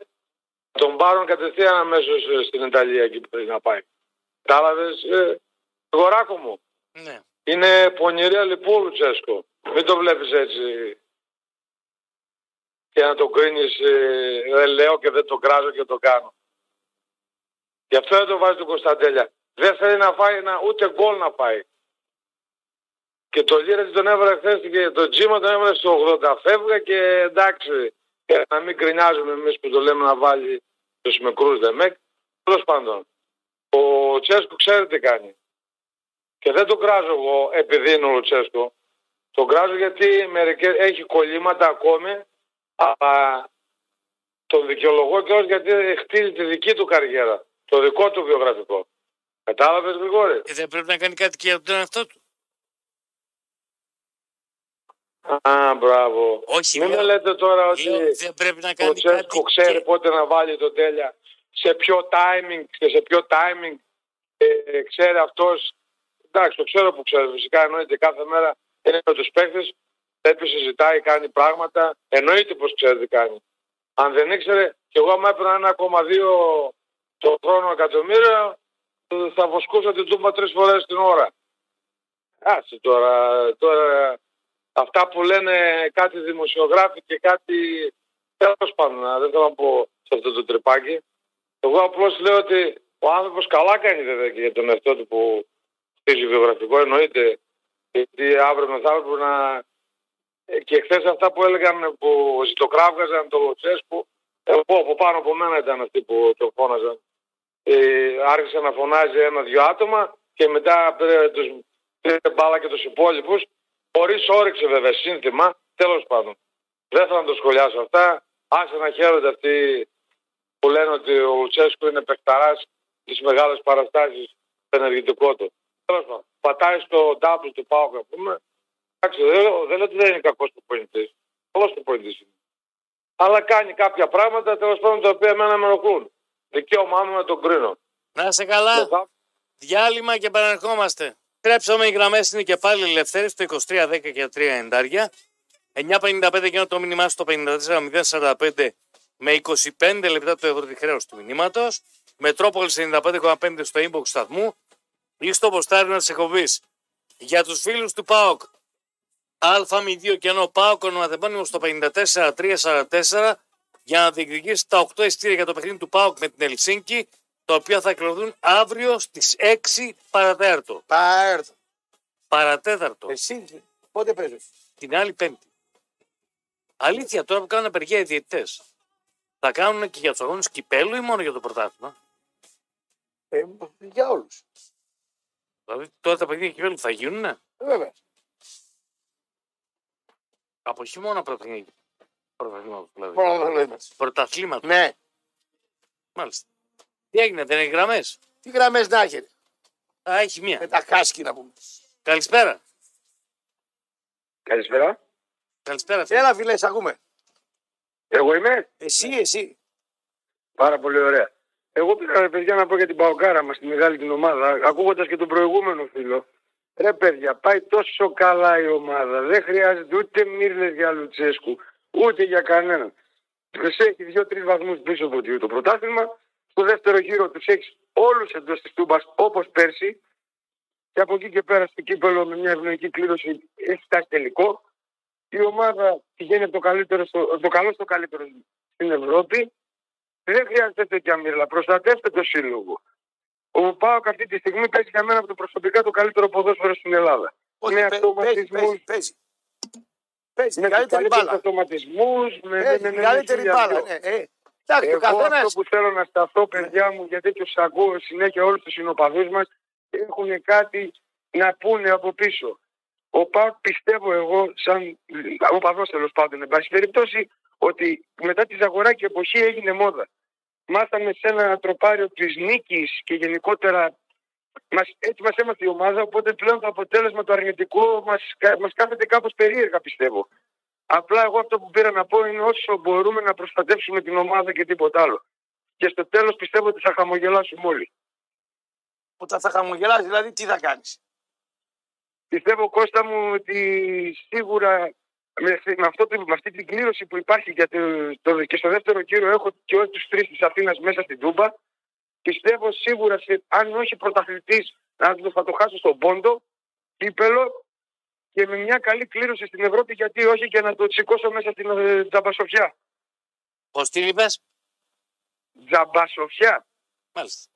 H: τον πάρουν κατευθείαν αμέσως στην Ιταλία εκεί που θέλει να πάει. Κατάλαβες, ε, Γοράκο μου.
A: ναι.
H: Είναι πονηρία λοιπόν Λουτσέσκο. Μην το βλέπεις έτσι. Και να το κρίνεις, ε, δεν λέω και δεν το κράζω και το κάνω. Γι' αυτό δεν το βάζει τον Κωνσταντέλια. Δεν θέλει να φάει ένα, ούτε γκολ να πάει. Και το Λίρετ τον έβαλε χθες και το Τζίμα τον έβαλε στο 80. Φεύγα και εντάξει. Για να μην κρινιάζουμε εμείς που το λέμε να βάλει τους μικρούς Δεμέκ. Τέλος πάντων, ο Τσέσκο ξέρει τι κάνει. Και δεν τον κράζω εγώ επειδή είναι ο Λουτσέσκο. Τον κράζω γιατί μερικές, έχει κολλήματα ακόμη, αλλά τον δικαιολογώ και όχι γιατί χτίζει τη δική του καριέρα, το δικό του βιογραφικό. Κατάλαβες Γρηγόρη.
A: Ε, δεν πρέπει να κάνει κάτι και για τον εαυτό του.
E: Α, μπράβο.
A: Όχι,
H: Μην
A: λέω,
H: με λέτε τώρα ότι
A: λέω, δεν πρέπει να
H: ο
A: κάνει κάτι.
H: Τσέσκο ξέρει
A: και-
H: πότε να βάλει τον τέλεια. Σε ποιο timing και σε ποιο timing ε, ξέρει αυτός. Εντάξει, το ξέρω που ξέρω. Φυσικά εννοείται κάθε μέρα είναι με τους παίχτε. Πρέπει συζητάει, κάνει πράγματα. Εννοείται πως ξέρει τι κάνει. Αν δεν ήξερε, κι εγώ άμα έπαιρνα 1,2 το χρόνο εκατομμύριο, ε, θα βοσκούσα την τούμπα τρεις φορές την ώρα. Άσε τώρα, τώρα αυτά που λένε κάτι δημοσιογράφοι και κάτι Τέλος πάντων, α, δεν θέλω να πω σε αυτό το τρυπάκι. Εγώ απλώς λέω ότι ο άνθρωπος καλά κάνει βέβαια και για τον εαυτό του που χτίζει βιογραφικό, εννοείται. Γιατί αύριο μεθαύριο να. ε, Και χθες αυτά που έλεγαν που ζητοκράβγαζαν τον Λοτσέσκου, εγώ από πάνω από μένα ήταν αυτοί που τον φώναζαν. Ε, άρχισε να φωνάζει ένα-δυο άτομα και μετά πήρε, τους, πήρε μπάλα και τους υπόλοιπους. Χωρίς όρεξη βέβαια, σύνθημα, τέλος πάντων. Δεν θα το σχολιάσω αυτά. Άσε να χαίρονται αυτοί που λένε ότι ο Λουτσέσκου είναι παιχταράς τι μεγάλε παραστάσει στο ενεργητικό του. Τέλος πάντων, πατάει στο W του Πάουκ, ας πούμε. Εντάξει, δεν, λέω- δεν λέω ότι δεν είναι κακός προπονητή. Καλό προπονητή είναι. Αλλά κάνει κάποια πράγματα τέλος πάντων τα οποία εμένα με ενοχλούν. Δικαίωμά μου να τον κρίνω.
A: Να σε καλά.
H: Το
A: Διάλειμμα και επαναρχόμαστε. Τρέψαμε οι γραμμές είναι και πάλι ελευθέρε στο 2310 και 390. 955 και το μήνυμά στο 54045 με 25 λεπτά το ευρώ τη χρέος του μηνύματος. Μετρόπολη 95,5 στο inbox του σταθμού ή στο ποστάρι τη εκπομπή. Για τους φίλους του ΠΑΟΚ, α02 κενό ΠΑΟΚ ονοματεπώνυμο στο 54344 για να διεκδικήσει τα 8 εισιτήρια για το παιχνίδι του ΠΑΟΚ με την Ελσίνκη, τα οποία θα κληρωθούν αύριο στις 6 παρατέταρτο.
B: Πάρτ.
A: Παρατέταρτο.
B: Ελσίνκη. Πότε παίζουν.
A: Την άλλη Πέμπτη. Αλήθεια, τώρα που κάνουν απεργία οι διαιτητές, θα κάνουν και για τους αγώνες κυπέλου ή μόνο για το πρωτάθλημα.
B: Ε, για όλους.
A: Δηλαδή τώρα τα παιχνίδια κυπέλου θα γίνουνε.
B: Ε, Βέβαια.
A: Από χειμώνα πρωταθλήματα. Πρωταθλήματα δηλαδή.
B: Μπορώ να το λέμε.
A: Πρωταθλήματα.
B: Ναι.
A: Μάλιστα. Τι έγινε, δεν έχει γραμμές.
B: Τι γραμμές να έχετε.
A: Α, έχει μία.
B: Με τα χάσκι να πούμε.
A: Καλησπέρα.
E: Καλησπέρα.
A: Καλησπέρα. φίλε.
B: Έλα, φίλε, σ' ακούμε.
E: Εγώ είμαι. Ναι.
B: Εσύ, εσύ.
E: Πάρα πολύ ωραία. Εγώ πήρα ρε παιδιά να πω για την Παοκάρα μας, τη μεγάλη την ομάδα, ακούγοντας και τον προηγούμενο φίλο. Ρε παιδιά, πάει τόσο καλά η ομάδα. Δεν χρειάζεται ούτε μύρλες για Λουτσέσκου, ούτε για κανέναν. Τους έχει δύο-τρει βαθμούς πίσω από το πρωτάθλημα. Στο δεύτερο γύρο τους έχεις όλους εντός της τούμπας όπως πέρσι. Και από εκεί και πέρα στο κύπελο με μια ευνοϊκή κλήρωση έχει φτάσει τελικό. Η ομάδα πηγαίνει από το, καλύτερο στο, το καλό στο καλύτερο στην Ευρώπη. Δεν χρειάζεται τέτοια μύρλα. Προστατεύστε το σύλλογο. Ο Πάοκ αυτή τη στιγμή παίζει για μένα από το προσωπικά το καλύτερο ποδόσφαιρο στην Ελλάδα.
B: Όχι,
E: με
B: παί- παίζει,
E: αυτοματισμούς,
B: παίζει, παίζει. Παίζει
E: με
B: την καλύτερη μπάλα.
E: αυτοματισμούς, με
B: Παίζει
E: με-
B: την
E: με-
B: καλύτερη
E: χίλια
B: μπάλα.
E: δυο.
B: ναι, ε. Εντάξει, ο
E: Εγώ
B: καθένα.
E: αυτό που θέλω να σταθώ, παιδιά μου, γιατί τους ακούω συνέχεια όλους τους συνοπαδούς μας, έχουν κάτι να πούνε από πίσω. Ο Πάοκ πιστεύω εγώ, σαν οπαδό τέλος πάντων, εν πάση περιπτώσει, ότι μετά τη Ζαγοράκη εποχή έγινε μόδα. Μάθαμε σε ένα τροπάριο της νίκης και γενικότερα μας, έτσι μας έμαθε η ομάδα. Οπότε πλέον το αποτέλεσμα το αρνητικό μα μας κάθεται κάπως περίεργα, πιστεύω. Απλά εγώ αυτό που πήρα να πω είναι όσο μπορούμε να προστατεύσουμε την ομάδα και τίποτα άλλο. Και στο τέλος πιστεύω ότι θα χαμογελάσουμε όλοι.
B: Όταν θα χαμογελάσεις, δηλαδή, τι θα κάνεις.
E: Πιστεύω, Κώστα μου, ότι σίγουρα με, με, αυτό, το- με αυτή την κλήρωση που υπάρχει για το, το- και στο δεύτερο γύρο έχω και όλους τους τρεις της Αθήνας μέσα στην Τούμπα. Πιστεύω σίγουρα, σε, αν όχι πρωταθλητής, να το, θα το χάσω στον Πόντο, κύπελο και με μια καλή κλήρωση στην Ευρώπη, γιατί όχι και να το σηκώσω μέσα στην ε, Τζαμπασοφιά.
A: Πώς την είπες,
E: Τζαμπασοφιά.
A: Μάλιστα.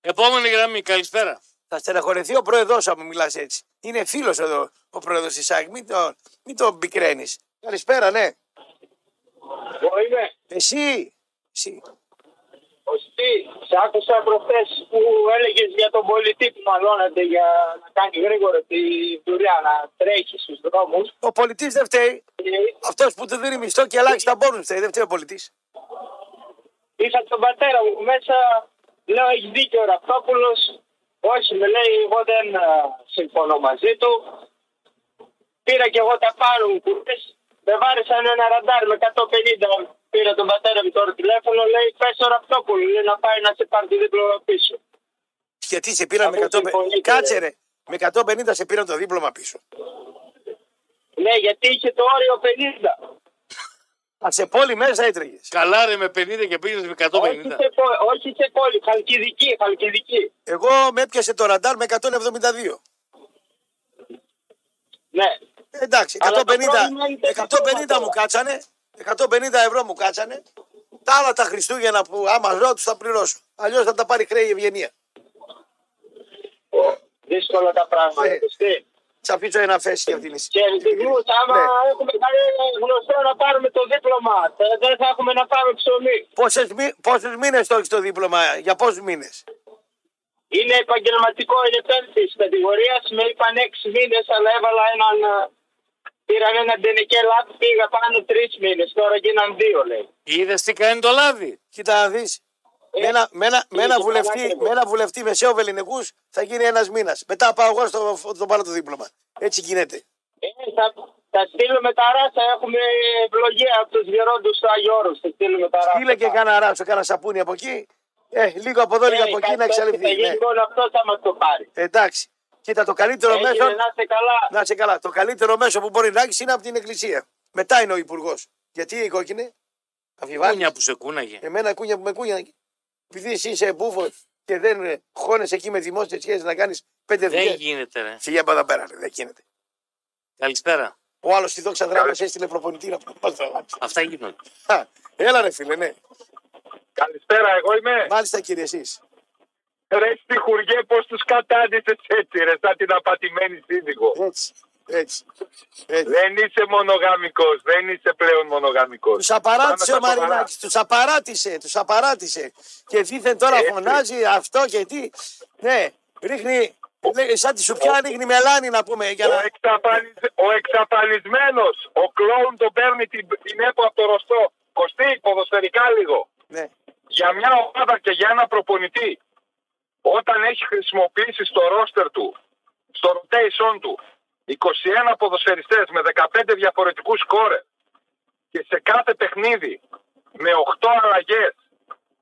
A: Επόμενη γραμμή, καλησπέρα.
B: Θα στεναχωρεθεί ο πρόεδρό μου, μιλάς έτσι. Είναι φίλος εδώ ο πρόεδρος της ΣΑΚ. Μην τον μην το πικραίνεις. Καλησπέρα, ναι.
F: Εγώ είμαι.
B: Εσύ. εσύ.
F: Ο Στή, σε άκουσα προχθές που έλεγες για τον πολιτή που μαλώνεται για να κάνει γρήγορα τη δουλειά, να τρέχει Ε, στους δρόμους.
B: Ο πολιτής δεν φταίει. Αυτός που του δίνει μισθό και ελάχιστα πόνου φταίει. Δεν φταίει ο πολιτής.
F: Ε, Είχα τον πατέρα μου μέσα, λέω: Έχεις δίκιο ο Ραπτόπουλο. ε, Όχι, με λέει, εγώ δεν α, συμφωνώ μαζί του.
I: Πήρα κι εγώ τα πάνω μου κούρτε. Με βάρεσαν ένα ραντάρ με 150. Πήρα τον πατέρα μου τώρα τηλέφωνο. Λέει πες τώρα Ραπτόπουλο. Λέει να πάει να σε πάρει το δίπλωμα πίσω.
B: Γιατί σε πήραν με
I: Ακούστε,
B: 150.
I: φωνή,
B: Κάτσε
I: κύριε.
B: ρε. Με 150 σε πήραν το δίπλωμα πίσω.
I: Ναι, γιατί είχε το όριο 50.
B: Α σε πόλη μέσα έτρεγες.
A: Καλά ρε με 50 και πήγες με 150.
I: Όχι σε, πο- όχι σε πόλη, χαλκιδική, χαλκιδική.
B: Εγώ με έπιασε το ραντάρ με 172.
I: Ναι.
B: Ε, Εντάξει, 150,
I: Αλλά το πρόβλημα είναι το
B: 150 μου
I: τώρα.
B: κάτσανε. 150 ευρώ μου κάτσανε. Τα άλλα τα Χριστούγεννα που άμα ζω του θα πληρώσω. Αλλιώς θα τα πάρει χρέη η ευγενία.
I: Δύσκολα τα πράγματα.
B: Ναι.
I: σωστή.
B: Θα αφήσω ένα φέση για την λύση.
I: Και δικού, άμα
B: Ναι.
I: έχουμε κάνει γνωστό να πάρουμε το δίπλωμα, τε- δεν θα έχουμε να πάρουμε ψωμί.
B: Πόσες, μι- πόσους μήνες το έχεις το δίπλωμα, για πόσους μήνες.
I: Είναι επαγγελματικό, είναι πέμπτης κατηγορίας. Με είπαν έξι μήνες, αλλά έβαλα έναν. α, Πήραν έναν τενεκέ λάπ, πήγα πάνω τρεις μήνες. Τώρα γίναν δύο, λέει.
A: Είδες τι κάνει το λάδι.
B: Κοίτα να δεις, με ένα, με ένα- με ένα βουλευτή, με ένα βουλευτή μεσαίου Ελληνικούς θα γίνει ένας μήνας. Μετά πάω εγώ στο, στο πάρω το δίπλωμα. Έτσι γίνεται.
I: Ε, θα, θα στείλουμε τα ράσα, έχουμε ευλογία από τους γερόντους του Άγιο Όρος, Θα στείλουμε τα ράσα.
B: Στείλε και κάνα ράψο, κάνα σαπούνι από εκεί. Ε, λίγο από εδώ, λίγο από εκεί να εξαλειφθεί. Ναι.
I: Όλο αυτό θα μας το πάρει.
B: Εντάξει. Κοίτα, το καλύτερο
I: Έγινε,
B: μέσο.
I: να είστε καλά.
B: Να είσαι καλά. Το καλύτερο μέσο που μπορεί να έχεις είναι από την Εκκλησία. Μετά είναι ο Υπουργός. Γιατί η κόκκινη. Αμφιβάλλει.
A: Κούνια που σε κούναγε.
B: Εμένα κούνια που με κούνια. Επειδή εσύ είσαι μπούφο και δεν χώνεσαι εκεί με δημόσιες σχέσεις να κάνεις πέντε
A: Δεν
B: δουλειές.
A: γίνεται ρε.
B: Φύγε από εδώ πέρα, ρε, δεν γίνεται.
A: Καλησπέρα.
B: Ο άλλος τη δόξα δράμα έστειλε προπονητή να πας να βάλεις.
A: Αυτά γίνονται.
B: Α, Έλα ρε φίλε, ναι.
E: Καλησπέρα, εγώ είμαι.
B: Μάλιστα κύριε εσείς.
E: Ρε στη χουριέ, πώς τους κατάντησε έτσι, ρε, σαν την απατημένη σύζυγο.
B: Έτσι. Έτσι. έτσι.
E: Δεν είσαι μονογαμικός, δεν είσαι πλέον μονογαμικός.
B: Τους απαράτησε ο
E: Πάμε στα
B: Μαρινάκης, τους απαράτησε, τους απαράτησε. Και δίθεν τώρα
E: Έτσι.
B: φωνάζει αυτό και τι. Ναι, ρίχνει, λέει, σαν τη σουπιά ρίχνει μελάνι να πούμε. Για
E: Ο,
B: να...
E: εξαφανισ... ο εξαφανισμένο, ο κλόουν τον παίρνει την, την έπο από το ρωστό. Κωστή, ποδοσφαιρικά λίγο.
B: Ναι.
E: Για μια ομάδα και για ένα προπονητή, όταν έχει χρησιμοποιήσει στο ρόστερ του, στο rotation του, 21 ποδοσφαιριστές με 15 διαφορετικούς σκόρε και σε κάθε παιχνίδι με 8 αλλαγές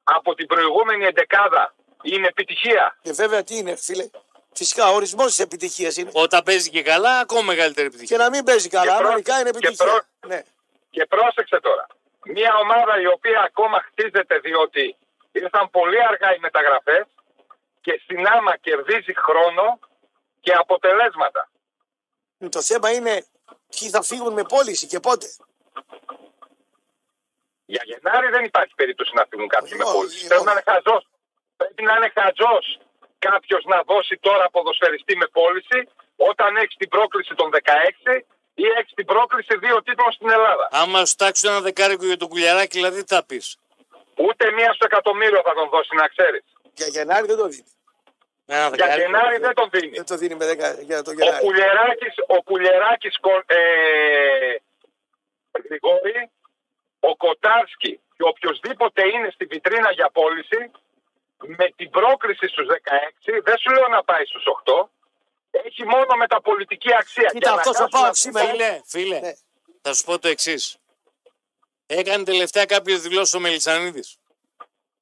E: από την προηγούμενη εντεκάδα είναι επιτυχία.
B: Και Ε, βέβαια τι είναι, φίλε. Φυσικά, ο ορισμός της επιτυχίας είναι.
A: Όταν παίζει και καλά, ακόμα μεγαλύτερη
B: Και
A: επιτυχία.
B: να μην παίζει καλά.
E: Και προ-
B: Αμερικά είναι
E: και
B: επιτυχία. Ναι.
E: Και πρόσεξε τώρα. Μια ομάδα η οποία ακόμα χτίζεται διότι ήρθαν πολύ αργά οι μεταγραφές και στην άμα κερδίζει χρόνο και αποτελέσματα.
B: Ε, Το θέμα είναι ποιοι θα φύγουν με πώληση και πότε.
E: Για Γενάρη δεν υπάρχει περίπτωση να φύγουν κάποιοι με
B: Όχι,
E: πώληση.
B: όχι.
E: Πρέπει να είναι χαζός. Πρέπει να είναι χαζός κάποιος να δώσει τώρα ποδοσφαιριστή με πώληση όταν έχεις την πρόκληση των 16 ή έχεις την πρόκληση δύο τίτλων στην Ελλάδα.
A: Άμα σου τάξουν ένα δεκάρικο για τον κουλιαράκι, δηλαδή τι θα πεις.
E: Ούτε μία στο εκατομμύριο θα τον δώσει, να ξέρεις.
B: Για Γενάρη δεν το δίνει.
A: Ένα
E: Για
A: δεκάρικο.
E: Γενάρη δεν τον δίνει.
B: Δεν το δίνει με 10 για το
E: Ο
B: Γενάρη.
E: Κουλεράκης, ο Κουλεράκης κο- ε, Γρηγόρη, ο Κοτάρσκι και οποιοδήποτε είναι στη βιτρίνα για πώληση, με την πρόκριση στους 16, δεν σου λέω να πάει στους 8, έχει μόνο μεταπολιτική αξία.
B: Κοίτα,
E: Και να
B: αυτός θα
E: κάτσουν
B: πάω
E: αυτοί
B: σήμερα.
E: τα-
A: Φίλε, φίλε,
B: Ναι.
A: θα σου πω το εξής. Έκανε τελευταία κάποιε δηλώσεις ο Μελισανίδης.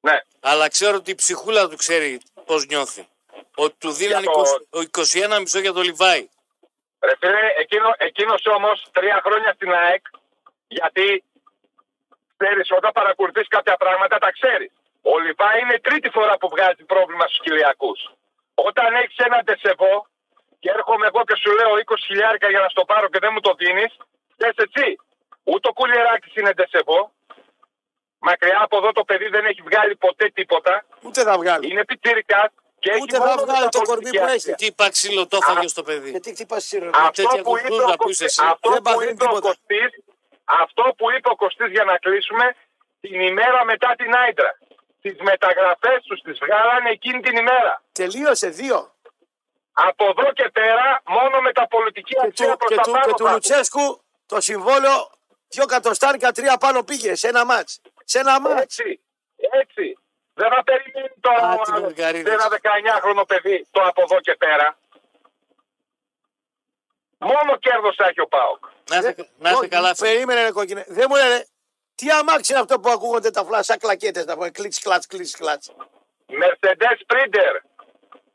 E: Ναι,
A: Αλλά ξέρω ότι η ψυχούλα του ξέρει πώς νιώθει. Ότι του δίνανε
E: Για το-
A: 21 μισό για το Λιβάη.
E: ρε φίλε, ε, εκείνο, εκείνος όμως τρία χρόνια στην ΑΕΚ, γιατί ξέρεις, όταν παρακολουθείς κάποια πράγματα τα ξέρεις. Ο Λιβά είναι η τρίτη φορά που βγάζει πρόβλημα στους Κυριακούς. Όταν έχεις έναν τεσεβό και έρχομαι εγώ και σου λέω 20 χιλιάρικα για να στο πάρω και δεν μου το δίνεις, θες εσύ. Ούτε ο Κουλιεράκης είναι τεσεβό. Μακριά από εδώ το παιδί δεν έχει βγάλει ποτέ τίποτα.
B: Ούτε θα βγάλει.
E: Είναι πιτήρικας και έχει
B: Ούτε θα
E: μόνο
B: βγάλει το κορμί
E: μεταπολιτική
B: που
E: αξία.
B: έχει. Ε,
A: Τι παξίλο το έφαγε στο παιδί.
B: Γιατί χτυπά σύνολο.
E: Αυτό
A: τέτοια
E: που, είπε
A: κουκούλα
E: ο
A: που
E: Κωστής-
A: είσαι εσύ,
E: αυτό
B: δεν
E: που
B: παθαίνει
E: είπε ο
B: τίποτα.
E: Κωστής, αυτό που είπε ο Κωστής για να κλείσουμε την ημέρα μετά την Άιντρα. Τις μεταγραφές τους τις βγάλανε εκείνη την ημέρα.
B: Τελείωσε δύο.
E: Από εδώ και πέρα μόνο με τα πολιτική
B: Και
E: αξία
B: του,
E: προς
B: και
E: τα
B: του,
E: πάνω
B: και του
E: θα
B: Λουτσέσκου το συμβόλαιο δύο κατοστάρικα τρία πάνω πήγε σε ένα μάτ. Σε ένα
E: έχουν.
B: μάτ.
E: Έτσι, έτσι. Δεν θα περιμένει το
A: Α, την
E: άλλο-
A: Οργαρίδα.
E: ένα 19χρονο παιδί το από εδώ και πέρα.
G: Μόνο κέρδος θα έχει ο Πάοκ.
A: Να είστε, να είστε
B: Ε, Όχι,
A: καλά. φίλε.
B: Περίμενε, ρε κόκκινε. Δεν μου λένε. Τι αμάξι είναι αυτό που ακούγονται τα φλάσσα κλακέτες να πούμε. Κλίτ, κλατ, κλίτ, κλατ.
G: Mercedes Sprinter.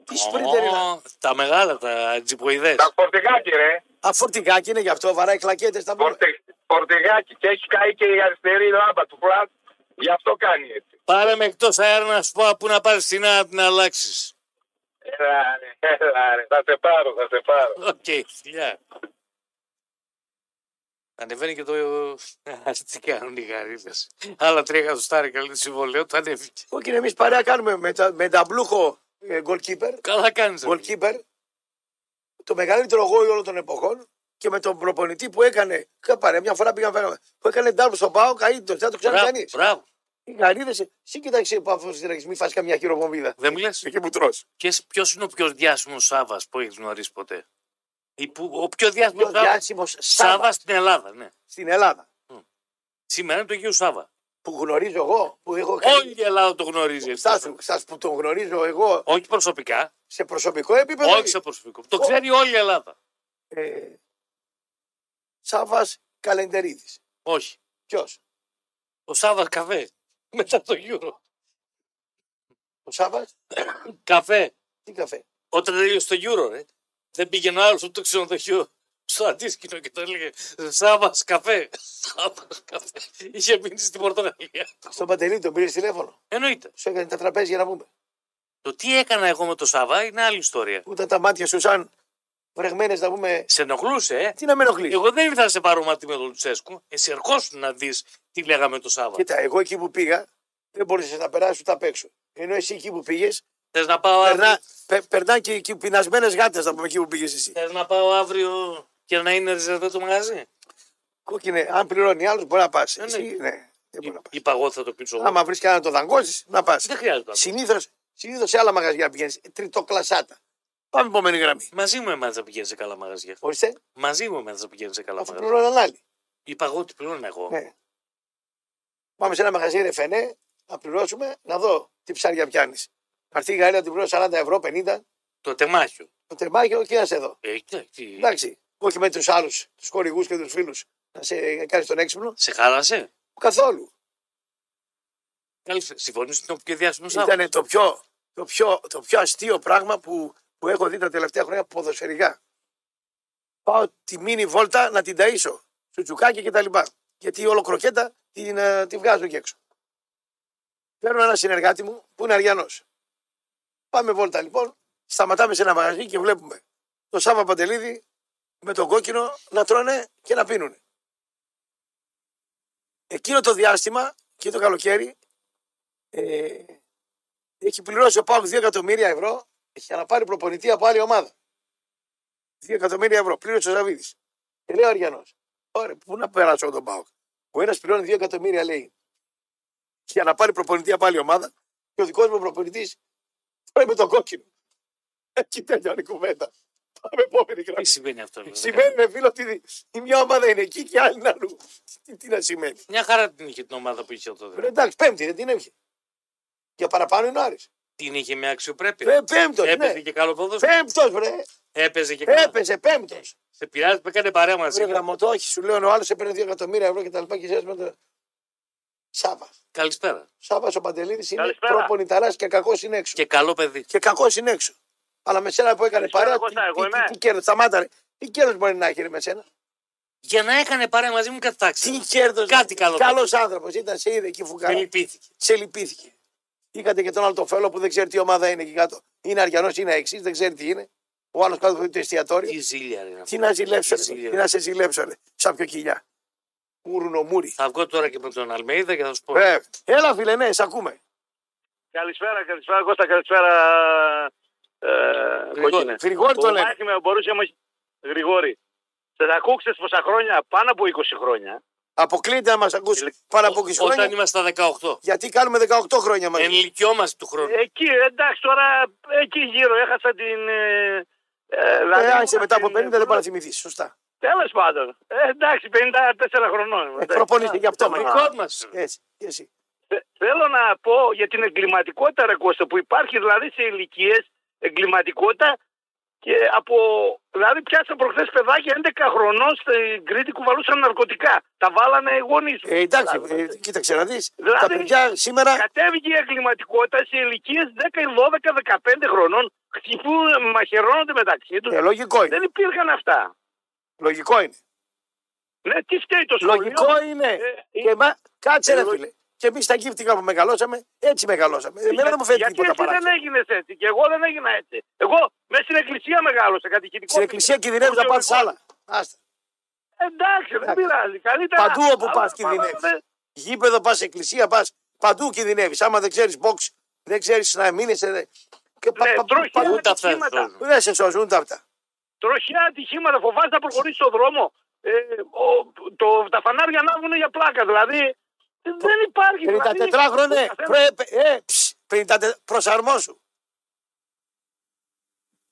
B: Τι σπρίντερ είναι.
A: Ω, Τα μεγάλα, τα τζιποειδέ.
G: Τα φορτηγάκι,
B: Ε,
G: ρε.
B: Αφορτηγάκι είναι γι' αυτό, βαράει κλακέτες τα πούμε.
G: Φορτι... Φορτηγάκι. Και έχει καεί και η αριστερή λάμπα του φλατ. Γι' αυτό κάνει έτσι.
A: Πάρε με εκτός αέρα να σου πω πού να πάρεις την να την αλλάξεις.
G: Έλα, ρε, έλα, ρε. Θα σε πάρω, θα σε πάρω.
A: Οκ, φιλιά. Ανεβαίνει και το. [LAUGHS] Ας τι κάνουν οι γαρίδες. Άλλα τρία εκατοστάρικα λέει το συμβολέο, το ανέβηκε.
B: Κόκκινε, εμείς παρέα κάνουμε με, τα, με ταμπλούχο ε, goalkeeper.
A: Καλά κάνεις.
B: goalkeeper, το μεγαλύτερο γόη όλων των εποχών και με τον προπονητή που έκανε. είχα πάρει, μια φορά πήγαμε φέραμε. Που έκανε ντάμπλ στον Πάο, καεί το δεν το ξέρει
A: Μπράβο,
B: κανείς.
A: μπράβο.
B: Οι γαρίδε, εσύ κοιτάξε που αφού συντρέχει, μην φας καμιά χειροβομβίδα.
A: Δεν μου λες.
B: Εκεί που τρώ.
A: Και ποιος είναι ο πιο διάσημος Σάβας που έχεις γνωρίσει ποτέ. Ή που- Ο πιο διάσημος
B: Πιο διάσημος Σάβας
A: Σάβα στην Ελλάδα, ναι.
B: στην Ελλάδα
A: Σήμερα είναι το Αγίου Σάβα.
B: που γνωρίζω εγώ, που έχω
A: Όλη
B: κάνει.
A: η Ελλάδα το γνωρίζει. αυτό.
B: Στάσου, σας που τον γνωρίζω εγώ
A: Όχι προσωπικά,
B: σε προσωπικό επίπεδο.
A: όχι σε προσωπικό. Το ξέρει όλη η Ελλάδα.
B: Ε, Σάβα Καλεντερίδης.
A: Όχι.
B: Ποιος.
A: Ο Σάβα καφέ. Μετά το γύρο.
B: Ο Σάβα,
A: Καφέ.
B: τι καφέ.
A: όταν τελείωσε το Euro, ρε, δεν πήγαινε άλλος ούτε το ξενοδοχείο στο αντίσκηνο και το έλεγε Σάβα καφέ. Σάβα καφέ. Είχε μείνει στην Πορτογαλία.
B: Στον Παντελή τον πήρε τηλέφωνο.
A: Εννοείται.
B: Σου έκανε τα τραπέζια να πούμε.
A: Το τι έκανα εγώ με το Σάβα είναι άλλη ιστορία.
B: Ούτε τα μάτια σου σαν βρεγμένες να πούμε.
A: Σε ενοχλούσε, ε.
B: Τι να με ενοχλείς.
A: Εγώ δεν ήρθα να σε πάρω μάτι με τον Λουτσέσκου. Εσύ ερχόσουν να δεις τι λέγαμε το Σάβα.
B: Κοίτα, εγώ εκεί που πήγα δεν μπορούσε να περάσεις ούτε απ' έξω. Ενώ εσύ εκεί που πήγες,
A: Θες να πάω αύριο.
B: περνά, πε, περνά και, και πεινασμένες γάτες να πούμε εκεί που πήγες εσύ.
A: Θες να πάω αύριο και να είναι ριζερβέ το μαγαζί.
B: Κόκκινε, αν πληρώνει άλλος μπορεί να πας.
A: Ναι,
B: Εσύ,
A: ναι.
B: ναι, δεν μπορεί να πας.
A: Είπα εγώ θα το πείσω εγώ.
B: Άμα βρεις κανένα να το δαγκώσεις, να πας.
A: Δεν χρειάζεται. να
B: Συνήθως συνήθως σε άλλα μαγαζιά πηγαίνεις. Τριτοκλασάτα. Πάμε επόμενη γραμμή.
A: πω. Μαζί μου εμένα θα πηγαίνει σε καλά μαγαζιά.
B: Ορίστε,
A: Μαζί μου εμένα θα πηγαίνει σε καλά
B: αφού
A: μαγαζιά.
B: πληρώναν άλλοι.
A: Είπα εγώ ότι πληρώνω εγώ.
B: Ναι. Πάμε σε ένα μαγαζί ρεφενέ, να πληρώσουμε, να δω τι ψάρια πιάνεις. Αυτή η γαρίδα την πληρώνω 40 ευρώ, 50,
A: Το τεμάχιο.
B: το τερμάκι, όχι να σε δω.
A: Ε, εντάξει.
B: Εντάξει. Όχι με τους άλλους, τους χορηγούς και τους φίλους, να σε κάνεις τον έξυπνο.
A: Σε χάλασε.
B: Καθόλου.
A: Καλή συμφωνή στην οποία διάσημο Σάββατο.
B: Ήταν το πιο, το, πιο, το πιο αστείο πράγμα που, που έχω δει τα τελευταία χρόνια ποδοσφαιρικά. Πάω τη μίνι βόλτα να την ταΐσω, στο τσουκάκι και τα λοιπά. Γιατί όλο κροκέτα την, ε, τη βγάζω και έξω. Παίρνω ένα συνεργάτη μου που είναι αριανός. Πάμε βόλτα λοιπόν, σταματάμε σε ένα μαγαζί και βλέπουμε το Σάβα Παντελίδη με τον κόκκινο να τρώνε και να πίνουν. Εκείνο το διάστημα και το καλοκαίρι ε, έχει πληρώσει ο Πάουκ 2 εκατομμύρια ευρώ για να πάρει προπονητή από άλλη ομάδα. 2 εκατομμύρια ευρώ πλήρωσε ο Ζαβίδης. Και λέει ο Αριανός, Ωραία, πού να περάσω εγώ τον Πάουκ. Ο ένας πληρώνει 2 εκατομμύρια, λέει, για να πάρει προπονητή από άλλη ομάδα. Και ο δικός μου προπονητής τρώει με τον κόκκινο. Εκεί τελειώνει η κουβέντα. Πάμε επόμενη
A: Τι
B: γραμμή.
A: σημαίνει αυτό. ρε,
B: Σημαίνει,
A: ρε.
B: ρε φίλο, ότι η μια ομάδα είναι εκεί και η άλλη είναι αλλού. Τι, τι να σημαίνει.
A: Μια χαρά την είχε την ομάδα που είχε τότε.
B: Ρε, εντάξει, πέμπτη δεν την έβγε. Για παραπάνω είναι ο Άρης.
A: Την είχε με αξιοπρέπεια.
B: Ρε, πέμπτος,
A: Έπαιζε
B: ναι.
A: και καλό ποδόσφαιρο.
B: Πέμπτος, βρε.
A: Έπαιζε και καλό.
B: Έπαιζε πέμπτος.
A: Σε πειράζει που έκανε παρέα μαζί.
B: Βρε γραμμωτό, όχι, σου λέω ο άλλος έπαιρνε 2 εκατομμύρια ευρώ και τα λοιπά και εσύ με το... Σάβα.
A: Καλησπέρα.
B: Σάβα ο Παντελίδης είναι
D: Καλησπέρα.
B: προπονηταράς και κακός είναι έξω. Και,
A: Και καλό παιδί.
B: κακός είναι έξω. Αλλά με σένα που έκανε
D: Καλησπέρα,
B: παρέα, τι,
D: Κώστα, εγώ
B: τι,
D: είμαι.
B: τι, τι κέρδος, σταμάτα ρε. Τι κέρδος μπορεί να έχει ρε, με σένα.
A: Για να έκανε παρέα μαζί μου κάτι
B: Τι
A: τάξη.
B: κέρδος.
A: Κάτι καλό.
B: Καλός άνθρωπος ήταν, σε είδε εκεί
A: Με
B: φουκάρα.
A: λυπήθηκε.
B: σε λυπήθηκε. Είχατε και τον άλλο το φέλο που δεν ξέρει τι ομάδα είναι εκεί κάτω. Είναι αριανός, είναι εξή, δεν ξέρει τι είναι. Ο άλλος κάτω από το εστιατόριο.
A: Τι ζήλια είναι
B: Τι
A: αυτό.
B: να ζηλέψω, ρε,
A: Τι
B: τι
A: ζήλια.
B: να σε ζηλέψω, ρε, σαν πιο κοιλιά. Ουρνομούρι.
A: Θα βγω τώρα και με τον Αλμέιδα και θα σου πω.
B: Ε, έλα, φίλε, ναι, σε ακούμε.
D: Καλησπέρα, καλησπέρα Κώστα, καλησπέρα ε,
A: Γρηγόρη.
D: Κόκκινε.
B: Γρηγόρη το
D: Ο
B: λένε.
D: Μάκη με μπορούσε όμως... Γρηγόρη, σας ακούω ξέρεις πόσα χρόνια, πάνω από 20 χρόνια.
B: Αποκλείται να μας ακούσει πάνω από 20
A: Όταν
B: χρόνια.
A: ήμασταν 18.
B: Γιατί κάνουμε 18 χρόνια μαζί.
A: Ενηλικιόμαστε του χρόνου.
D: Εκεί, εντάξει τώρα, εκεί γύρω έχασα την... Ε, ε,
B: Ε,
D: δηλαδή,
B: άσε
D: ήμουνα
B: μετά από
D: στην-
B: 50 δεν μπορεί να θυμηθείς. Σωστά.
D: Τέλος πάντων. Ε, εντάξει, 54 χρονών.
B: Ε,
D: ήμουν.
B: Προπονείται γι' αυτό.
A: Το
B: μα.
A: δικό μας.
B: Έτσι, και εσύ.
D: Θε- Θέλω να πω για την εγκληματικότητα, ρε Κώστα, που υπάρχει δηλαδή σε ηλικίες εγκληματικότητα Και από, δηλαδή πιάσαν προχθές παιδάκια 11 χρονών στην Κρήτη κουβαλούσαν ναρκωτικά. Τα βάλανε οι γονείς μου.
B: Ε, εντάξει, ε, κοίταξε να δεις.
D: Δηλαδή,
B: τα παιδιά σήμερα.
D: Κατέβηκε η εγκληματικότητα σε ηλικίες 10, 12, 15 χρονών. Χτυπούν, μαχαιρώνονται μεταξύ τους.
B: Ε, λογικό είναι.
D: Δεν υπήρχαν αυτά.
B: Λογικό είναι.
D: Ναι, τι φταίει το σχολείο.
B: Λογικό είναι.
D: Ε,
B: και μα... Κάτσε,
D: ε,
B: ρε
D: λο-
B: φίλε. Και εμείς τα γύφτηκα που μεγαλώσαμε, έτσι μεγαλώσαμε. Ε, Εμένα δεν μου φαίνεται
D: Ε, Γιατί
B: τίποτα
D: εσύ δεν
B: παράξενο.
D: έγινες έτσι. Και εγώ δεν έγινα έτσι. Εγώ μέσα στην εκκλησία μεγάλωσα κατοικητικό.
B: Στην εκκλησία κινδυνεύει να
D: Χωριό,
B: πα άλλα. Άστα.
D: Ε, Εντάξει, δεν
B: Εντάξει.
D: πειράζει. Καλύτερα.
B: Παντού όπου
D: Αλλά
B: πας
D: πάμε
B: κινδυνεύεις.
D: με-
B: Γήπεδο πας, εκκλησία πας. Παντού κινδυνεύεις. Άμα δεν ξέρεις box, δεν ξέρεις να μείνει.
D: Ναι, τροχιά
A: Ούτε αυτά
D: ατυχήματα.
A: δεν
B: Δεν σε σώζουν ούτε αυτά.
D: Τροχιά ατυχήματα. Φοβάσαι να προχωρήσεις στον δρόμο. Ε, ο- το, τα φανάρια ανάβουν για πλάκα. Δηλαδή δεν υπάρχει.
B: 54
D: δηλαδή,
B: χρόνια.
D: ο καθένας-
B: Ε, ψ, 54 προσαρμόσου.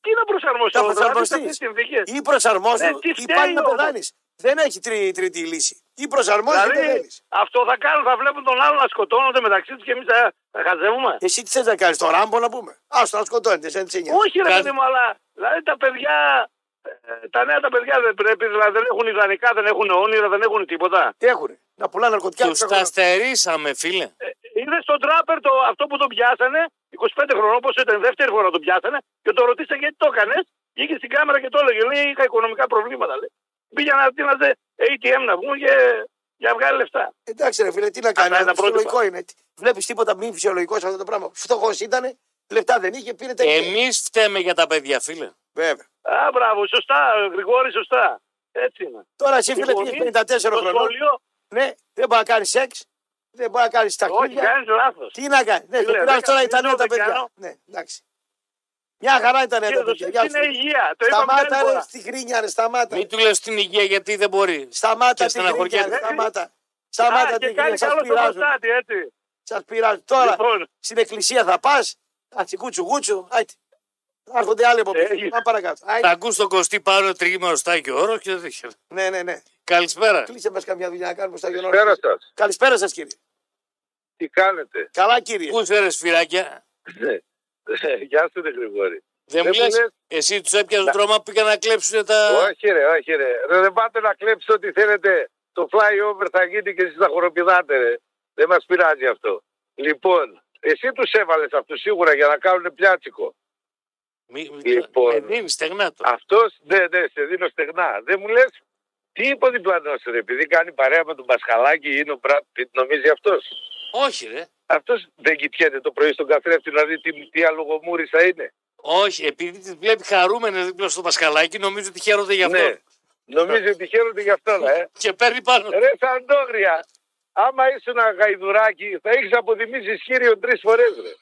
D: Τι να προσαρμοστεί.
B: Να
D: Δηλαδή, σε
B: προσαρμοστείς.
D: αυτές τις συνθήκες.
B: Ή
D: Ε,
B: προσαρμόσου
D: τι
B: ή πάλι
D: φταίει
B: να
D: όμως.
B: πεθάνεις. Δεν έχει τρι- τρίτη λύση. Ή προσαρμόζεσαι ή δεν
D: Δηλαδή
B: θέλεις.
D: αυτό θα κάνουν. Θα βλέπουν τον άλλο να σκοτώνονται μεταξύ τους και εμείς θα, θα χαζεύουμε.
B: Εσύ τι θες να κάνεις, το ράμπο να πούμε. Άστο να σκοτώνεται, δεν σε νοιάζει.
D: Όχι, ρε
A: Κάτι-
D: παιδί μου, αλλά δηλαδή τα παιδιά, ε, τα νέα τα παιδιά δεν πρέπει, δηλαδή δεν έχουν ιδανικά, δεν έχουν όνειρα, δεν έχουν τίποτα.
B: Τι έχουνε, να πουλάνε ναρκωτικά.
A: Τους τα στερήσαμε, φίλε.
D: Ε, είδες στον τράπερ το, αυτό που τον πιάσανε, 25 χρονών, όπω ήταν δεύτερη φορά τον πιάσανε, και τον ρωτήσα γιατί το έκανες. Βγήκε στην κάμερα και το έλεγε, λέει, είχα οικονομικά προβλήματα. Λέει. Πήγαινε να δίναζε ATM να βγουν και για να βγάλει λεφτά.
B: Εντάξει, ρε φίλε, τι να κάνει.
D: Αυτά είναι τα πρότυπα.
B: Φυσιολογικό είναι. Βλέπεις τίποτα μη φυσιολογικό σε αυτό το πράγμα. Φτωχός ήταν, λεφτά δεν είχε, πήρε τα ίδια.
A: Εμείς φταίμε για τα παιδιά, φίλε.
B: Βέβαια.
D: Α, μπράβο, σωστά, ε, Γρηγόρη, σωστά. Έτσι είναι.
B: Τώρα εσύ φίλε
D: Λοιπόν,
B: πήγε 54
D: Το
B: χρονών.
D: σχολείο,
B: Ναι, δεν μπορεί να κάνεις σεξ, δεν μπορεί να κάνεις
D: όχι,
B: ταχύδια.
D: κάνεις λάθος.
B: Τι να κάνεις. Ναι,
D: Φίλε,
B: δεν πειράζει τώρα
D: δέκα,
B: ήταν τα
D: δέκα,
B: παιδιά.
D: κάνω.
B: Ναι, εντάξει. Μια χαρά ήταν τα παιδιά. Γεια σου.
D: Είναι υγεία. Το είπαμε άλλη
B: Σταμάτα ρε,
D: φορά.
B: στη χρήνια ρε, σταμάτα.
A: Μην του λες την υγεία γιατί δεν μπορεί.
B: Σταμάτα
A: Και
B: τη χρήνια ρε,
A: στεναχωριέται.
B: σταμάτα.
D: Α,
B: Σταμάτα
D: και
B: τη
D: κάνει
B: χρήνια, σας
D: καλό στο
B: πειράζουν.
D: προστάτη, έτσι.
B: Σας πειράζουν. Τώρα,
D: Λοιπόν,
B: στην εκκλησία θα πας, ατσικούτσου γούτσου, άιτε. Άρχονται άλλοι από πίσω.
D: Έχει.
B: Πάμε παρακάτω. Άιτε.
A: Θα ακούς τον Κωστή πάνω τριγήμερο στάκι όρο και δεν είχε.
B: Ναι, ναι, ναι.
A: Καλησπέρα.
B: Κλείσε μας καμιά δουλειά να κάνουμε στα
H: Καλησπέρα
B: γεγονότα.
H: σας.
B: Καλησπέρα σας, κύριε.
H: Τι κάνετε.
B: Καλά, κύριε.
A: Πού είσαι ρε σφυράκια.
H: Ε, Γεια σου, ρε Γρηγόρη.
A: Δεν μου
H: Δεν μου
A: λες,
H: λες.
A: εσύ τους έπιαζε τρόμα που πήγαν να κλέψουν τα...
H: Όχι, ρε, όχι, ρε. ρε. Δεν πάτε να κλέψετε ό,τι θέλετε. Το flyover θα γίνει και εσείς θα χοροπηδάτε, ρε. Δεν μας πειράζει αυτό. Λοιπόν, εσύ τους έβαλες αυτούς σίγουρα για να κάνουν πιάτσικο.
A: Μη- μη-
H: Λοιπόν.
A: Με δίνει Ε, στεγνά το.
H: Αυτός, ναι, ναι, σε δίνω στεγνά. Δεν μου λες τι είπε ο διπλανός, ρε. Επειδή κάνει παρέα με τον Πασχαλάκη, είναι ο Μπρατ Πιτ, νομίζει αυτός.
A: Όχι ρε.
H: Αυτός δεν κοιτιέται το πρωί στον καθρέφτη να δει τι, τι αλογομούρη θα είναι.
A: Όχι, επειδή τις βλέπει χαρούμενες δίπλα στο Πασχαλάκι, νομίζω ότι χαίρονται γι' αυτό.
H: Ναι. Νομίζει ότι χαίρονται γι' αυτό, ε.
A: Και παίρνει πάνω.
H: Ρε Σαντόγρια, άμα ήσουν γαϊδουράκι, θα έχεις αποδημήσεις χείριον τρεις φορές, ρε.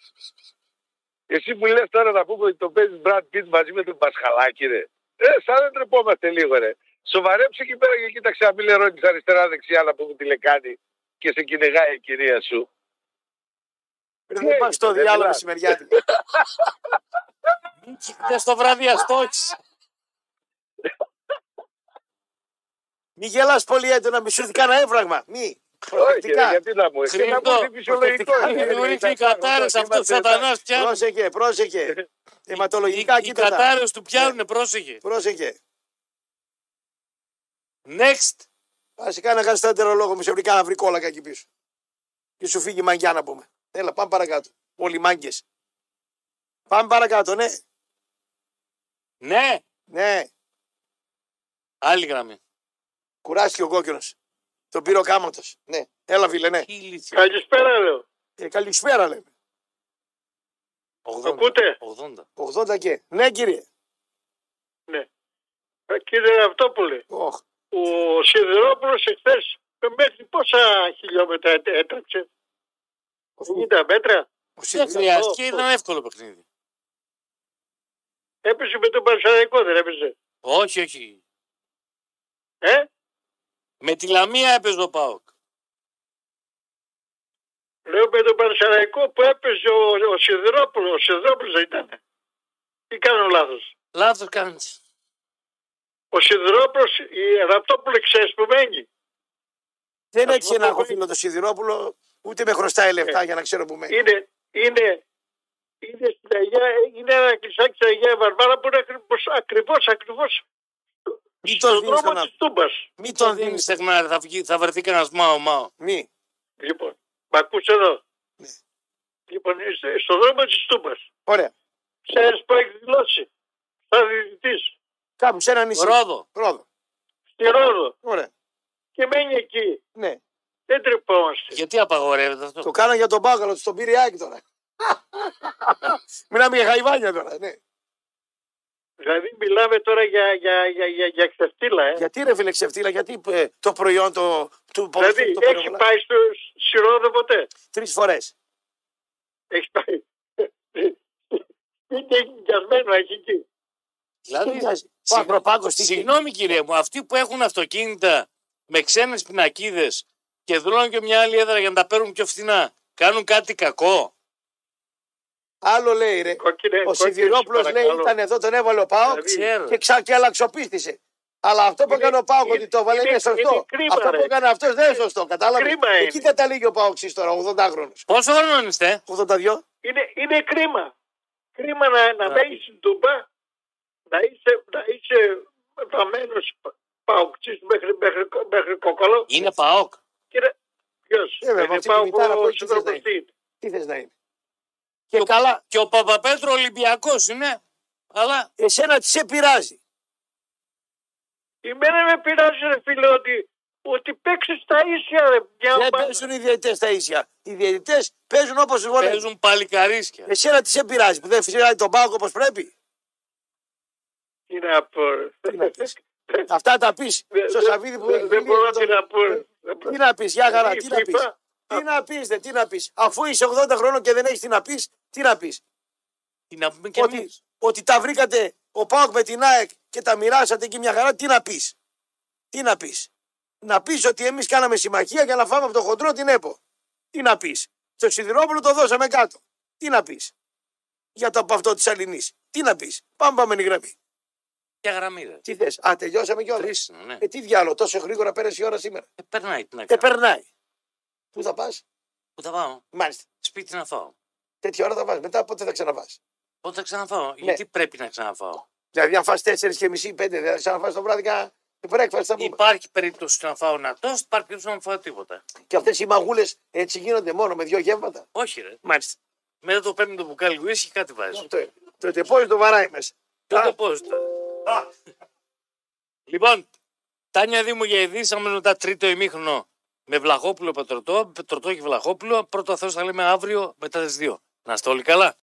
H: Εσύ μου λες τώρα να πούμε ότι το παίζεις Μπραντ Πιτ μαζί με τον Πασχαλάκη, ρε. Ε, σαν δεν τρεπόμαστε λίγο, ρε. Σοβαρέψε εκεί πέρα και κοίταξε να μην λερώνεις αριστερά-δεξιά να πούμε τη λεκάνη και σε κυνηγάει η κυρία σου.
B: Δεν πα στο
H: έγινε, δεν
B: διάλογο
H: μιλάμε.
B: μεσημεριάτη.
A: Χθε το βράδυ αστόχησε.
B: Μη γελάς πολύ έντονα, μη σου έρθει κανένα έβραγμα. Μη.
H: Όχι, ρε,
B: Προσεκτικά.
H: γιατί να μου έρθει. Να μου
A: Χριστό,
H: έρθει φυσιολογικό.
B: προσεκτικά.
H: ρε.
A: Του ρίχνει η
H: Εντάξει,
A: κατάρρευση αυτού του
H: είμαστε
A: σατανά πιάνουν.
B: Πρόσεχε, πρόσεχε.
A: Οι,
B: Αιματολογικά,
A: οι
B: κοίτα. τα.
A: κατάρρες του πιάνουνε, πρόσεχε.
B: Ναι. Πρόσεχε.
A: Next.
B: Βασικά να κάνει τέντερο λόγο μου, σε βρήκα να βρει κόλακα εκεί πίσω. Και σου φύγει η μαγιά να πούμε. Έλα, πάμε παρακάτω. Όλοι μάγκες. Πάμε παρακάτω, ναι.
A: Ναι.
B: Ναι,
A: Άλλη γραμμή.
B: κουράστηκε ο κόκκινος. Τον πήρε ο κάματο. Ναι, έλα, φίλε, ναι.
A: Τι ηλίθεια.
D: Καλησπέρα, λέω.
B: Ε, καλησπέρα, λέμε.
A: 80.
D: Ακούτε?
A: 80.
B: 80 και. Ναι, κύριε.
D: Ε, Κύριε Αυτόπουλε,
B: Οχ.
D: ο Σιδηρόπουλος εχθές μέχρι πόσα χιλιόμετρα έτ- έτρεξε, 50 μέτρα,
B: Ο
A: Δεν
B: Σιδηρόπουλος.
A: χρειάστηκε, ήταν εύκολο παιχνίδι.
D: έπεσε με τον Παρσαραϊκό, δεν έπεσε.
A: Όχι, όχι.
D: Ε,
A: Με τη λαμία έπαιζε ο Πάοκ.
D: λέω με τον Παρσαραϊκό που έπεσε ο, ο Σιδηρόπουλος, ο Σιδηρόπουλος δεν ήταν. Τι κάνω λάθος.
A: Λάθος κάνεις.
D: Ο Σιδηρόπουλος, η Ραπτόπουλη ξέρεις που μένει.
B: Δεν
D: Ας
B: έτυχε να
D: πούμε,
B: έχω
D: μπορεί-
B: Ναι. φίλο το Σιδηρόπουλο, ούτε με χρωστάει λεφτά για να ξέρω που μένει.
D: Είναι, είναι
I: είναι, στην Αγία- είναι ένα κλεισάκι της Αγία Βαρβάρα που είναι ακριβώς, ακριβώς, ακριβώς
B: Μην τον
I: στον
B: δίνει
I: δρόμο
B: τον
I: της Τούμπας.
B: Μην
A: Τον
B: τον
A: δίνεις
B: δίνεις.
A: στεγνάρι, θα, βγει- θα βρεθεί κανένας μάο μάο.
B: Μη.
I: Λοιπόν, μ' ακούς εδώ.
B: Ναι.
I: Λοιπόν, είστε στον δρόμο της Τούμπας.
B: Ωραία.
I: Ξέρεις που έχει δηλώσει. Θα διδητής.
B: Κάπου σε ένα νησί.
A: Ρόδο.
B: Ρόδο.
I: Στη Ρόδο.
B: Ωραία.
I: Και μένει εκεί.
B: Ναι.
I: Δεν τρεπόμαστε.
A: Γιατί απαγορεύεται αυτό.
B: Το κάναν για τον Μπάγκαλο, στον πήρε η Άκη
I: [LAUGHS]
B: τώρα. Μιλάμε για χαϊβάνια τώρα. Ναι.
I: Δηλαδή μιλάμε τώρα για, για, για, για, για ξεφτύλα, ε.
B: Γιατί ρε φίλε ξεφτύλα, γιατί ε, το προϊόν το, του
I: Δηλαδή, έχει πάει στο στη Ρόδο ποτέ.
B: Τρεις φορές.
I: Έχει πάει. Είτε έχει γκιασμένο, έχει εκεί.
A: Δηλαδή,
B: ο
A: συγ-
B: Ακροπάκο τι
A: Συγγνώμη κύριε μου, αυτοί που έχουν αυτοκίνητα με ξένες πινακίδες και δρώνουν και μια άλλη έδρα για να τα παίρνουν πιο φθηνά, κάνουν κάτι κακό.
B: Άλλο λέει ρε.
I: Κόκκινε,
B: Ο
I: κόκκινε, σε
B: Σιδηρόπουλο λέει
I: ε, παρακαλώ. Δηλαδή, ε,
B: ήταν εδώ, τον έβαλε ο Πάοκ
A: Ξέρω.
B: και, ξα... και αλλαξοπίστησε. Αλλά αυτό που
I: Είναι-
B: έκανε ο Πάοκ
I: είναι-
B: ότι το έβαλε
I: είναι-
B: είναι σωστό.
I: είναι κρίμα,
B: Αυτό που
I: ρε.
B: έκανε αυτός δεν είναι σωστό. Κατάλαβες.
I: Κρίμα
B: Εκεί
I: είναι.
B: καταλήγει ο Πάοκ τώρα, 80 χρόνο.
A: Πόσο χρόνο είστε,
B: 82.
I: Είναι, είναι κρίμα. Κρίμα να, να
A: Ναι.
I: μένεις στην Τούμπα, να είσαι, να είσαι βαμμένος πα- παοκτής μέχρι, μέχρι, μέχρι κόκαλο.
A: Είναι ΠΑΟΚ.
I: Και να- ποιος,
B: Ε, βέβαια,
I: δεν
B: αυτή τη
I: πάω
B: γλιτάρα που
I: ο
B: έχει, τι θες να
I: συνδρομητής.
B: Τι θες να είναι.
A: Και, ο, καλά. και ο Παπαπέτρο Ολυμπιακός είναι, αλλά
B: Εσένα τι σε πειράζει.
I: Εμένα με πειράζει ρε φίλε ότι, ότι παίξεις τα ίσια ρε μια
B: Δεν
I: ομάδα.
B: παίζουν οι διαιτητές τα ίσια. Οι διαιτητές παίζουν όπως τους βολεύουν.
A: παίζουν παλικαρίσκια.
B: Εσένα τι σε πειράζει που δεν φυσάει τον πάγκο όπως πρέπει.
I: Τι να πω.
B: Τι να πεις. Αυτά τα πεις
I: Δεν-
B: στο
I: δεν-
B: Σαββίδι που έχει
I: Δεν μπορώ
B: μιλήσει
I: τι
B: με
I: να
B: τον-
I: πω. ρε. Ε, Δεν μπορώ.
B: Τι να πεις, για χαρά,
I: Η
B: τι να πεις.
I: FIFA,
B: Τι να πεις, δε, τι να πεις. Αφού είσαι 80 χρόνων και δεν έχεις τι να πεις, τι να πεις.
A: Τι να πούμε και
B: Ότι,
A: εμείς.
B: ότι τα βρήκατε ο Πάοκ με την ΑΕΚ και τα μοιράσατε και μια χαρά, τι να πεις. Τι να πεις. Να πεις ότι εμείς κάναμε συμμαχία για να φάμε από το χοντρό την ΕΠΟ. Τι να πεις. Στο Σιδηρόπουλο το δώσαμε κάτω. Τι να πεις. Για το από αυτό της Αλληνής. Τι να πεις. Πάμε, πάμε η γραμμή.
A: Για γραμμή ρε.
B: Τι θες. Α, τελειώσαμε κιόλας.
A: Τρεις είναι, ναι.
B: Ε, τι διάλογο, τόσο γρήγορα πέρασε η ώρα σήμερα.
A: Ε, περνάει τι να
B: Δεν
A: κάνω.
B: περνάει. Πού θα πας,
A: Πού θα πάω,
B: μάλιστα.
A: σπίτι να φάω.
B: Τέτοια ώρα θα πα. Μετά πότε θα ξαναπά.
A: Πότε θα
B: Ναι.
A: ξαναφάω, γιατί πρέπει να ξαναφάω.
B: Δηλαδή, αν φας 4 και μισή, δηλαδή, 5, δεν θα ξαναφά το βράδυ κανένα breakfast. Θα πούμε.
A: Υπάρχει περίπτωση να φάω να τόστ, υπάρχει περίπτωση να μην φάω τίποτα.
B: Και αυτές οι μαγούλες έτσι γίνονται μόνο με δύο γεύματα.
A: Όχι ρε.
B: Μάλιστα.
A: Μετά το παίρνει το μπουκάλι γουίσκι και κάτι βάζεις.
B: Αυτό είναι. Ναι, Το τεπόζι το βαράει μέσα.
A: Το
B: Α.
A: τεπόζιτο. Λοιπόν, Τάνια Δήμου για ειδήσεις, άμα μετά τρίτο ημίχρονο με Βλαχόπουλο Πετρωτό, Πετρωτό και Βλαχόπουλο. Πρώτα Θεός θα λέμε αύριο μετά τις δύο. Να είστε όλοι καλά.